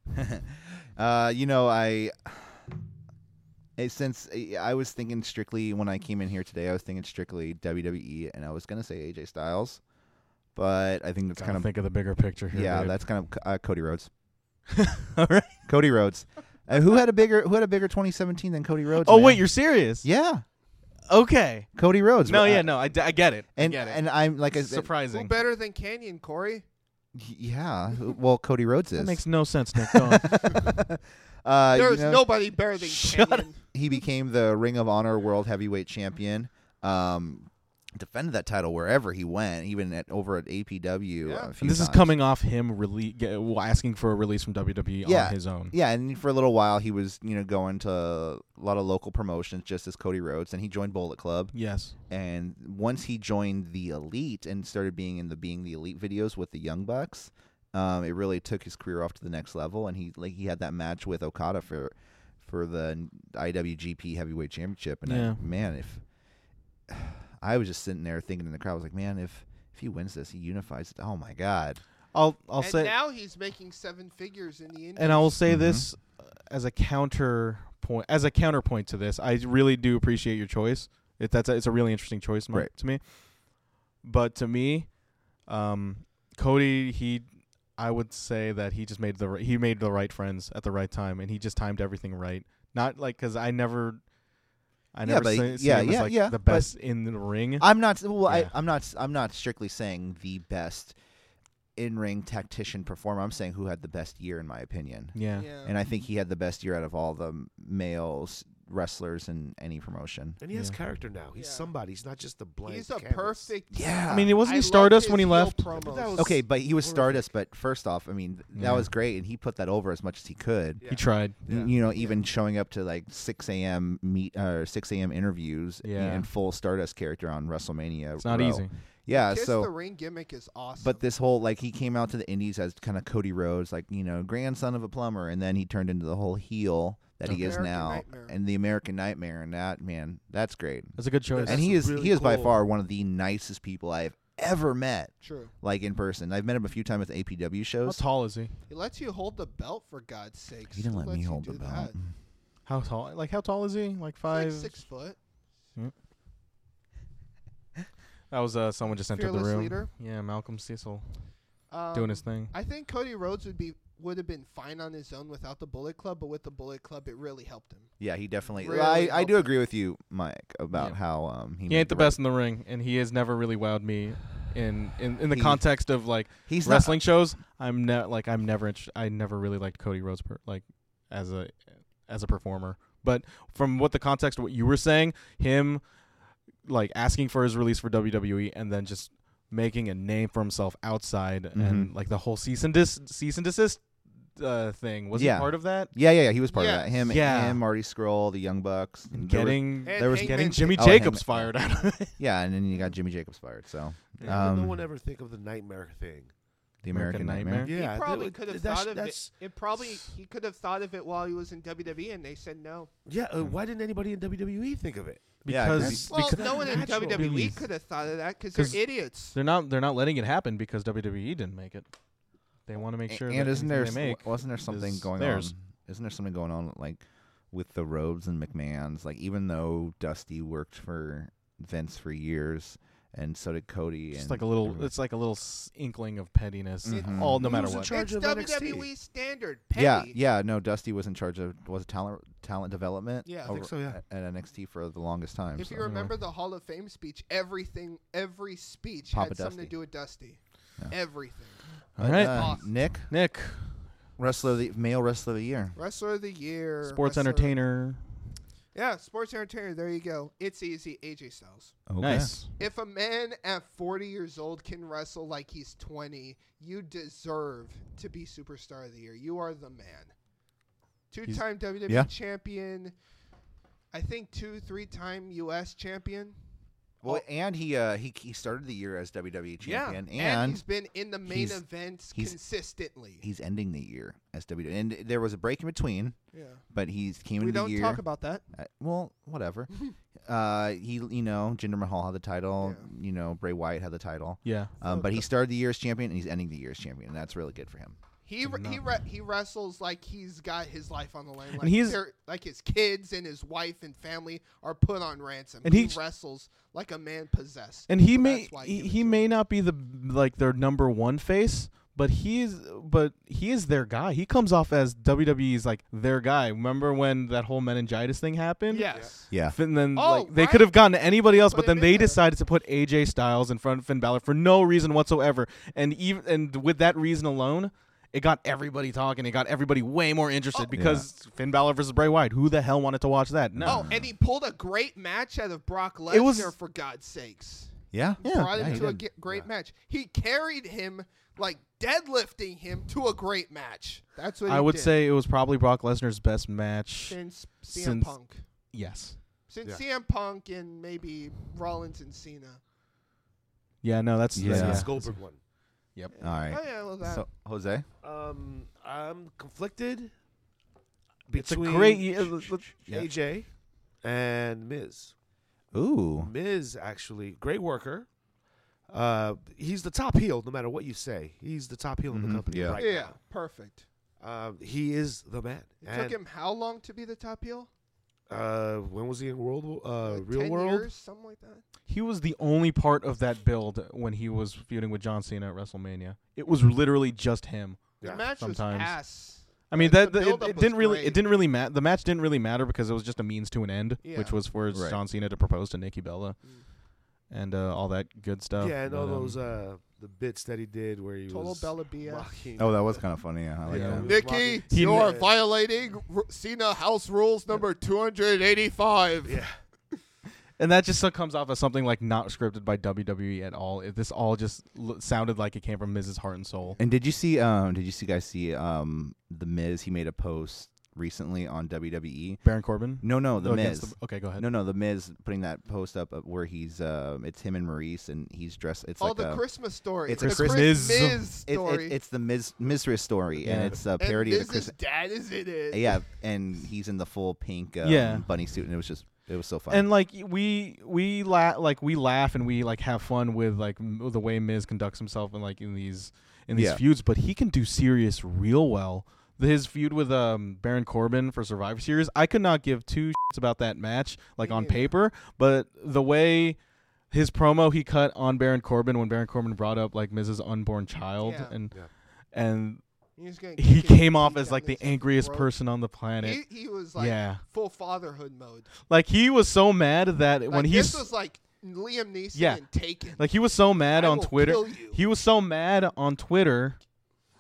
[SPEAKER 4] uh, you know, I eh, since eh, I was thinking strictly when I came in here today, I was thinking strictly WWE, and I was gonna say AJ Styles, but I think that's
[SPEAKER 2] Kind
[SPEAKER 4] kind
[SPEAKER 2] of
[SPEAKER 4] of
[SPEAKER 2] think of the bigger picture here.
[SPEAKER 4] yeah,
[SPEAKER 2] Dave.
[SPEAKER 4] that's kind of uh, Cody Rhodes.
[SPEAKER 2] all right.
[SPEAKER 4] Cody Rhodes, uh, who had a bigger who had a bigger 2017 than Cody Rhodes?
[SPEAKER 2] Oh
[SPEAKER 4] man?
[SPEAKER 2] wait, you're serious?
[SPEAKER 4] yeah,
[SPEAKER 2] Okay.
[SPEAKER 4] Cody Rhodes.
[SPEAKER 2] No,
[SPEAKER 4] Uh,
[SPEAKER 2] yeah, no. I, d- I get it.
[SPEAKER 4] and
[SPEAKER 2] I get it.
[SPEAKER 4] and I'm like I
[SPEAKER 2] it's
[SPEAKER 4] said,
[SPEAKER 5] Who
[SPEAKER 2] surprising.
[SPEAKER 5] better than Canyon, Corey?
[SPEAKER 4] yeah. Well, Cody Rhodes is.
[SPEAKER 2] That makes no sense, Nick. Go on.
[SPEAKER 4] uh,
[SPEAKER 5] There
[SPEAKER 4] you
[SPEAKER 5] is
[SPEAKER 4] know,
[SPEAKER 5] nobody better than Canyon.
[SPEAKER 4] he became the Ring of Honor World Heavyweight Champion. Um, defended that title wherever he went, even at over at APW.
[SPEAKER 5] Yeah.
[SPEAKER 4] a few
[SPEAKER 2] And this is
[SPEAKER 4] times.
[SPEAKER 2] coming off him rele- ge- well, asking for a release from WWE
[SPEAKER 4] Yeah.
[SPEAKER 2] on his own.
[SPEAKER 4] Yeah, and for a little while he was, you know, going to a lot of local promotions just as Cody Rhodes, and he joined Bullet Club.
[SPEAKER 2] Yes.
[SPEAKER 4] And once he joined the Elite and started being in the Being the Elite videos with the Young Bucks, um, it really took his career off to the next level. And he like he had that match with Okada for for the IWGP Heavyweight Championship. And I-
[SPEAKER 2] Yeah.
[SPEAKER 4] man, if I was just sitting there thinking in the crowd, I was like, man, if if he wins this, he unifies it. Oh my God.
[SPEAKER 2] I'll I'll
[SPEAKER 5] and
[SPEAKER 2] say
[SPEAKER 5] now he's making seven figures in the indie.
[SPEAKER 2] and I will say
[SPEAKER 4] Mhm.
[SPEAKER 2] this uh, as a counterpoint as a counterpoint to this. I really do appreciate your choice. It, that's a, it's a really interesting choice Mike,
[SPEAKER 4] Right.
[SPEAKER 2] to me. But to me, um, Cody he I would say that he just made the ri- he made the right friends at the right time and he just timed everything right. Not like cuz I never I
[SPEAKER 4] Yeah,
[SPEAKER 2] never
[SPEAKER 4] but
[SPEAKER 2] say, see
[SPEAKER 4] yeah,
[SPEAKER 2] him as
[SPEAKER 4] yeah,
[SPEAKER 2] like
[SPEAKER 4] yeah,
[SPEAKER 2] the
[SPEAKER 4] but-
[SPEAKER 2] best in the ring.
[SPEAKER 4] I'm not. Well,
[SPEAKER 2] Yeah.
[SPEAKER 4] I, I'm not. I'm not strictly saying the best in-ring tactician performer. I'm saying who had the best year, in my opinion.
[SPEAKER 2] yeah.
[SPEAKER 5] Yeah.
[SPEAKER 4] And I think he had the best year out of all the males wrestlers in any promotion.
[SPEAKER 3] And he has
[SPEAKER 2] Yeah.
[SPEAKER 3] character now. He's
[SPEAKER 5] Yeah.
[SPEAKER 3] somebody. He's not just a blank.
[SPEAKER 5] he's a
[SPEAKER 3] canvas.
[SPEAKER 5] perfect.
[SPEAKER 4] Yeah,
[SPEAKER 2] I mean, it wasn't
[SPEAKER 5] I
[SPEAKER 2] he
[SPEAKER 5] loved
[SPEAKER 2] Stardust
[SPEAKER 5] his
[SPEAKER 2] when he
[SPEAKER 5] heel
[SPEAKER 2] left?
[SPEAKER 5] promos.
[SPEAKER 3] that was-
[SPEAKER 4] okay, but he was
[SPEAKER 3] Horrific.
[SPEAKER 4] Stardust. But first off, I mean, th-
[SPEAKER 2] Yeah.
[SPEAKER 4] that was great, and he put that over as much as he could.
[SPEAKER 2] He tried.
[SPEAKER 4] N- You know, even showing up to like 6 a.m. meet or 6 a.m. interviews
[SPEAKER 2] Yeah.
[SPEAKER 4] in full Stardust character on WrestleMania.
[SPEAKER 2] It's not
[SPEAKER 4] row.
[SPEAKER 2] easy.
[SPEAKER 4] Yeah,
[SPEAKER 5] Kiss
[SPEAKER 4] so
[SPEAKER 5] the ring gimmick is awesome.
[SPEAKER 4] But this whole like he came out to the Indies as kind of Cody Rhodes, like you know, grandson of a plumber, and then he turned into the whole heel that he is
[SPEAKER 5] American
[SPEAKER 4] now,
[SPEAKER 5] Nightmare.
[SPEAKER 4] and the American Nightmare, and that man, that's great.
[SPEAKER 2] That's a good choice.
[SPEAKER 4] and he is
[SPEAKER 3] really
[SPEAKER 4] he is by
[SPEAKER 3] cool.
[SPEAKER 4] far one of the nicest people I've ever met,
[SPEAKER 5] true.
[SPEAKER 4] like in person. I've met him a few times at APW
[SPEAKER 2] How
[SPEAKER 4] shows.
[SPEAKER 2] tall is he?
[SPEAKER 5] He lets you hold the belt for God's sake.
[SPEAKER 4] He didn't
[SPEAKER 5] Who
[SPEAKER 4] let
[SPEAKER 5] lets
[SPEAKER 4] me
[SPEAKER 5] you
[SPEAKER 4] hold the
[SPEAKER 5] do
[SPEAKER 4] belt.
[SPEAKER 5] that? He's
[SPEAKER 2] How tall? Like how tall is he? Like
[SPEAKER 5] like
[SPEAKER 2] five.
[SPEAKER 5] six foot.
[SPEAKER 2] That was uh, someone just entered the
[SPEAKER 5] Fearless
[SPEAKER 2] room.
[SPEAKER 5] leader.
[SPEAKER 2] Yeah, Malcolm Cecil
[SPEAKER 5] Um,
[SPEAKER 2] doing his thing.
[SPEAKER 5] I think Cody Rhodes would be would have been fine on his own without the Bullet Club, but with the Bullet Club, it really helped him.
[SPEAKER 4] Yeah, he definitely.
[SPEAKER 5] Really
[SPEAKER 4] I, I do
[SPEAKER 5] helpful.
[SPEAKER 4] agree with you, Mike, about
[SPEAKER 2] Yeah.
[SPEAKER 4] how um he,
[SPEAKER 2] He
[SPEAKER 4] made
[SPEAKER 2] ain't the
[SPEAKER 4] right-
[SPEAKER 2] best in the ring, and he has never really wowed me. In in, in the
[SPEAKER 4] He-
[SPEAKER 2] context of like
[SPEAKER 4] He's not-
[SPEAKER 2] wrestling shows, I'm ne- like I'm never inter- I never really liked Cody Rhodes per- like as a as a performer. But from what the context of what you were saying, him like asking for his release for WWE and then just making a name for himself outside
[SPEAKER 4] Mm-hmm.
[SPEAKER 2] and like the whole cease and dis- cease and desist uh, thing was
[SPEAKER 4] Yeah.
[SPEAKER 2] he part of that?
[SPEAKER 4] Yeah, yeah, yeah. He was part
[SPEAKER 5] Yeah.
[SPEAKER 4] of that. Him,
[SPEAKER 2] Yeah.
[SPEAKER 4] him, Marty Scroll, the Young Bucks, and there were-
[SPEAKER 2] Getting
[SPEAKER 5] And
[SPEAKER 4] there was
[SPEAKER 5] Hangman
[SPEAKER 2] getting Jimmy
[SPEAKER 4] Oh,
[SPEAKER 2] Jacobs
[SPEAKER 4] Hangman.
[SPEAKER 2] fired out of it.
[SPEAKER 4] yeah, and then you got Jimmy Jacobs fired. So
[SPEAKER 3] How did no
[SPEAKER 4] um,
[SPEAKER 3] one ever think of the nightmare thing.
[SPEAKER 4] the
[SPEAKER 2] American
[SPEAKER 4] American, Nightmare.
[SPEAKER 2] Nightmare.
[SPEAKER 5] He
[SPEAKER 3] Yeah,
[SPEAKER 5] probably
[SPEAKER 3] that-
[SPEAKER 5] could have
[SPEAKER 3] that's-
[SPEAKER 5] thought of it.
[SPEAKER 3] that's-
[SPEAKER 5] It probably he could have thought of it while he was in WWE, and they said no.
[SPEAKER 3] Yeah, uh, why didn't anybody in WWE think of it?
[SPEAKER 4] Yeah,
[SPEAKER 2] Because,
[SPEAKER 5] Well,
[SPEAKER 2] because
[SPEAKER 5] no one in
[SPEAKER 3] Natural.
[SPEAKER 5] WWE could have thought of that because
[SPEAKER 2] 'Cause-
[SPEAKER 5] they're idiots.
[SPEAKER 2] they're not they're not letting it happen because WWE didn't make it. They want to make
[SPEAKER 4] A-
[SPEAKER 2] sure.
[SPEAKER 4] and
[SPEAKER 2] that anything
[SPEAKER 4] isn't there
[SPEAKER 2] they
[SPEAKER 4] s-
[SPEAKER 2] make?
[SPEAKER 4] wasn't there something
[SPEAKER 2] is
[SPEAKER 4] going
[SPEAKER 2] theirs.
[SPEAKER 4] on? Isn't there something going on like with the Rhodes and McMahon's? Like even though Dusty worked for Vince for years, and so did Cody.
[SPEAKER 2] It's
[SPEAKER 4] and
[SPEAKER 2] like a little.
[SPEAKER 4] everyone-
[SPEAKER 2] It's like a little s- inkling of pettiness.
[SPEAKER 4] Mhm.
[SPEAKER 2] All no
[SPEAKER 3] Who's
[SPEAKER 2] matter
[SPEAKER 3] in
[SPEAKER 2] what.
[SPEAKER 3] charge?
[SPEAKER 5] It's E.
[SPEAKER 3] of NXT.
[SPEAKER 5] WWE standard.
[SPEAKER 4] yeah,
[SPEAKER 5] Petty.
[SPEAKER 4] yeah. No, Dusty was in charge of was it talent talent development.
[SPEAKER 5] Yeah, I
[SPEAKER 3] think so, yeah.
[SPEAKER 4] at NXT for the longest time.
[SPEAKER 5] If
[SPEAKER 4] so.
[SPEAKER 5] you remember the Hall of Fame speech, everything, every speech
[SPEAKER 4] Papa
[SPEAKER 5] had something
[SPEAKER 4] Dusty.
[SPEAKER 5] to do with Dusty.
[SPEAKER 4] Yeah.
[SPEAKER 5] Everything.
[SPEAKER 2] All right,
[SPEAKER 4] Uh, Nick,
[SPEAKER 2] Nick,
[SPEAKER 4] wrestler of the male wrestler of the year.
[SPEAKER 5] Wrestler of the year.
[SPEAKER 2] sports
[SPEAKER 5] wrestler-
[SPEAKER 2] entertainer.
[SPEAKER 5] Yeah, sports entertainer. There you go. It's easy. AJ Styles.
[SPEAKER 4] Okay.
[SPEAKER 2] Nice.
[SPEAKER 5] If a man at 40 years old can wrestle like he's 20, you deserve to be superstar of the year. You are the man. Two-time WWE
[SPEAKER 4] yeah.
[SPEAKER 5] champion. I think two, three time U.S. champion.
[SPEAKER 4] Well, and he uh he, he started the year as WWE
[SPEAKER 3] Yeah,
[SPEAKER 4] champion,
[SPEAKER 5] and
[SPEAKER 4] and
[SPEAKER 5] he's been in the main
[SPEAKER 4] he's-
[SPEAKER 5] events
[SPEAKER 4] he's-
[SPEAKER 5] consistently.
[SPEAKER 4] he's ending the year as WWE. And there was a break in between,
[SPEAKER 5] yeah,
[SPEAKER 4] but he's came
[SPEAKER 5] we
[SPEAKER 4] into
[SPEAKER 5] don't
[SPEAKER 4] the year.
[SPEAKER 5] talk about that.
[SPEAKER 4] uh, well, whatever. uh, he you know Jinder Mahal had the title. You know Bray Wyatt had the title.
[SPEAKER 2] Yeah.
[SPEAKER 4] Um, but he started the year as champion, and he's ending the year as champion, and that's really good for him.
[SPEAKER 5] He re- he re- he wrestles like he's got his life on the line. Like,
[SPEAKER 2] he's-
[SPEAKER 5] they're- like his kids and his wife and family are put on ransom.
[SPEAKER 2] And
[SPEAKER 5] he
[SPEAKER 2] he's-
[SPEAKER 5] wrestles like a man possessed.
[SPEAKER 2] and he
[SPEAKER 5] So
[SPEAKER 2] may
[SPEAKER 5] that's why I
[SPEAKER 2] he,
[SPEAKER 5] give it
[SPEAKER 2] he
[SPEAKER 5] to
[SPEAKER 2] may
[SPEAKER 5] him.
[SPEAKER 2] not be the like their number one face but he is but he is their guy he comes off as wwe's like their guy remember when that whole meningitis thing happened
[SPEAKER 5] Yes.
[SPEAKER 4] Yeah.
[SPEAKER 2] and then
[SPEAKER 5] Oh,
[SPEAKER 2] like, they
[SPEAKER 5] right.
[SPEAKER 2] could have gotten anybody else,
[SPEAKER 5] Put
[SPEAKER 2] but
[SPEAKER 5] him
[SPEAKER 2] then
[SPEAKER 5] in
[SPEAKER 2] they
[SPEAKER 5] there.
[SPEAKER 2] decided to put AJ Styles in front of Finn Balor for no reason whatsoever. And even and with that reason alone, it got everybody talking. It got everybody way more
[SPEAKER 5] Oh.
[SPEAKER 2] interested because Finn Balor versus Bray Wyatt. Who the hell wanted to watch that? No.
[SPEAKER 5] Oh, and he pulled a great match out of Brock Lesnar.
[SPEAKER 2] It was-
[SPEAKER 5] for God's sakes.
[SPEAKER 4] Yeah.
[SPEAKER 5] brought him
[SPEAKER 4] he
[SPEAKER 5] to a
[SPEAKER 4] did.
[SPEAKER 5] ge- great match. He carried him like deadlifting him to a great match. That's what
[SPEAKER 2] I
[SPEAKER 5] he
[SPEAKER 2] would
[SPEAKER 5] did.
[SPEAKER 2] say it was probably Brock Lesnar's best match.
[SPEAKER 5] since CM
[SPEAKER 2] since-
[SPEAKER 5] Punk,
[SPEAKER 2] Yes.
[SPEAKER 5] since CM Punk and maybe Rollins and Cena.
[SPEAKER 2] Yeah. No. That's
[SPEAKER 4] Yeah.
[SPEAKER 2] that's-
[SPEAKER 3] Since
[SPEAKER 4] Yeah.
[SPEAKER 3] Goldberg won.
[SPEAKER 4] All right.
[SPEAKER 5] Oh yeah, well that.
[SPEAKER 4] So Jose,
[SPEAKER 3] Um, I'm conflicted
[SPEAKER 2] It's a
[SPEAKER 3] between
[SPEAKER 2] great year. Let's- let's- yeah.
[SPEAKER 3] AJ and Miz.
[SPEAKER 4] ooh,
[SPEAKER 3] Miz actually great worker. Uh, he's the top heel, no matter what you say. He's the top heel in
[SPEAKER 4] Mhm,
[SPEAKER 3] the company
[SPEAKER 4] yeah.
[SPEAKER 3] right
[SPEAKER 5] yeah, perfect.
[SPEAKER 3] now. Um, he is the man.
[SPEAKER 5] It
[SPEAKER 3] And,
[SPEAKER 5] took him how long to be the top heel?
[SPEAKER 3] Uh, when was he in World Wo- uh,
[SPEAKER 5] Like
[SPEAKER 3] Real
[SPEAKER 5] 10
[SPEAKER 3] World?
[SPEAKER 5] years, something like that.
[SPEAKER 2] He was the only part of that build when he was feuding with John Cena at WrestleMania. It was literally just him.
[SPEAKER 5] The
[SPEAKER 3] Yeah,
[SPEAKER 5] match
[SPEAKER 2] sometimes.
[SPEAKER 5] was ass.
[SPEAKER 2] I mean
[SPEAKER 5] Like,
[SPEAKER 2] that
[SPEAKER 5] the
[SPEAKER 2] the- it-
[SPEAKER 5] buildup
[SPEAKER 2] it,
[SPEAKER 5] was
[SPEAKER 2] didn't really
[SPEAKER 5] great.
[SPEAKER 2] it didn't really matter. The match didn't really matter because it was just a means to an end,
[SPEAKER 5] Yeah. Mm.
[SPEAKER 2] which was for
[SPEAKER 4] Right.
[SPEAKER 2] John Cena to propose to Nikki Bella, and uh, all that good stuff.
[SPEAKER 3] yeah, and
[SPEAKER 2] But,
[SPEAKER 3] all
[SPEAKER 2] um,
[SPEAKER 3] those uh, the bits that he did where he
[SPEAKER 5] Total
[SPEAKER 3] was
[SPEAKER 5] Bella BS.
[SPEAKER 3] mocking-
[SPEAKER 4] oh, that was kind of funny. Yeah, I like
[SPEAKER 2] Yeah.
[SPEAKER 4] that.
[SPEAKER 3] he was
[SPEAKER 5] Nikki,
[SPEAKER 3] mocking-
[SPEAKER 2] He-
[SPEAKER 5] you're
[SPEAKER 3] Yeah.
[SPEAKER 5] violating R- Cena House Rules number 285.
[SPEAKER 3] Yeah.
[SPEAKER 2] and that just so- comes off as something like not scripted by WWE at all. It, this all just l- sounded like it came from Mrs. Heart and Soul.
[SPEAKER 4] And did you see? Um, did you see guys see? Um, the Miz. He made a post recently on WWE.
[SPEAKER 2] Baron Corbin.
[SPEAKER 4] No, no, the
[SPEAKER 2] Oh,
[SPEAKER 4] Miz.
[SPEAKER 2] against the- okay, go ahead.
[SPEAKER 4] no, no, the Miz putting that post up of where he's. Uh, it's him and Maurice, and he's dressed. It's
[SPEAKER 5] Oh,
[SPEAKER 4] like
[SPEAKER 5] the
[SPEAKER 4] a,
[SPEAKER 5] Christmas story.
[SPEAKER 4] it's
[SPEAKER 5] the
[SPEAKER 4] a
[SPEAKER 5] Chris
[SPEAKER 2] Christmas-
[SPEAKER 5] Miz
[SPEAKER 4] it, it,
[SPEAKER 5] story.
[SPEAKER 4] it's the Miz Mistress story, and
[SPEAKER 2] Yeah.
[SPEAKER 4] it's a
[SPEAKER 5] And
[SPEAKER 4] parody of the
[SPEAKER 5] Miz's
[SPEAKER 4] Chris.
[SPEAKER 5] dad is in it.
[SPEAKER 4] Yeah, and he's in the full pink um,
[SPEAKER 2] Yeah.
[SPEAKER 4] bunny suit, and it was just it was so funny.
[SPEAKER 2] and like we we la- like we laugh and we like have fun with like m- the way Miz conducts himself and like in these in these
[SPEAKER 4] Yeah.
[SPEAKER 2] feuds, but he can do serious real well. The- His feud with um, Baron Corbin for Survivor Series, I could not give two shits about that match, like on
[SPEAKER 5] Yeah.
[SPEAKER 2] paper, but the way his promo he cut on Baron Corbin when Baron Corbin brought up like Miz's unborn child
[SPEAKER 5] Yeah.
[SPEAKER 2] and
[SPEAKER 3] Yeah.
[SPEAKER 2] and
[SPEAKER 5] He's gonna
[SPEAKER 2] he
[SPEAKER 5] kick his
[SPEAKER 2] came off
[SPEAKER 5] feet
[SPEAKER 2] as
[SPEAKER 5] down
[SPEAKER 2] like the
[SPEAKER 5] his
[SPEAKER 2] angriest
[SPEAKER 5] throat.
[SPEAKER 2] person on the planet.
[SPEAKER 5] He, he was like
[SPEAKER 2] Yeah.
[SPEAKER 5] full fatherhood mode.
[SPEAKER 2] like he was so mad that when
[SPEAKER 5] Like,
[SPEAKER 2] he's
[SPEAKER 5] this was like Liam Neeson
[SPEAKER 2] Yeah.
[SPEAKER 5] and Taken.
[SPEAKER 2] Like he was so mad
[SPEAKER 5] I
[SPEAKER 2] on
[SPEAKER 5] will
[SPEAKER 2] Twitter.
[SPEAKER 5] kill you.
[SPEAKER 2] He was so mad on Twitter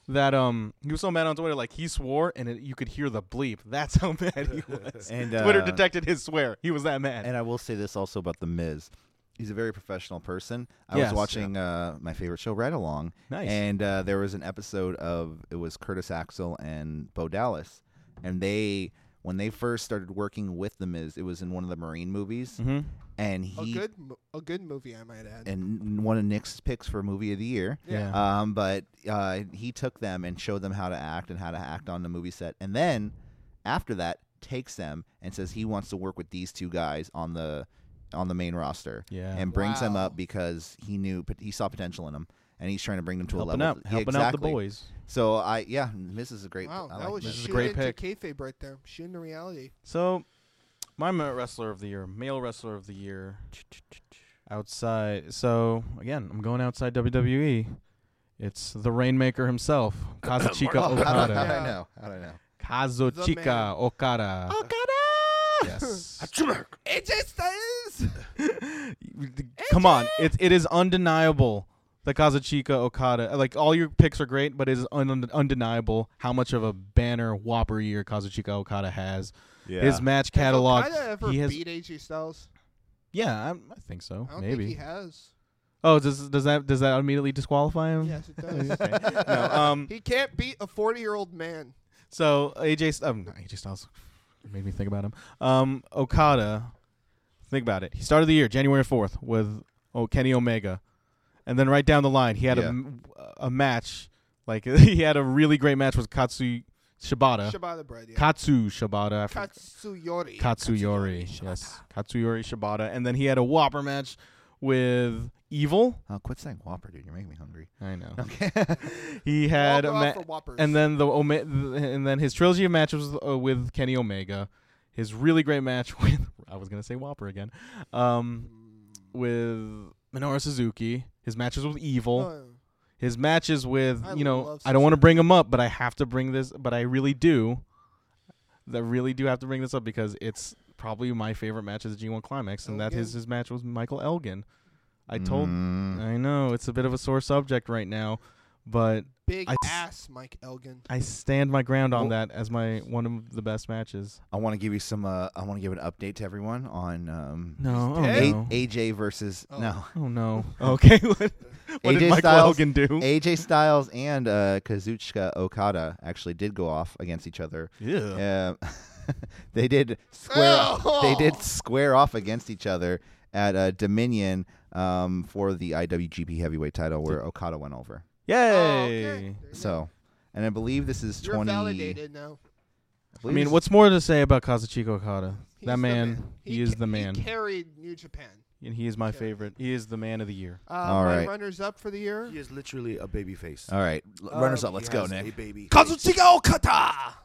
[SPEAKER 2] that um he was so mad on Twitter like he swore and it, you could hear the bleep. That's how mad he was.
[SPEAKER 4] And,
[SPEAKER 2] Twitter
[SPEAKER 4] uh,
[SPEAKER 2] detected his swear. He was that mad.
[SPEAKER 4] And I will say this also about the Miz. He's a very professional person. I
[SPEAKER 2] Yes.
[SPEAKER 4] was watching uh, my favorite show, Right Along.
[SPEAKER 2] Nice.
[SPEAKER 4] And uh, there was an episode of it was Curtis Axel and Bo Dallas, and they when they first started working with the Miz, it was in one of the Marine movies,
[SPEAKER 2] Mhm.
[SPEAKER 4] and
[SPEAKER 5] a
[SPEAKER 4] he
[SPEAKER 5] Oh, good mo- a good movie, I might add.
[SPEAKER 4] and one of Nick's picks for movie of the year.
[SPEAKER 2] Yeah.
[SPEAKER 4] Um, but uh, he took them and showed them how to act and how to act on the movie set, and then after that takes them and says he wants to work with these two guys on the on the main roster.
[SPEAKER 2] Yeah.
[SPEAKER 4] and brings them
[SPEAKER 5] Wow.
[SPEAKER 4] up because he knew he saw potential in them, and he's trying to bring them to
[SPEAKER 2] helping
[SPEAKER 4] a level.
[SPEAKER 2] out,
[SPEAKER 4] Yeah,
[SPEAKER 2] helping out the
[SPEAKER 4] exactly.
[SPEAKER 2] boys.
[SPEAKER 4] So I yeah, this is a great.
[SPEAKER 5] Wow,
[SPEAKER 4] I
[SPEAKER 5] that
[SPEAKER 4] like
[SPEAKER 5] was
[SPEAKER 4] Miz.
[SPEAKER 2] This is a
[SPEAKER 5] shooting
[SPEAKER 2] great
[SPEAKER 5] into kayfabe right there. Shooting to reality.
[SPEAKER 2] So my ma- wrestler of the year, male wrestler of the year outside. So again, I'm going outside WWE. It's the Rainmaker himself, Kazuchika
[SPEAKER 4] Oh, how, do, how
[SPEAKER 2] Okada.
[SPEAKER 4] do I know? How do I know?
[SPEAKER 2] Kazuchika Okada. Yes.
[SPEAKER 5] It just is.
[SPEAKER 2] Come on, it it is undeniable that Kazuchika Okada, like all your picks are great, but it is un- undeniable how much of a banner whopper year Kazuchika Okada has. His match catalog,
[SPEAKER 5] Okada ever
[SPEAKER 2] he has.
[SPEAKER 5] beat AJ Styles?
[SPEAKER 2] yeah, I, I think so.
[SPEAKER 5] I don't
[SPEAKER 2] maybe.
[SPEAKER 5] think he has.
[SPEAKER 2] oh, does does that does that immediately disqualify him?
[SPEAKER 5] Yes, it does.
[SPEAKER 2] No. Um.
[SPEAKER 5] he can't beat a forty-year-old man.
[SPEAKER 2] So AJ, St- um, not AJ Styles. made me think about him. Um, Okada, think about it. He started the year January fourth with oh, Kenny Omega, and then right down the line he had a
[SPEAKER 4] Yeah.
[SPEAKER 2] m a a match like he had a really great match with Katsu Shibata.
[SPEAKER 5] Shibata bread. Yeah.
[SPEAKER 2] Katsu Shibata. I forg-
[SPEAKER 5] Katsuyori.
[SPEAKER 2] Katsuyori. yes. Katsuyori Shibata. And then he had a whopper match with Evil.
[SPEAKER 4] Oh, quit saying Whopper, dude. You're making me hungry.
[SPEAKER 2] I know.
[SPEAKER 4] Okay.
[SPEAKER 2] He had
[SPEAKER 5] Had
[SPEAKER 2] a ma- and then the Ome- and then his trilogy of matches with, uh, with Kenny Omega. His really great match with I was gonna say Whopper again, um, with Minoru Suzuki. His matches with Evil. his matches with
[SPEAKER 5] I
[SPEAKER 2] you know
[SPEAKER 5] love
[SPEAKER 2] I don't want to bring him up, but I have to bring this, but I really do. I really do have to bring this up because it's probably my favorite match of the G1 Climax, and that
[SPEAKER 5] Elgin.
[SPEAKER 2] is his match was Michael Elgin. I told,
[SPEAKER 4] Mm.
[SPEAKER 2] I know it's a bit of a sore subject right now, but
[SPEAKER 5] big
[SPEAKER 2] I s-
[SPEAKER 5] ass Mike Elgin.
[SPEAKER 2] I stand my ground on
[SPEAKER 4] Well-
[SPEAKER 2] that as my one of the best matches.
[SPEAKER 4] I want to give you some. Uh, I want to give an update to everyone on um,
[SPEAKER 2] No, oh
[SPEAKER 5] dead?
[SPEAKER 2] no,
[SPEAKER 4] A- AJ versus
[SPEAKER 5] Oh.
[SPEAKER 4] no
[SPEAKER 2] oh no. Okay, what, what did
[SPEAKER 4] AJ
[SPEAKER 2] Michael
[SPEAKER 4] Styles-
[SPEAKER 2] Elgin do?
[SPEAKER 4] AJ Styles and uh, Kazuchika Okada actually did go off against each other.
[SPEAKER 2] yeah.
[SPEAKER 4] Um, they did square. They did
[SPEAKER 5] Ow!
[SPEAKER 4] square off against each other at uh, Dominion um, for the IWGP Heavyweight Title, where Okada went over.
[SPEAKER 2] Yay!
[SPEAKER 5] Oh, okay. There you go.
[SPEAKER 4] So, and I believe this is
[SPEAKER 5] you're
[SPEAKER 4] twenty.
[SPEAKER 5] validated now.
[SPEAKER 2] I
[SPEAKER 4] believe
[SPEAKER 2] mean,
[SPEAKER 4] this-
[SPEAKER 2] what's more to say about Kazuchika Okada?
[SPEAKER 5] He's
[SPEAKER 2] that
[SPEAKER 5] the
[SPEAKER 2] man, he, is
[SPEAKER 5] ca-
[SPEAKER 2] the man.
[SPEAKER 5] He carried New Japan.
[SPEAKER 2] and he is my
[SPEAKER 5] Okay.
[SPEAKER 2] favorite. He is the man of the year.
[SPEAKER 5] Uh,
[SPEAKER 4] All
[SPEAKER 5] my
[SPEAKER 4] right.
[SPEAKER 5] runners up for the year.
[SPEAKER 3] He is literally a baby face.
[SPEAKER 2] Uh,
[SPEAKER 4] All right, l-
[SPEAKER 3] Uh,
[SPEAKER 4] runners up. Let's go,
[SPEAKER 3] Nick.
[SPEAKER 4] Nick.
[SPEAKER 3] baby.
[SPEAKER 4] Kazuchika Okada,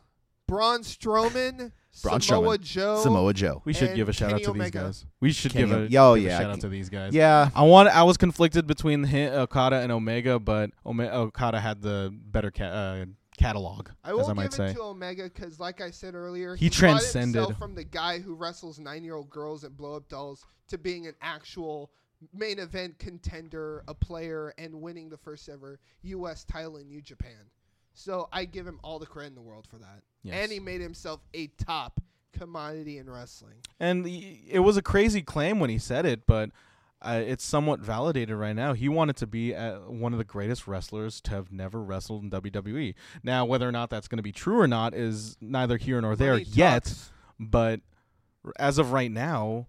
[SPEAKER 5] Braun Strowman,
[SPEAKER 4] Braun
[SPEAKER 5] Samoa
[SPEAKER 4] Strowman.
[SPEAKER 5] Joe,
[SPEAKER 4] Samoa Joe.
[SPEAKER 2] We should
[SPEAKER 5] And
[SPEAKER 2] give a shout
[SPEAKER 5] Kenny
[SPEAKER 2] out to
[SPEAKER 5] Omega.
[SPEAKER 2] these guys. We should
[SPEAKER 4] Kenny
[SPEAKER 2] give, a,
[SPEAKER 4] Om- Yo,
[SPEAKER 2] give a
[SPEAKER 4] yeah,
[SPEAKER 2] shout
[SPEAKER 4] Ken-
[SPEAKER 2] out to these guys.
[SPEAKER 4] Yeah,
[SPEAKER 2] I want. I was conflicted between hi Okada and Omega, but Ome- Okada had the better ca- uh, catalog,
[SPEAKER 5] I
[SPEAKER 2] as
[SPEAKER 5] won't
[SPEAKER 2] I might
[SPEAKER 5] give
[SPEAKER 2] say.
[SPEAKER 5] it to Omega because, like I said earlier,
[SPEAKER 2] He
[SPEAKER 5] cut himself
[SPEAKER 2] transcended.
[SPEAKER 5] from the guy who wrestles nine-year-old girls and blow-up dolls to being an actual main event contender, a player, and winning the first ever U.S. title in New Japan. So I give him all the credit in the world for that,
[SPEAKER 2] Yes.
[SPEAKER 5] and he made himself a top commodity in wrestling.
[SPEAKER 2] And y- it was a crazy claim when he said it, but uh, it's somewhat validated right now. He wanted to be uh, one of the greatest wrestlers to have never wrestled in WWE. Now, whether or not that's going to be true or not is neither here nor there
[SPEAKER 5] Money
[SPEAKER 2] yet.
[SPEAKER 5] talks.
[SPEAKER 2] But r- as of right now,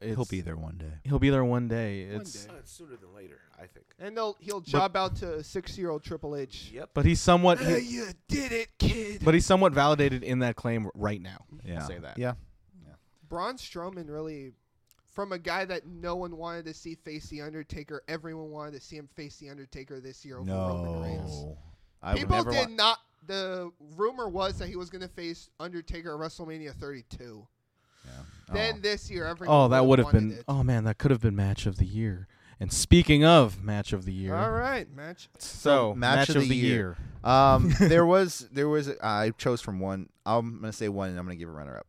[SPEAKER 2] it's,
[SPEAKER 4] he'll be there one day.
[SPEAKER 2] He'll be there one day.
[SPEAKER 5] One
[SPEAKER 2] It's
[SPEAKER 5] day.
[SPEAKER 3] Uh, sooner than later, I think.
[SPEAKER 5] and they'll, he'll job out to a six-year-old Triple H.
[SPEAKER 3] Yep.
[SPEAKER 2] but he's somewhat
[SPEAKER 5] Ah,
[SPEAKER 2] he,
[SPEAKER 5] you did it, kid.
[SPEAKER 2] but he's somewhat validated in that claim right now.
[SPEAKER 4] Yeah,
[SPEAKER 2] say that.
[SPEAKER 4] Yeah,
[SPEAKER 5] Braun Strowman really, from a guy that no one wanted to see face the Undertaker, everyone wanted to see him face the Undertaker this year over Roman Reigns.
[SPEAKER 4] no. I would
[SPEAKER 5] People
[SPEAKER 4] never
[SPEAKER 5] did
[SPEAKER 4] want.
[SPEAKER 5] not. The rumor was that he was going to face Undertaker at WrestleMania 32.
[SPEAKER 4] Oh.
[SPEAKER 5] Then this year, everyone.
[SPEAKER 2] Oh, that would have
[SPEAKER 5] wanted
[SPEAKER 2] been
[SPEAKER 5] it.
[SPEAKER 2] oh man, that could have been match of the year. And speaking of match of the year,
[SPEAKER 5] All right, match.
[SPEAKER 2] so
[SPEAKER 4] match of the year. Um, there was there was I chose from one. I'm gonna say one, and I'm gonna give a runner up.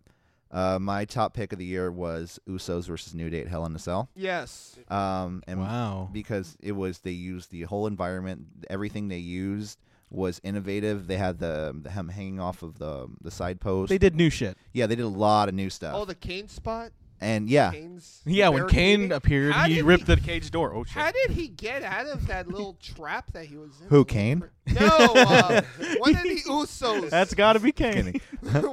[SPEAKER 4] Uh, my top pick of the year was Usos versus New Day at Hell in a Cell.
[SPEAKER 5] Yes.
[SPEAKER 4] Um, and
[SPEAKER 2] Wow.
[SPEAKER 4] because it was they used the whole environment, everything they used was innovative. They had the, the hem hanging off of the the side post.
[SPEAKER 2] They did new shit.
[SPEAKER 4] yeah, they did a lot of new stuff.
[SPEAKER 5] Oh, the Kane spot.
[SPEAKER 4] and yeah,
[SPEAKER 5] Kane's
[SPEAKER 2] Yeah, when Kane
[SPEAKER 5] barricading?
[SPEAKER 2] appeared,
[SPEAKER 5] How
[SPEAKER 2] he
[SPEAKER 5] did
[SPEAKER 2] ripped the cage door. Oh shit.
[SPEAKER 5] How did he get out of that little trap that he was in?
[SPEAKER 4] Who, Kane?
[SPEAKER 5] No, uh, one of the Usos.
[SPEAKER 2] That's got to be Kane.
[SPEAKER 5] One of The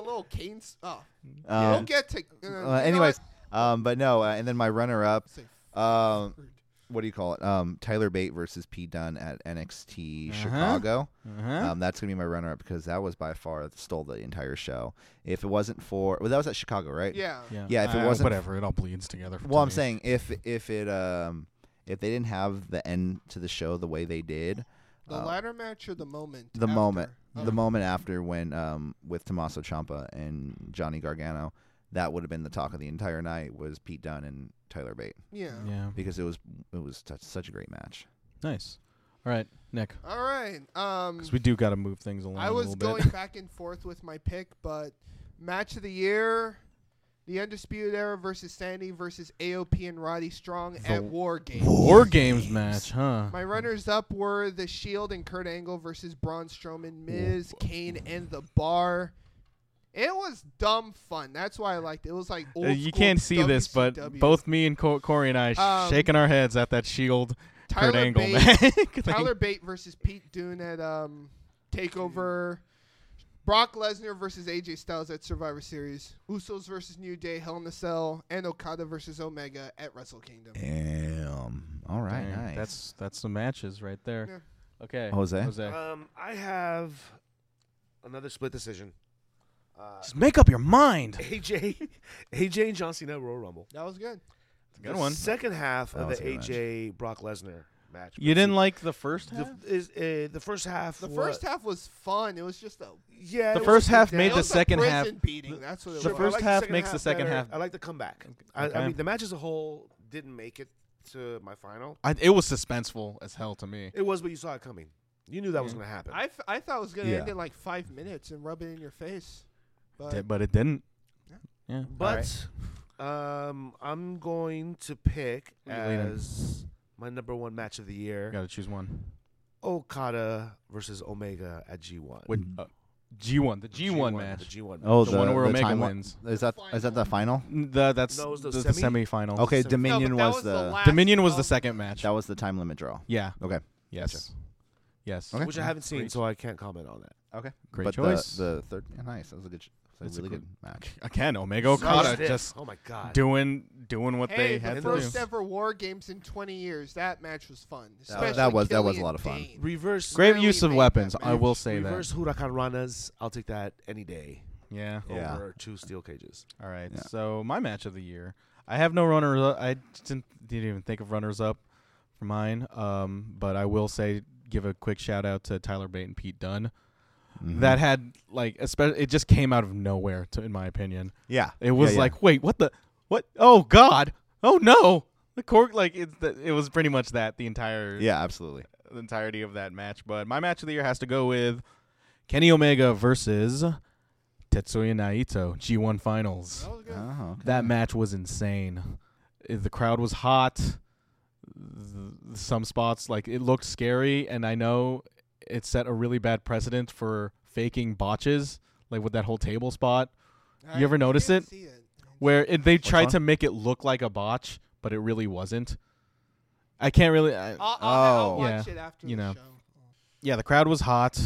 [SPEAKER 5] little Kane. s- Oh,
[SPEAKER 4] um,
[SPEAKER 5] don't get to. Uh, you know
[SPEAKER 4] uh, anyways, um, but no, uh, and then my runner up.
[SPEAKER 5] what? Say
[SPEAKER 4] Um,
[SPEAKER 5] f- word.
[SPEAKER 4] what do you call it? Um, Tyler Bate versus P Dunn at NXT
[SPEAKER 2] Uh-huh.
[SPEAKER 4] Chicago.
[SPEAKER 2] Uh-huh.
[SPEAKER 4] Um, that's gonna be my runner up because that was by far stole the entire show. If it wasn't for well, that was at Chicago, right?
[SPEAKER 5] yeah.
[SPEAKER 4] yeah, if it
[SPEAKER 2] Uh,
[SPEAKER 4] wasn't-
[SPEAKER 2] whatever, it all bleeds together. for
[SPEAKER 4] Well, I'm
[SPEAKER 2] me.
[SPEAKER 4] saying if if it um if they didn't have the end to the show the way they did,
[SPEAKER 5] The
[SPEAKER 4] uh,
[SPEAKER 5] ladder match or the moment?
[SPEAKER 4] the
[SPEAKER 5] after?
[SPEAKER 4] moment
[SPEAKER 2] Uh-huh.
[SPEAKER 5] Oh.
[SPEAKER 4] the moment after when um with Tommaso Ciampa and Johnny Gargano, that would have been the talk of the entire night was Pete Dunne and Tyler Bate
[SPEAKER 5] Yeah.
[SPEAKER 2] yeah,
[SPEAKER 4] because it was it was such- such a great match.
[SPEAKER 2] nice. All right, Nick,
[SPEAKER 5] All right. Um,
[SPEAKER 2] because we do got to move things along.
[SPEAKER 5] I
[SPEAKER 2] a
[SPEAKER 5] was
[SPEAKER 2] little
[SPEAKER 5] going
[SPEAKER 2] bit.
[SPEAKER 5] back and forth with my pick, but match of the year. The Undisputed Era versus Sandy versus AOP and Roddy Strong at War Games.
[SPEAKER 2] War games match, huh? Uh,
[SPEAKER 5] My runners up were The Shield and Kurt Angle versus Braun Strowman, Miz, Kane, and The Bar. It was dumb fun. That's why I liked it. It was like old
[SPEAKER 2] Uh, you
[SPEAKER 5] school
[SPEAKER 2] can't see this, but
[SPEAKER 5] WCW.
[SPEAKER 2] both me and Co- Corey and I sh-
[SPEAKER 5] Um,
[SPEAKER 2] shaking our heads at that Shield
[SPEAKER 5] Tyler
[SPEAKER 2] Kurt Angle match.
[SPEAKER 5] Bate-
[SPEAKER 2] Like,
[SPEAKER 5] Tyler Bate versus Pete Dune at um Takeover. Brock Lesnar versus AJ Styles at Survivor Series. Usos versus New Day, Hell in a Cell, and Okada versus Omega at Wrestle Kingdom.
[SPEAKER 4] Damn. All right,
[SPEAKER 2] Dang,
[SPEAKER 4] nice.
[SPEAKER 2] That's that's some matches right there. Okay,
[SPEAKER 4] Jose?
[SPEAKER 2] Jose,
[SPEAKER 3] Um, I have another split decision. Uh,
[SPEAKER 2] just make up your mind.
[SPEAKER 3] AJ, AJ and John Cena Royal Rumble.
[SPEAKER 5] That was good.
[SPEAKER 2] Good
[SPEAKER 3] The
[SPEAKER 2] one.
[SPEAKER 3] Second half
[SPEAKER 4] That
[SPEAKER 3] of the
[SPEAKER 4] was a good match.
[SPEAKER 3] AJ Brock Lesnar match.
[SPEAKER 2] You didn't like the first half.
[SPEAKER 3] the, is, uh, the first half.
[SPEAKER 5] The
[SPEAKER 3] wa-
[SPEAKER 5] first half was fun. It was just a
[SPEAKER 3] Yeah.
[SPEAKER 2] The
[SPEAKER 3] it was
[SPEAKER 2] first
[SPEAKER 3] a
[SPEAKER 2] half
[SPEAKER 3] good
[SPEAKER 2] made
[SPEAKER 5] it
[SPEAKER 2] the
[SPEAKER 3] down.
[SPEAKER 5] was a
[SPEAKER 2] second half-
[SPEAKER 5] prison beating. That's what it
[SPEAKER 2] the
[SPEAKER 5] was.
[SPEAKER 2] first
[SPEAKER 3] I like
[SPEAKER 2] half
[SPEAKER 3] second
[SPEAKER 2] makes the second
[SPEAKER 3] better.
[SPEAKER 2] half-
[SPEAKER 3] I like the comeback. I,
[SPEAKER 2] Okay.
[SPEAKER 3] I mean, the match as a whole didn't make it to my final.
[SPEAKER 2] I, it was suspenseful as hell to me.
[SPEAKER 3] It was, but you saw it coming. You knew that
[SPEAKER 2] Mm-hmm.
[SPEAKER 3] was going to happen.
[SPEAKER 5] I, f- I thought it was gonna end
[SPEAKER 4] Yeah.
[SPEAKER 5] in like five minutes and rub it in your face. But
[SPEAKER 2] Did- but it didn't. Yeah.
[SPEAKER 3] but um, I'm going to pick
[SPEAKER 2] Who you leaning?
[SPEAKER 3] as my number one match of the
[SPEAKER 2] I
[SPEAKER 3] year
[SPEAKER 2] gotta choose one.
[SPEAKER 3] Okada versus Omega at G1.
[SPEAKER 2] With uh, G1, the G1,
[SPEAKER 3] G1,
[SPEAKER 2] match.
[SPEAKER 3] The G1.
[SPEAKER 4] oh,
[SPEAKER 2] the
[SPEAKER 4] the,
[SPEAKER 2] one where
[SPEAKER 4] the
[SPEAKER 2] Omega
[SPEAKER 4] time-
[SPEAKER 2] wins.
[SPEAKER 4] Is that is that the final?
[SPEAKER 2] N- The, that's
[SPEAKER 3] No, it was
[SPEAKER 2] the,
[SPEAKER 3] the
[SPEAKER 2] the
[SPEAKER 3] semi?
[SPEAKER 2] semifinals.
[SPEAKER 4] Okay,
[SPEAKER 3] so-
[SPEAKER 5] No, but
[SPEAKER 4] Dominion
[SPEAKER 5] that
[SPEAKER 4] was, the,
[SPEAKER 5] last
[SPEAKER 2] Dominion was
[SPEAKER 5] of-
[SPEAKER 2] the second match.
[SPEAKER 4] that was the time limit draw.
[SPEAKER 2] yeah.
[SPEAKER 4] Okay.
[SPEAKER 2] Yes.
[SPEAKER 4] Gotcha.
[SPEAKER 2] Yes.
[SPEAKER 4] Okay.
[SPEAKER 3] Which I haven't seen,
[SPEAKER 2] Great.
[SPEAKER 3] so I can't comment on that.
[SPEAKER 4] Okay.
[SPEAKER 2] Great
[SPEAKER 4] but
[SPEAKER 2] choice.
[SPEAKER 4] The, the third, yeah, nice. That was a good, ch- that was
[SPEAKER 2] That's
[SPEAKER 4] a
[SPEAKER 2] a
[SPEAKER 4] really
[SPEAKER 2] good-
[SPEAKER 4] good match.
[SPEAKER 2] Again, Omega
[SPEAKER 3] So
[SPEAKER 2] Okada
[SPEAKER 3] stiff.
[SPEAKER 2] just
[SPEAKER 3] oh my god.
[SPEAKER 2] doing doing what they
[SPEAKER 5] Hey,
[SPEAKER 2] had
[SPEAKER 5] the
[SPEAKER 2] to
[SPEAKER 5] first
[SPEAKER 2] do.
[SPEAKER 5] ever War Games in 20 years. That match was fun.
[SPEAKER 4] That was-
[SPEAKER 5] Especially
[SPEAKER 4] that was- that was a
[SPEAKER 5] Killian
[SPEAKER 4] lot of fun.
[SPEAKER 5] Dane.
[SPEAKER 3] reverse
[SPEAKER 2] Great
[SPEAKER 5] really
[SPEAKER 2] use of
[SPEAKER 5] made
[SPEAKER 2] weapons.
[SPEAKER 5] that
[SPEAKER 2] I will
[SPEAKER 5] match.
[SPEAKER 2] say
[SPEAKER 3] reverse
[SPEAKER 2] that.
[SPEAKER 3] Huracananas. I'll take that any day
[SPEAKER 2] Yeah.
[SPEAKER 4] Yeah.
[SPEAKER 3] over two steel cages.
[SPEAKER 2] All right.
[SPEAKER 4] Yeah.
[SPEAKER 2] So my match of the year, I have no runners. up. I didn't, didn't even think of runners up for mine. Um, but I will say, give a quick shout out to Tyler Bate and Pete Dunn.
[SPEAKER 4] Mhm.
[SPEAKER 2] That had like, especially, it just came out of nowhere, to, in my opinion.
[SPEAKER 4] yeah.
[SPEAKER 2] It was
[SPEAKER 4] Yeah, yeah.
[SPEAKER 2] like, wait, what the, what? Oh God! Oh no! The cork, like it, the, it was pretty much that the entire
[SPEAKER 4] Yeah, absolutely.
[SPEAKER 2] the entirety of that match. But my match of the year has to go with Kenny Omega versus Tetsuya Naito G1 Finals.
[SPEAKER 5] That was good.
[SPEAKER 4] Oh, okay.
[SPEAKER 2] That match was insane. Uh, The crowd was hot. Th- Some spots, like it looked scary, and I know it set a really bad precedent for faking botches, like with that whole table spot
[SPEAKER 5] I-
[SPEAKER 2] You ever
[SPEAKER 5] I
[SPEAKER 2] notice
[SPEAKER 5] didn't
[SPEAKER 2] it?
[SPEAKER 5] see it?
[SPEAKER 2] where it, they tried
[SPEAKER 4] one?
[SPEAKER 2] to make it look like a botch, but it really wasn't. I can't really. I,
[SPEAKER 5] I'll, I'll, I'll
[SPEAKER 4] Oh.
[SPEAKER 5] watch
[SPEAKER 2] Yeah,
[SPEAKER 5] it after
[SPEAKER 2] you
[SPEAKER 5] the
[SPEAKER 2] know.
[SPEAKER 5] show.
[SPEAKER 2] yeah, the crowd was hot.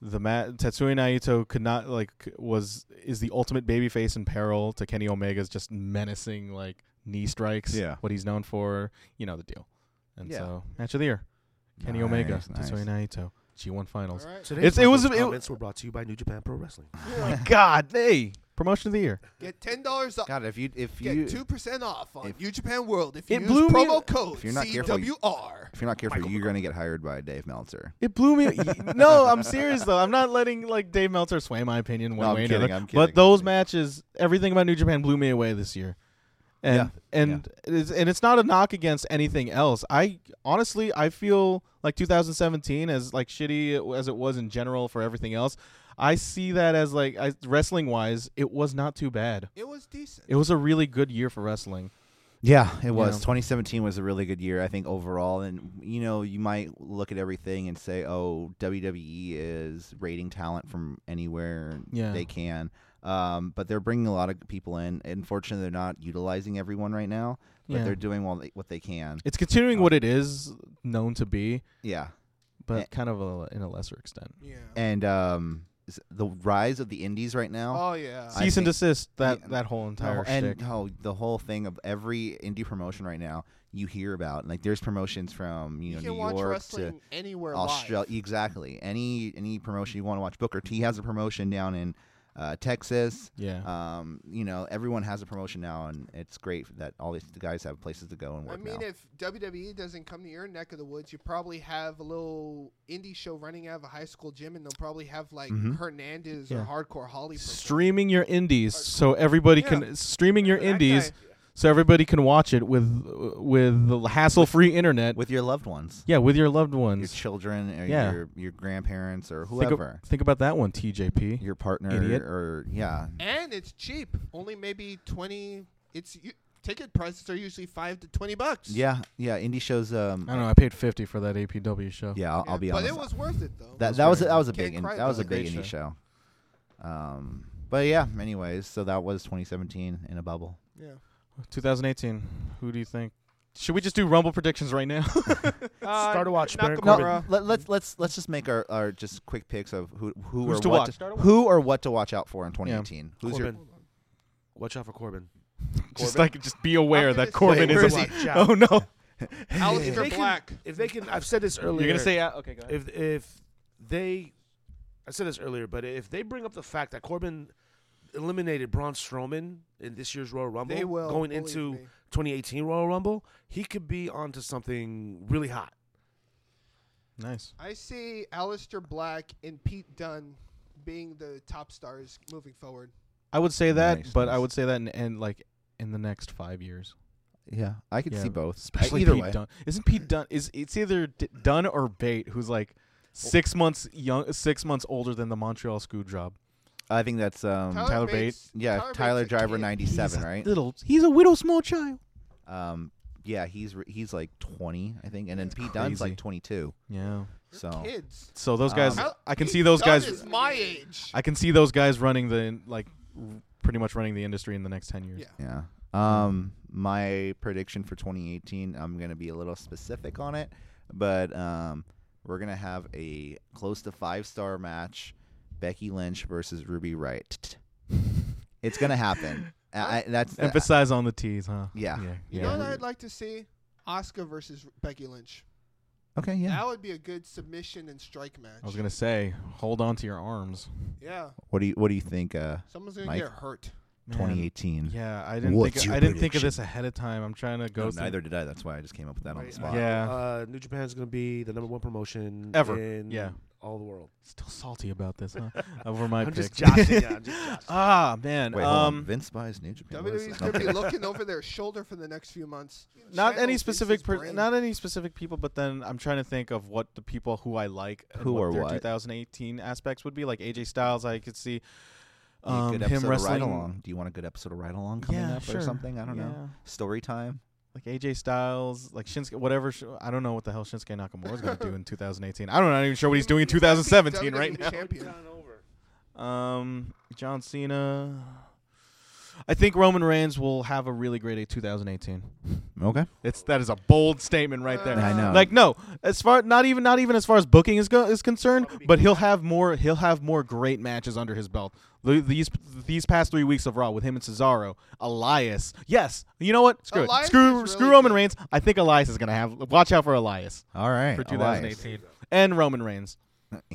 [SPEAKER 2] The ma- Tetsuya Naito could not like was is the ultimate babyface in peril to Kenny Omega's just menacing like knee strikes.
[SPEAKER 4] Yeah.
[SPEAKER 2] what he's known for, you know the deal. And
[SPEAKER 4] Yeah.
[SPEAKER 2] so match of the year, Kenny Omega,
[SPEAKER 4] Nice, nice.
[SPEAKER 2] Tetsuya Naito, G1 Finals.
[SPEAKER 5] All right.
[SPEAKER 3] Today's
[SPEAKER 2] It's- it was-
[SPEAKER 3] Michael's
[SPEAKER 2] it-
[SPEAKER 3] comments were brought to you by New Japan Pro Wrestling.
[SPEAKER 2] My God, hey, promotion of the year.
[SPEAKER 5] Get ten dollars off.
[SPEAKER 4] God, if you if you
[SPEAKER 5] Get two percent off on
[SPEAKER 4] if-
[SPEAKER 5] New Japan World if you
[SPEAKER 2] It
[SPEAKER 5] use
[SPEAKER 2] blew me-
[SPEAKER 5] promo code
[SPEAKER 4] If you're not careful, you-
[SPEAKER 5] CWR.
[SPEAKER 4] if you're not careful,
[SPEAKER 3] Michael
[SPEAKER 4] you're gonna get hired by Dave Meltzer.
[SPEAKER 2] It blew me. no, I'm serious though. I'm not letting like Dave Meltzer sway my opinion one
[SPEAKER 4] No, I'm
[SPEAKER 2] way or
[SPEAKER 4] kidding,
[SPEAKER 2] another.
[SPEAKER 4] I'm
[SPEAKER 2] but
[SPEAKER 4] kidding, I'm
[SPEAKER 2] those
[SPEAKER 4] kidding.
[SPEAKER 2] matches, everything about New Japan blew me away this year. And and It's, and it's not a knock against anything else. I honestly I feel like 2017 as like shitty as it was in general for everything else. I see that as like I, wrestling wise, it was not too bad.
[SPEAKER 5] It was decent.
[SPEAKER 2] It was a really good year for wrestling.
[SPEAKER 4] Yeah, it was.
[SPEAKER 2] know?
[SPEAKER 4] 2017 was a really good year, I think overall. And you know, you might look at everything and say, "Oh, WWE is rating talent from anywhere
[SPEAKER 2] Yeah.
[SPEAKER 4] they can." Um, but they're bringing a lot of people in. Unfortunately, they're not utilizing everyone right now, but
[SPEAKER 2] Yeah.
[SPEAKER 4] they're doing well, what they can.
[SPEAKER 2] It's continuing what it is known to be,
[SPEAKER 4] Yeah,
[SPEAKER 2] but
[SPEAKER 4] Eh.
[SPEAKER 2] kind of a, in a lesser extent.
[SPEAKER 5] Yeah.
[SPEAKER 4] and um, s- the rise of the indies right now.
[SPEAKER 5] Oh yeah.
[SPEAKER 4] I
[SPEAKER 2] cease and
[SPEAKER 4] think-
[SPEAKER 2] desist that
[SPEAKER 4] Yeah.
[SPEAKER 2] that whole
[SPEAKER 4] No,
[SPEAKER 2] entire shtick.
[SPEAKER 4] and no, the whole thing of every indie promotion right now you hear about. Like there's promotions from you,
[SPEAKER 5] You,
[SPEAKER 4] know
[SPEAKER 5] can
[SPEAKER 4] New
[SPEAKER 5] watch
[SPEAKER 4] York to
[SPEAKER 5] wrestling anywhere
[SPEAKER 4] Australia.
[SPEAKER 5] live.
[SPEAKER 4] Exactly. Any any promotion you want to watch. Booker T has a promotion down in uh, Texas.
[SPEAKER 2] yeah,
[SPEAKER 4] Um, you know, everyone has a promotion now, and it's great that all these guys have places to go and
[SPEAKER 5] I
[SPEAKER 4] work
[SPEAKER 5] mean,
[SPEAKER 4] now.
[SPEAKER 5] if WWE doesn't come to your neck of the woods, you probably have a little indie show running out of a high school gym, and they'll probably have like
[SPEAKER 4] Mhm.
[SPEAKER 5] Hernandez
[SPEAKER 2] Yeah.
[SPEAKER 5] or Hardcore Holly. perform.
[SPEAKER 2] streaming your indies so everybody
[SPEAKER 5] Yeah.
[SPEAKER 2] can streaming your
[SPEAKER 5] That
[SPEAKER 2] indies
[SPEAKER 5] guy-
[SPEAKER 2] so everybody can watch it with with the hassle-free internet.
[SPEAKER 4] with your loved ones,
[SPEAKER 2] yeah, with your loved
[SPEAKER 4] your
[SPEAKER 2] ones.
[SPEAKER 4] children, or
[SPEAKER 2] Yeah.
[SPEAKER 4] your your grandparents, or
[SPEAKER 2] Think, ab-
[SPEAKER 4] whoever,
[SPEAKER 2] think about that one, TJP.
[SPEAKER 4] your partner,
[SPEAKER 2] Idiot.
[SPEAKER 4] or yeah,
[SPEAKER 5] And it's cheap. Only maybe twenty. It's you, ticket prices are usually five to twenty bucks.
[SPEAKER 4] yeah, yeah. Indie shows. Um,
[SPEAKER 2] I don't know. I paid fifty for that APW show.
[SPEAKER 4] yeah, I'll, I'll be
[SPEAKER 5] but
[SPEAKER 4] honest.
[SPEAKER 5] it was worth it though.
[SPEAKER 4] that
[SPEAKER 2] was
[SPEAKER 4] that was a,
[SPEAKER 2] very
[SPEAKER 4] that was a
[SPEAKER 5] Can't
[SPEAKER 4] big in,
[SPEAKER 5] cry
[SPEAKER 4] that was a
[SPEAKER 5] about it.
[SPEAKER 4] big
[SPEAKER 2] Great
[SPEAKER 4] indie show. Um, but yeah. Anyways, so that was 2017 in a bubble.
[SPEAKER 5] yeah.
[SPEAKER 2] 2018. Who do you think Should we just do Rumble predictions right now?
[SPEAKER 5] Uh,
[SPEAKER 3] Start a watch, Baron
[SPEAKER 4] No,
[SPEAKER 3] Corbin.
[SPEAKER 4] let, let's let's let's just make our, our just quick picks of who who
[SPEAKER 2] Who's
[SPEAKER 4] or
[SPEAKER 2] to
[SPEAKER 4] what
[SPEAKER 2] watch?
[SPEAKER 4] To, who or what to watch out for in
[SPEAKER 2] Yeah.
[SPEAKER 4] 2018. Who's
[SPEAKER 3] Corbin. Watch out for Corbin.
[SPEAKER 2] just like just be aware
[SPEAKER 5] I'm gonna
[SPEAKER 2] that Corbin
[SPEAKER 4] say-
[SPEAKER 2] is
[SPEAKER 4] Wait,
[SPEAKER 2] a
[SPEAKER 4] where is
[SPEAKER 2] black-
[SPEAKER 3] he?
[SPEAKER 2] Oh no.
[SPEAKER 5] Alistair
[SPEAKER 3] They can-
[SPEAKER 5] Black.
[SPEAKER 3] If they can, I've said this earlier.
[SPEAKER 2] You're gonna say uh, okay. Go ahead.
[SPEAKER 3] if if they, I said this earlier, but if they bring up the fact that Corbin eliminated Braun Strowman in this year's Royal Rumble,
[SPEAKER 5] They will
[SPEAKER 3] going
[SPEAKER 5] believe
[SPEAKER 3] into
[SPEAKER 5] me.
[SPEAKER 3] 2018 Royal Rumble, he could be onto something really hot.
[SPEAKER 2] Nice.
[SPEAKER 5] I see Alistair Black and Pete Dunne being the top stars moving forward.
[SPEAKER 2] I would say that,
[SPEAKER 4] Nice,
[SPEAKER 2] but I
[SPEAKER 4] nice.
[SPEAKER 2] would say that in, in like in the next five years.
[SPEAKER 4] your? Yeah, I could
[SPEAKER 2] Yeah,
[SPEAKER 4] see both. Uh,
[SPEAKER 2] Especially
[SPEAKER 4] either
[SPEAKER 2] Pete
[SPEAKER 4] way.
[SPEAKER 2] Dunn. Isn't Pete Dunn? Is it's either D- Dunn or Bate, who's like six months young, six months older than the Montreal Screwjob.
[SPEAKER 4] I think that's um
[SPEAKER 2] Tyler
[SPEAKER 5] Bates-
[SPEAKER 4] yeah Tyler,
[SPEAKER 5] Bates a
[SPEAKER 4] Driver
[SPEAKER 5] kid.
[SPEAKER 4] 97, right?
[SPEAKER 2] Little, he's a widow, small child.
[SPEAKER 4] Um, yeah, he's re- he's like 20, I think, and then Pete Dunn's
[SPEAKER 2] crazy.
[SPEAKER 4] like 22.
[SPEAKER 2] Yeah.
[SPEAKER 5] They're
[SPEAKER 4] So
[SPEAKER 5] kids.
[SPEAKER 2] So
[SPEAKER 4] Um,
[SPEAKER 2] those guys,
[SPEAKER 5] Tyler-
[SPEAKER 2] I can
[SPEAKER 5] Pete
[SPEAKER 2] see those
[SPEAKER 5] Dunne
[SPEAKER 2] guys.
[SPEAKER 5] Is my age.
[SPEAKER 2] I can see those guys running the like, r- pretty much running the industry in the next ten years.
[SPEAKER 5] Yeah.
[SPEAKER 4] yeah. Um, my prediction for 2018, I'm gonna be a little specific on it, but um, we're gonna have a close to five star match, Becky Lynch versus Ruby Wright. It's gonna happen. I, I- that's uh,
[SPEAKER 2] Emphasize on the T's, huh?
[SPEAKER 4] Yeah.
[SPEAKER 2] Yeah.
[SPEAKER 5] You know what I'd like to see? Oscar versus Becky Lynch.
[SPEAKER 4] okay. Yeah.
[SPEAKER 5] That would be a good submission and strike match.
[SPEAKER 2] I was gonna say, hold on to your arms.
[SPEAKER 5] Yeah,
[SPEAKER 4] What do you What do you think? Uh,
[SPEAKER 5] someone's gonna
[SPEAKER 4] Mike?
[SPEAKER 5] get hurt.
[SPEAKER 2] Man,
[SPEAKER 4] 2018.
[SPEAKER 2] Yeah, I didn't
[SPEAKER 4] What's
[SPEAKER 2] think
[SPEAKER 4] your
[SPEAKER 2] I didn't think of
[SPEAKER 4] prediction?
[SPEAKER 2] this ahead of time. I'm trying to go.
[SPEAKER 4] No,
[SPEAKER 2] through-
[SPEAKER 4] neither did I. That's why I just came up with that on the
[SPEAKER 5] Right.
[SPEAKER 4] spot.
[SPEAKER 2] Yeah.
[SPEAKER 3] Uh, New Japan's going to be the number one promotion
[SPEAKER 2] Ever.
[SPEAKER 3] in
[SPEAKER 2] Yeah.
[SPEAKER 3] all the world.
[SPEAKER 2] Still salty about this, huh? Over my
[SPEAKER 3] I'm just
[SPEAKER 2] picks.
[SPEAKER 3] joshing. yeah, I'm just joshing.
[SPEAKER 2] ah man,
[SPEAKER 4] Wait, hold on.
[SPEAKER 2] um,
[SPEAKER 4] Vince buys New Japan. What is
[SPEAKER 5] WWE's
[SPEAKER 4] that?
[SPEAKER 5] E gonna be
[SPEAKER 4] Okay.
[SPEAKER 5] looking over their shoulder for the next few months.
[SPEAKER 2] not
[SPEAKER 5] Shackle
[SPEAKER 2] any
[SPEAKER 5] Vince's
[SPEAKER 2] specific, per-
[SPEAKER 5] brain.
[SPEAKER 2] not any specific people, but then I'm trying to think of what the people who I like, and
[SPEAKER 4] Who
[SPEAKER 2] what
[SPEAKER 4] or
[SPEAKER 2] their
[SPEAKER 4] what?
[SPEAKER 2] 2018 aspects would be. Like AJ Styles, I could see
[SPEAKER 4] Be a
[SPEAKER 2] um, him
[SPEAKER 4] good episode of
[SPEAKER 2] wrestling.
[SPEAKER 4] Ride Along. Do you want a good episode of Ride Along coming
[SPEAKER 2] Yeah,
[SPEAKER 4] up
[SPEAKER 2] sure.
[SPEAKER 4] or something? I don't know. Story time.
[SPEAKER 2] Like AJ Styles, like Shinsuke, whatever. Sh- I don't know what the hell Shinsuke Nakamura is going to do in 2018. I don't know. I'm not even sure what he's doing in 2017 right
[SPEAKER 5] WWE
[SPEAKER 2] now.
[SPEAKER 5] Champion.
[SPEAKER 2] Um, John Cena. I think Roman Reigns will have a really great 2018.
[SPEAKER 4] Okay.
[SPEAKER 2] It's that is a bold statement right there.
[SPEAKER 4] I know.
[SPEAKER 2] Like no, as far not even not even as far as booking is go, is concerned, but he'll have more he'll have more great matches under his belt. Th- These these past three weeks of Raw with him and Cesaro, Elias. Yes, you know what? Screw
[SPEAKER 5] Elias
[SPEAKER 2] it. Screw
[SPEAKER 5] is
[SPEAKER 2] screw
[SPEAKER 5] really
[SPEAKER 2] Roman
[SPEAKER 5] good.
[SPEAKER 2] Reigns. I think Elias is gonna have. Watch out for Elias
[SPEAKER 4] All right.
[SPEAKER 2] for
[SPEAKER 4] Elias.
[SPEAKER 2] 2018 and Roman Reigns.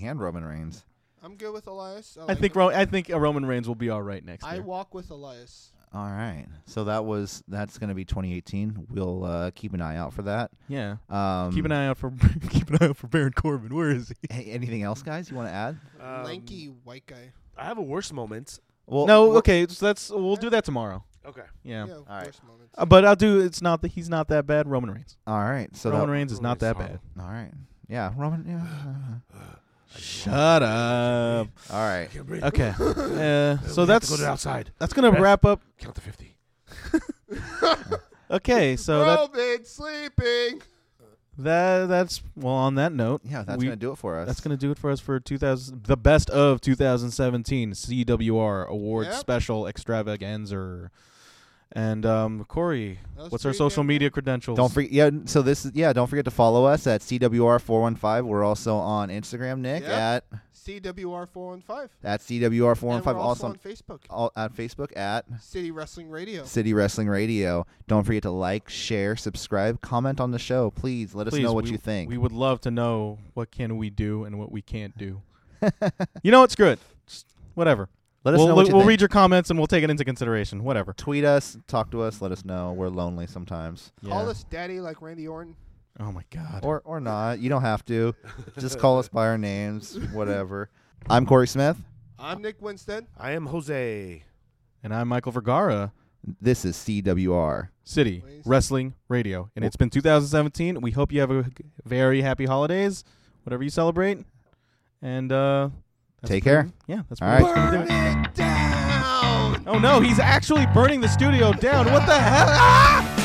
[SPEAKER 4] And Roman Reigns.
[SPEAKER 5] I'm good with Elias.
[SPEAKER 2] I
[SPEAKER 5] like
[SPEAKER 2] think
[SPEAKER 5] him.
[SPEAKER 2] Ro- I think uh, Roman Reigns will be all right next
[SPEAKER 5] I
[SPEAKER 2] year.
[SPEAKER 5] walk with Elias.
[SPEAKER 4] All right. So that was that's going to be 2018. We'll uh, keep an eye out for that.
[SPEAKER 2] yeah.
[SPEAKER 4] Um,
[SPEAKER 2] Keep an eye out for keep an eye out for Baron Corbin. Where is he?
[SPEAKER 4] a- anything else, guys? You want to add?
[SPEAKER 3] Um,
[SPEAKER 5] Lanky white guy.
[SPEAKER 3] I have a worse moment.
[SPEAKER 4] Well,
[SPEAKER 2] no,
[SPEAKER 4] well,
[SPEAKER 2] okay, so that's we'll do that tomorrow.
[SPEAKER 3] Okay.
[SPEAKER 2] Yeah.
[SPEAKER 5] Yeah,
[SPEAKER 4] right.
[SPEAKER 5] worst moments.
[SPEAKER 2] Uh, but I'll do it's not that he's not that bad, Roman Reigns.
[SPEAKER 4] All right. So
[SPEAKER 2] Roman
[SPEAKER 4] that,
[SPEAKER 2] Reigns is not that
[SPEAKER 3] Roman
[SPEAKER 2] bad.
[SPEAKER 3] Reigns
[SPEAKER 4] All right. Yeah, Roman. Yeah. uh-huh.
[SPEAKER 2] Shut up.
[SPEAKER 4] All right.
[SPEAKER 3] Can't breathe.
[SPEAKER 2] Okay. Uh, so
[SPEAKER 3] We have to go
[SPEAKER 2] that's
[SPEAKER 3] to the outside.
[SPEAKER 2] that's gonna
[SPEAKER 3] Ref.
[SPEAKER 2] wrap up.
[SPEAKER 3] Count to 50.
[SPEAKER 2] Okay, so that
[SPEAKER 5] Roman sleeping.
[SPEAKER 2] that that's well. On that note,
[SPEAKER 4] Yeah, that's
[SPEAKER 2] we-
[SPEAKER 4] going to do it for us.
[SPEAKER 2] That's gonna do it for us for 2000, the best of 2017 CWR Awards
[SPEAKER 5] Yep.
[SPEAKER 2] Special Extravaganza. And um, Corey,
[SPEAKER 5] That was
[SPEAKER 2] what's our
[SPEAKER 5] pretty
[SPEAKER 2] social
[SPEAKER 5] damn
[SPEAKER 2] media credentials?
[SPEAKER 4] Don't forget. Yeah. So this is yeah. Don't forget to follow us at CWR415. We're also on Instagram, Nick
[SPEAKER 5] Yep.
[SPEAKER 4] at
[SPEAKER 5] CWR four one five.
[SPEAKER 4] at CWR415.
[SPEAKER 5] we're also
[SPEAKER 4] Also
[SPEAKER 5] on
[SPEAKER 4] on,
[SPEAKER 5] Facebook.
[SPEAKER 4] all, at Facebook at
[SPEAKER 5] City Wrestling Radio.
[SPEAKER 4] City Wrestling Radio. Don't forget to like, share, subscribe, comment on the show. Please let us
[SPEAKER 2] Please,
[SPEAKER 4] know what
[SPEAKER 2] we-
[SPEAKER 4] you think.
[SPEAKER 2] We would love to know what can we do and what we can't do. you know what? Screw it. Just whatever.
[SPEAKER 4] let us
[SPEAKER 2] we'll
[SPEAKER 4] know.
[SPEAKER 2] look-
[SPEAKER 4] what you
[SPEAKER 2] we'll
[SPEAKER 4] think.
[SPEAKER 2] read your comments and we'll take it into consideration. Whatever.
[SPEAKER 4] Tweet us. Talk to us. Let us know. We're lonely sometimes,
[SPEAKER 5] Call
[SPEAKER 2] Yeah.
[SPEAKER 5] us daddy like Randy Orton.
[SPEAKER 2] Oh my God.
[SPEAKER 4] or or not. You don't have to. Just call us by our names. Whatever. I'm Corey Smith.
[SPEAKER 5] I'm Nick Winstead.
[SPEAKER 3] I am Jose.
[SPEAKER 2] and I'm Michael Vergara,
[SPEAKER 4] This is CWR.
[SPEAKER 2] City
[SPEAKER 5] Please.
[SPEAKER 2] Wrestling Radio, and it's been 2017. We hope you have a g- very happy holidays, whatever you celebrate, and uh, that's
[SPEAKER 4] Take
[SPEAKER 2] pretty-
[SPEAKER 4] care.
[SPEAKER 2] Yeah, that's
[SPEAKER 4] All
[SPEAKER 2] pretty
[SPEAKER 4] right.
[SPEAKER 2] much gonna do
[SPEAKER 5] Burn
[SPEAKER 2] it.
[SPEAKER 5] it down.
[SPEAKER 2] Oh no, he's actually burning the studio down. What the hell? Ah!